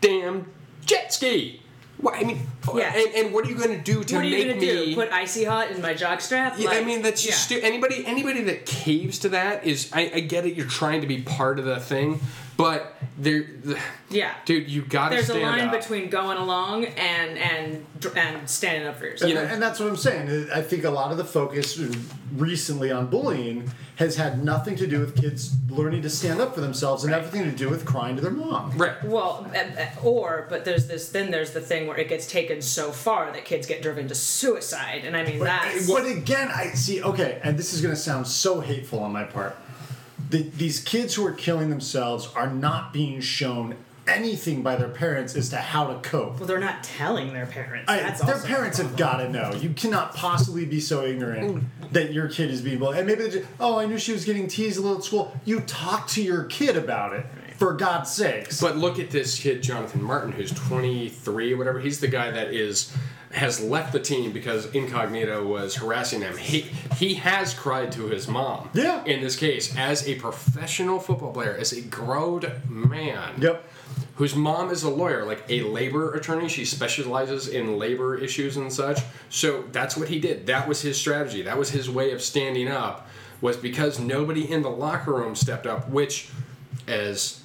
Speaker 2: goddamn jet ski. What, I mean, oh,
Speaker 3: Yeah.
Speaker 2: and, and what are you going to do to
Speaker 3: what are you
Speaker 2: make
Speaker 3: gonna
Speaker 2: me?
Speaker 3: do? Put icy hot in my jockstrap?
Speaker 2: Yeah, I
Speaker 3: Like,
Speaker 2: mean, that's just stu- anybody anybody that caves to that is. I, I get it. You're trying to be part of the thing, but there, the,
Speaker 3: Yeah.
Speaker 2: dude, you got to
Speaker 3: There's a
Speaker 2: stand
Speaker 3: line
Speaker 2: up.
Speaker 3: between going along and and and standing up for yourself.
Speaker 2: You know-
Speaker 1: and that's what I'm saying. I think a lot of the focus recently on bullying has had nothing to do with kids learning to stand up for themselves and everything to do with crying to their mom.
Speaker 2: right.
Speaker 3: Well, eh, eh, or but there's this then there's the thing where it gets taken so far that kids get driven to suicide, and I mean that's
Speaker 1: But again, I see. Okay, and this is going to sound so hateful on my part. The, these kids who are killing themselves are not being shown anything by their parents as to how to cope.
Speaker 3: well they're not telling their parents.
Speaker 1: I-
Speaker 3: that's
Speaker 1: their
Speaker 3: also-
Speaker 1: parents have got to know. You cannot possibly be so
Speaker 2: Mm.
Speaker 1: ignorant that your kid is being bullied. And maybe they just, oh, I knew she was getting teased a little at school. You talk to your kid about it, for God's sakes.
Speaker 2: But look at this kid, Jonathan Martin, who's 23 or whatever. He's the guy that is has left the team because Incognito was harassing him. He he has cried to his mom.
Speaker 1: Yeah.
Speaker 2: In this case, as a professional football player, as a grown man.
Speaker 1: yep.
Speaker 2: Whose mom is a lawyer, like a labor attorney. She specializes in labor issues and such. So that's what he did. That was his strategy. That was his way of standing up. Was because nobody in the locker room stepped up, which, as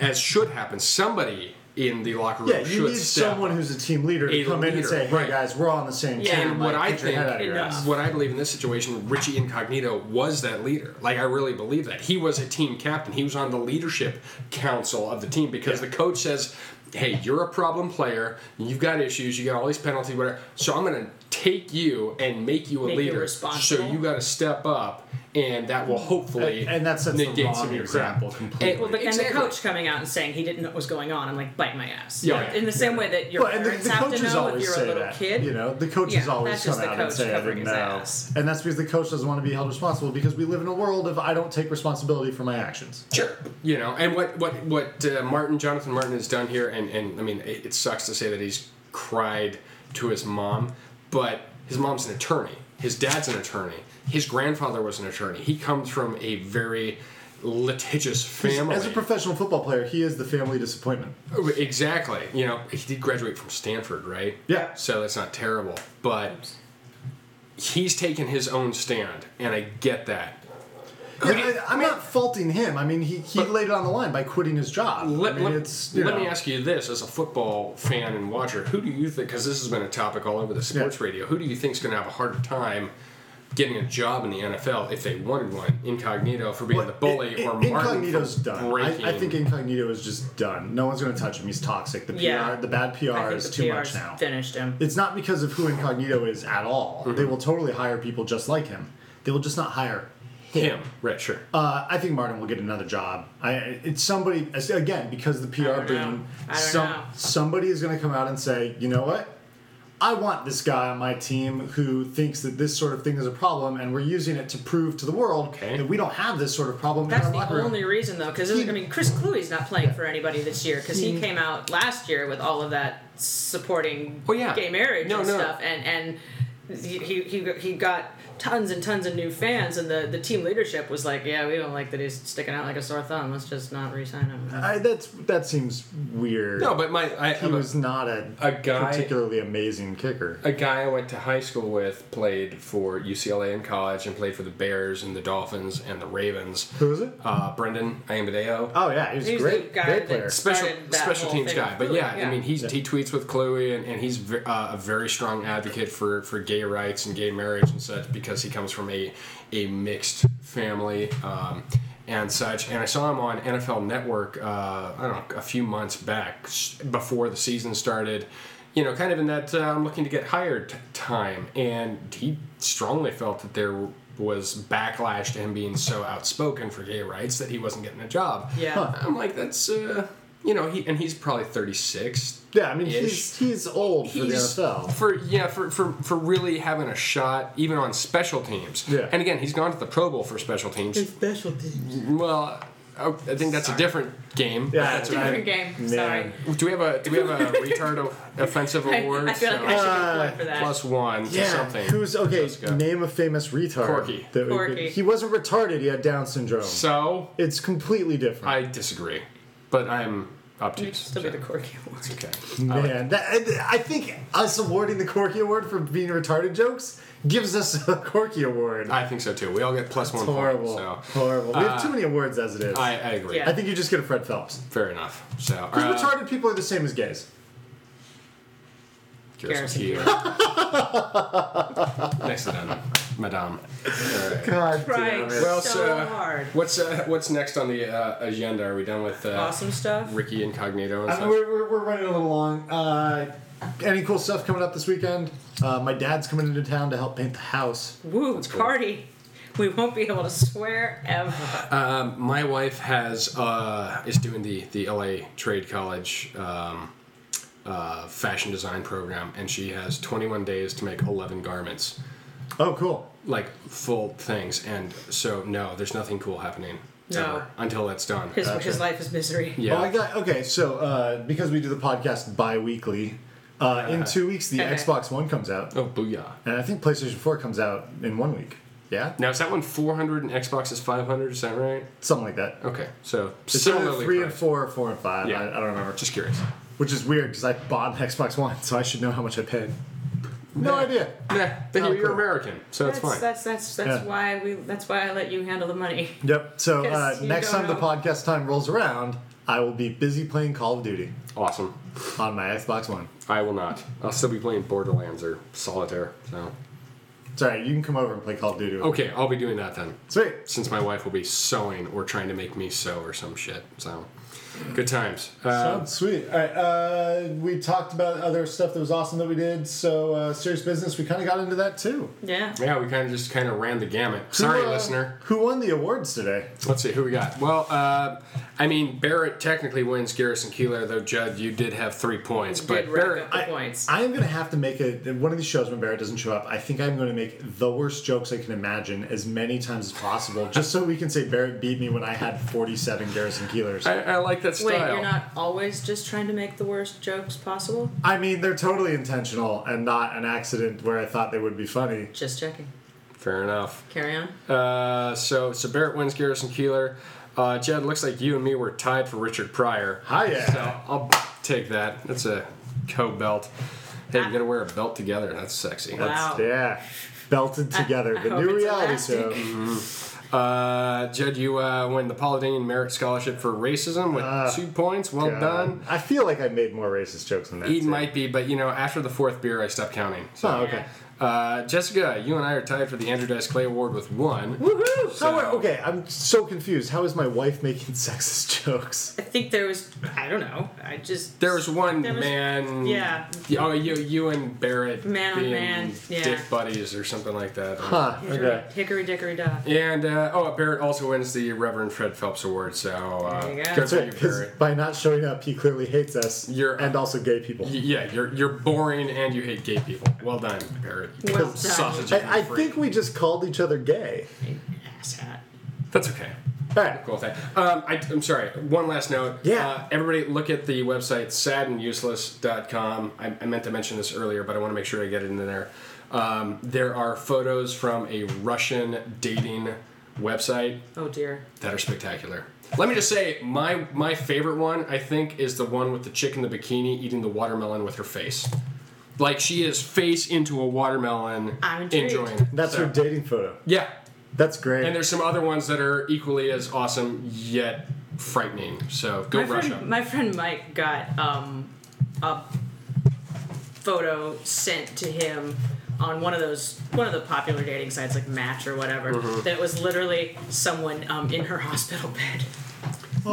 Speaker 2: as should happen, somebody in the locker room
Speaker 1: Yeah, you
Speaker 2: should
Speaker 1: need
Speaker 2: step.
Speaker 1: someone who's a team leader to
Speaker 2: A
Speaker 1: come in and
Speaker 2: leader,
Speaker 1: say, "Hey
Speaker 2: right.
Speaker 1: guys, we're all on the same
Speaker 3: Yeah,
Speaker 1: team."
Speaker 2: and what
Speaker 1: like,
Speaker 2: I
Speaker 1: get your
Speaker 2: think,
Speaker 1: head out of your
Speaker 3: enough.
Speaker 1: ass.
Speaker 2: what I believe in this situation, Richie Incognito was that leader. Like I really believe that he was a team captain. He was on the leadership council of the team because the coach says, "Hey, you're a problem player. You've got issues. You got all these penalties. Whatever. So I'm going to take you and make you a
Speaker 3: Make you
Speaker 2: leader. so
Speaker 3: responsible.
Speaker 2: you got to step up." And that will hopefully
Speaker 1: And- and that sets the
Speaker 2: negate some
Speaker 1: wrong
Speaker 2: of your
Speaker 1: example
Speaker 2: crap.
Speaker 1: completely.
Speaker 2: And-
Speaker 3: Well, but,
Speaker 2: exactly.
Speaker 3: And the coach coming out and saying he didn't know what was going on, I'm like bite my ass.
Speaker 2: Yeah.
Speaker 3: Like, in the same way that your
Speaker 1: Well, and the,
Speaker 3: parents
Speaker 1: the
Speaker 3: have to
Speaker 1: coaches
Speaker 3: know if
Speaker 1: always
Speaker 3: you're a
Speaker 1: say
Speaker 3: little
Speaker 1: that.
Speaker 3: kid.
Speaker 1: You know, the coaches
Speaker 3: Yeah,
Speaker 1: always
Speaker 3: that's
Speaker 1: come
Speaker 3: just the
Speaker 1: out and
Speaker 3: coach
Speaker 1: say, "I
Speaker 3: covering
Speaker 1: didn't
Speaker 3: his
Speaker 1: know,"
Speaker 3: ass.
Speaker 1: and that's because the coach doesn't want to be held responsible because we live in a world of I don't take responsibility for my actions.
Speaker 2: Sure. You know, and what what what uh, Martin Jonathan Martin has done here, and and I mean, it, it sucks to say that he's cried to his mom, but his mom's an attorney. His dad's an attorney. His grandfather was an attorney. He comes from a very litigious family.
Speaker 1: As a professional football player, he is the family disappointment.
Speaker 2: exactly. You know, he did graduate from Stanford, right?
Speaker 1: Yeah.
Speaker 2: So that's not terrible, but he's taken his own stand, and I get that.
Speaker 1: Yeah, I, am not faulting him. I mean, he, he laid it on the line by quitting his job. I
Speaker 2: Let,
Speaker 1: mean,
Speaker 2: let-
Speaker 1: it's, you
Speaker 2: let
Speaker 1: know,
Speaker 2: me ask you this as a football fan and watcher who do you think because this has been a topic all over the sports
Speaker 1: Yeah.
Speaker 2: radio who do you think's going to have a harder time getting a job in the nfl if they wanted one incognito for being
Speaker 1: but
Speaker 2: the bully
Speaker 1: in-
Speaker 2: or
Speaker 1: in-
Speaker 2: martin
Speaker 1: Incognito's
Speaker 2: for
Speaker 1: done.
Speaker 2: breaking
Speaker 1: I, I think Incognito is just done. No one's going to touch him. He's toxic. The PR,
Speaker 3: Yeah.
Speaker 1: the bad PR
Speaker 3: I think
Speaker 1: is
Speaker 3: the
Speaker 1: too
Speaker 3: PR's
Speaker 1: much now.
Speaker 3: finished him.
Speaker 1: It's not because of who Incognito is at all.
Speaker 2: Mm-hmm.
Speaker 1: They will totally hire people just like him. They will just not hire
Speaker 2: him right sure
Speaker 1: Uh, I think Martin will get another job. I, it's somebody again because the PR
Speaker 3: don't know.
Speaker 1: boom.
Speaker 3: I don't
Speaker 1: some-
Speaker 3: know.
Speaker 1: Somebody is going to come out and say, you know what? I want this guy on my team who thinks that this sort of thing is a problem, and we're using it to prove to the world
Speaker 2: Okay.
Speaker 1: that we don't have this sort of problem.
Speaker 3: That's
Speaker 1: in our
Speaker 3: the
Speaker 1: locker room.
Speaker 3: only reason, though, because I mean, Chris Cluey's not playing for anybody this year because he came out last year with all of that supporting
Speaker 2: Oh, yeah.
Speaker 3: gay marriage
Speaker 2: No,
Speaker 3: and
Speaker 2: no.
Speaker 3: stuff, and and he, he he got tons and tons of new fans, and the the team leadership was like, yeah, we don't like that he's sticking out like a sore thumb. Let's just not re-sign
Speaker 2: Uh,
Speaker 3: him.
Speaker 1: I, that's that seems weird.
Speaker 2: no but my i
Speaker 1: he
Speaker 2: I'm a-
Speaker 1: was not a,
Speaker 2: a guy-
Speaker 1: particularly amazing kicker.
Speaker 2: a guy I went to high school with played for UCLA in college and played for the Bears and the Dolphins and the Ravens.
Speaker 1: Who is it?
Speaker 2: Uh, Brendan Iambideo.
Speaker 1: Oh yeah, he was
Speaker 3: He's
Speaker 1: great,
Speaker 3: the guy
Speaker 1: great
Speaker 3: that-
Speaker 1: player.
Speaker 2: special
Speaker 3: started that
Speaker 2: special
Speaker 3: whole
Speaker 2: teams
Speaker 3: thing
Speaker 2: guy.
Speaker 3: with
Speaker 2: But
Speaker 3: Cluey,
Speaker 2: yeah, I
Speaker 3: yeah.
Speaker 2: mean, he's he tweets with Cluey, and, and he's ve- uh, a very strong advocate for, for gay rights and gay marriage and such because he comes from a a mixed family. Um, and such. And I saw him on NFL Network, uh, I don't know, a few months back s- before the season started. You know, kind of in that uh, I'm looking to get hired t- time, and he strongly felt that there was backlash to him being so outspoken for gay rights that he wasn't getting a job.
Speaker 3: Yeah.
Speaker 2: I'm like, that's uh, you know, he and he's probably 36,
Speaker 1: Yeah, I mean
Speaker 2: Ish.
Speaker 1: he's he's old for the
Speaker 2: He's-
Speaker 1: NFL.
Speaker 2: For yeah, for, for for really having a shot even on special teams.
Speaker 1: Yeah.
Speaker 2: And again, he's gone to the Pro Bowl for special teams.
Speaker 3: special teams.
Speaker 2: Well, I, I think that's a different game.
Speaker 1: Yeah,
Speaker 2: That's what I-
Speaker 8: Different game. Sorry.
Speaker 2: do we have a do we have a retard o- offensive
Speaker 3: [laughs] I,
Speaker 2: award?
Speaker 3: I feel like I
Speaker 2: So,
Speaker 3: should get a point for that.
Speaker 2: plus one to
Speaker 1: Yeah,
Speaker 2: something.
Speaker 1: who's okay?
Speaker 2: Jessica.
Speaker 1: Name a famous retard.
Speaker 2: Corky.
Speaker 1: That we
Speaker 3: Corky.
Speaker 1: could- he wasn't retarded. He had Down syndrome.
Speaker 2: So
Speaker 1: It's completely different.
Speaker 2: I disagree, but I'm obtuse.
Speaker 3: Still be the Corky
Speaker 2: It's
Speaker 3: Award.
Speaker 2: okay.
Speaker 1: Man, that, I- I think us awarding the Corky Award for being retarded jokes gives us a Corky Award.
Speaker 2: I think so too. We all get plus
Speaker 1: It's
Speaker 2: one
Speaker 1: horrible.
Speaker 2: point. So
Speaker 1: horrible. we have
Speaker 2: uh,
Speaker 1: too many awards as it is.
Speaker 2: I, I agree.
Speaker 3: Yeah.
Speaker 1: I think you just get a Fred Phelps.
Speaker 2: Fair enough. So
Speaker 1: Because
Speaker 2: uh,
Speaker 1: retarded people are the same as gays.
Speaker 2: Garrison [laughs]
Speaker 3: Garrison
Speaker 2: Keillor. Nicely done, Madame.
Speaker 1: God
Speaker 3: [laughs] Right.
Speaker 2: Well,
Speaker 3: so
Speaker 2: so-
Speaker 3: hard.
Speaker 2: What's uh, what's next on the uh, agenda? Are we done with uh,
Speaker 3: Awesome stuff.
Speaker 2: Ricky Incognito and
Speaker 1: I mean,
Speaker 2: stuff?
Speaker 1: we're, we're, we're running a little long. Uh, any cool stuff coming up this weekend? Uh, my dad's coming into town to help paint the house.
Speaker 3: Woo, party. We won't be able to swear ever.
Speaker 2: Um, my wife has uh, is doing the the LA Trade College um, uh, fashion design program, and she has 21 days to make 11 garments,
Speaker 1: Oh, cool.
Speaker 2: like full things. And so, no, there's nothing cool happening
Speaker 3: No.
Speaker 2: ever until that's done.
Speaker 3: His, his life is misery.
Speaker 2: yeah.
Speaker 1: Oh, I got okay. So uh, because we do the podcast bi-weekly, uh,
Speaker 2: Uh-huh.
Speaker 1: in two weeks the
Speaker 3: Okay.
Speaker 1: Xbox One comes out,
Speaker 2: oh booyah!
Speaker 1: and I think PlayStation Four comes out in one week. Yeah,
Speaker 2: Now is that one 400 and Xbox is 500? Is that right?
Speaker 1: something like that.
Speaker 2: Okay, so
Speaker 1: It's either
Speaker 2: similarly
Speaker 1: three and
Speaker 2: priced.
Speaker 1: four, or four and five.
Speaker 2: Yeah.
Speaker 1: I, I don't remember.
Speaker 2: Just curious.
Speaker 1: Which is weird because I bought an Xbox One, so I should know how much I paid. No idea.
Speaker 2: Nah, but
Speaker 1: Oh,
Speaker 2: you're
Speaker 1: cool.
Speaker 2: American, so it's
Speaker 3: That's
Speaker 2: fine.
Speaker 3: that's that's that's
Speaker 1: Yeah.
Speaker 3: why we that's why I let you handle the money.
Speaker 1: Yep. So uh,
Speaker 3: Because you
Speaker 1: next
Speaker 3: don't
Speaker 1: time the
Speaker 3: know.
Speaker 1: podcast time rolls around, I will be busy playing Call of Duty
Speaker 2: awesome.
Speaker 1: on my Xbox One.
Speaker 2: I will not. I'll still be playing Borderlands or Solitaire. So
Speaker 1: It's all right. You can come over and play Call of Duty. with me.
Speaker 2: okay, I'll be doing that then,
Speaker 1: Sweet.
Speaker 2: since my wife will be sewing or trying to make me sew or some shit. So good times. Uh,
Speaker 1: Sounds Um, sweet. All right, uh, we talked about other stuff that was awesome that we did. So uh, serious business, we kind of got into that too.
Speaker 3: Yeah.
Speaker 2: yeah, we kind of just kind of ran the gamut. Sorry,
Speaker 1: Who, uh,
Speaker 2: listener.
Speaker 1: Who won the awards today?
Speaker 2: Let's see who we got. Well, uh, I mean Barrett technically wins Garrison Keeler, though Judd, you did have three points, but
Speaker 3: Did rack
Speaker 2: Barrett.
Speaker 3: up the points.
Speaker 1: I am gonna have to make a one of these shows when Barrett doesn't show up. I think I'm gonna make the worst jokes I can imagine as many times as possible, just so we can say Barrett beat me when I had 47 Garrison Keelers.
Speaker 2: I, I like that style.
Speaker 3: Wait, you're not always just trying to make the worst jokes possible?
Speaker 1: I mean, they're totally intentional and not an accident where I thought they would be funny.
Speaker 3: Just checking.
Speaker 2: Fair enough.
Speaker 3: Carry on.
Speaker 2: Uh, so so Barrett wins Garrison Keeler. Uh, Jed, looks like you and me were tied for Richard Pryor.
Speaker 1: Hiya.
Speaker 2: So I'll take that. That's a co-belt. Hey, we gotta wear a belt together. That's sexy.
Speaker 3: Wow.
Speaker 1: Yeah, belted together.
Speaker 3: I
Speaker 1: the
Speaker 3: hope
Speaker 1: new
Speaker 3: it's
Speaker 1: reality
Speaker 3: elastic.
Speaker 1: show.
Speaker 2: Uh, Jed, you uh, win the Paula Dean Merit Scholarship for racism with
Speaker 1: Ah,
Speaker 2: two points. Well
Speaker 1: God.
Speaker 2: done.
Speaker 1: I feel like I made more racist jokes than that.
Speaker 2: Eden
Speaker 1: too.
Speaker 2: might be, but you know, after the fourth beer, I stopped counting. So.
Speaker 1: Oh, okay.
Speaker 2: Uh, Jessica, you and I are tied for the Andrew Dice Clay Award with one.
Speaker 1: Woohoo!
Speaker 2: So-
Speaker 1: How, okay, I'm so confused. How is my wife making [laughs] sexist jokes?
Speaker 3: I think there was I don't know. I just
Speaker 2: There was one
Speaker 3: There was-
Speaker 2: man.
Speaker 3: Yeah.
Speaker 2: Oh, you you and Barrett.
Speaker 3: Man on
Speaker 2: being
Speaker 3: man, yeah.
Speaker 2: Dick buddies or something like that.
Speaker 1: Huh,
Speaker 3: Hickory,
Speaker 1: okay.
Speaker 3: hickory dickory dock.
Speaker 2: And uh, oh, Barrett also wins the Reverend Fred Phelps Award. So uh,
Speaker 3: There you go.
Speaker 2: good
Speaker 1: That's
Speaker 2: for
Speaker 1: right,
Speaker 2: you,
Speaker 1: 'cause
Speaker 2: Barrett.
Speaker 1: by not showing up, he clearly hates us
Speaker 2: You're-
Speaker 1: and also gay people.
Speaker 2: Y- Yeah, you're you're boring and you hate gay people. Well done, Barrett. you
Speaker 3: Well done.
Speaker 2: Sausage. eating
Speaker 1: I, I
Speaker 2: freak.
Speaker 1: think we just called each other gay.
Speaker 3: Asshat.
Speaker 2: that's okay.
Speaker 1: All right.
Speaker 2: Cool thing. Um, I, I'm sorry. One last note.
Speaker 1: Yeah.
Speaker 2: Uh, everybody, look at the website sadanduseless.com. I, I meant to mention this earlier, but I want to make sure I get it in there. Um, there are photos from a Russian dating website
Speaker 3: Oh dear.
Speaker 2: that are spectacular. Let me just say, my my favorite one I think is the one with the chick in the bikini eating the watermelon with her face. Like she is face into a watermelon,
Speaker 3: I'm intrigued.
Speaker 2: enjoying.
Speaker 1: That's
Speaker 2: so,
Speaker 1: her dating photo.
Speaker 2: Yeah,
Speaker 1: That's great.
Speaker 2: and there's some other ones that are equally as awesome yet frightening. So go
Speaker 3: my
Speaker 2: Russia.
Speaker 3: friend, my friend Mike got um, a photo sent to him on one of those one of the popular dating sites like Match or whatever
Speaker 2: Mm-hmm.
Speaker 3: that was literally someone um, in her [laughs] hospital bed.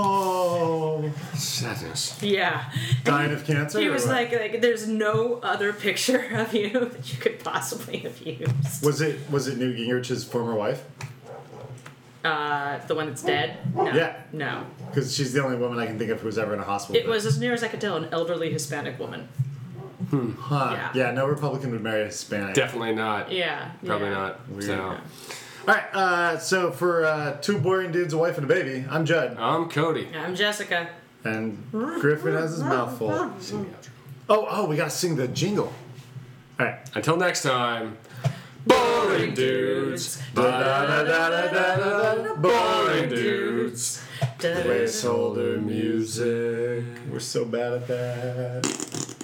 Speaker 1: Oh,
Speaker 2: Sadness.
Speaker 3: Yeah.
Speaker 1: dying of cancer.
Speaker 3: He
Speaker 1: or
Speaker 3: was
Speaker 1: what?
Speaker 3: like, like, there's no other picture [laughs] of you that you could possibly have used.
Speaker 1: was it was it Newt Gingrich's former wife?
Speaker 3: Uh, the one that's dead? No.
Speaker 1: Yeah.
Speaker 3: No.
Speaker 1: Because she's the only woman I can think of who was ever in a hospital.
Speaker 3: It
Speaker 1: bed.
Speaker 3: was, as near as I could tell, an elderly Hispanic woman.
Speaker 1: Huh.
Speaker 3: yeah.
Speaker 1: Yeah. No Republican would marry a Hispanic.
Speaker 2: Definitely not.
Speaker 3: Yeah.
Speaker 2: Probably
Speaker 3: yeah.
Speaker 2: not.
Speaker 1: Weird.
Speaker 2: So,
Speaker 1: All right. Uh, so for uh, two boring dudes, a wife and a baby, I'm Judd,
Speaker 2: I'm Cody.
Speaker 3: I'm Jessica.
Speaker 1: and Griffin has his mouth full. Oh, oh, we gotta sing the jingle. All right.
Speaker 2: Until next time. Boring dudes.
Speaker 1: Da-da-da-da-da-da-da,
Speaker 2: Boring dudes.
Speaker 1: Placeholder music. We're so bad at that.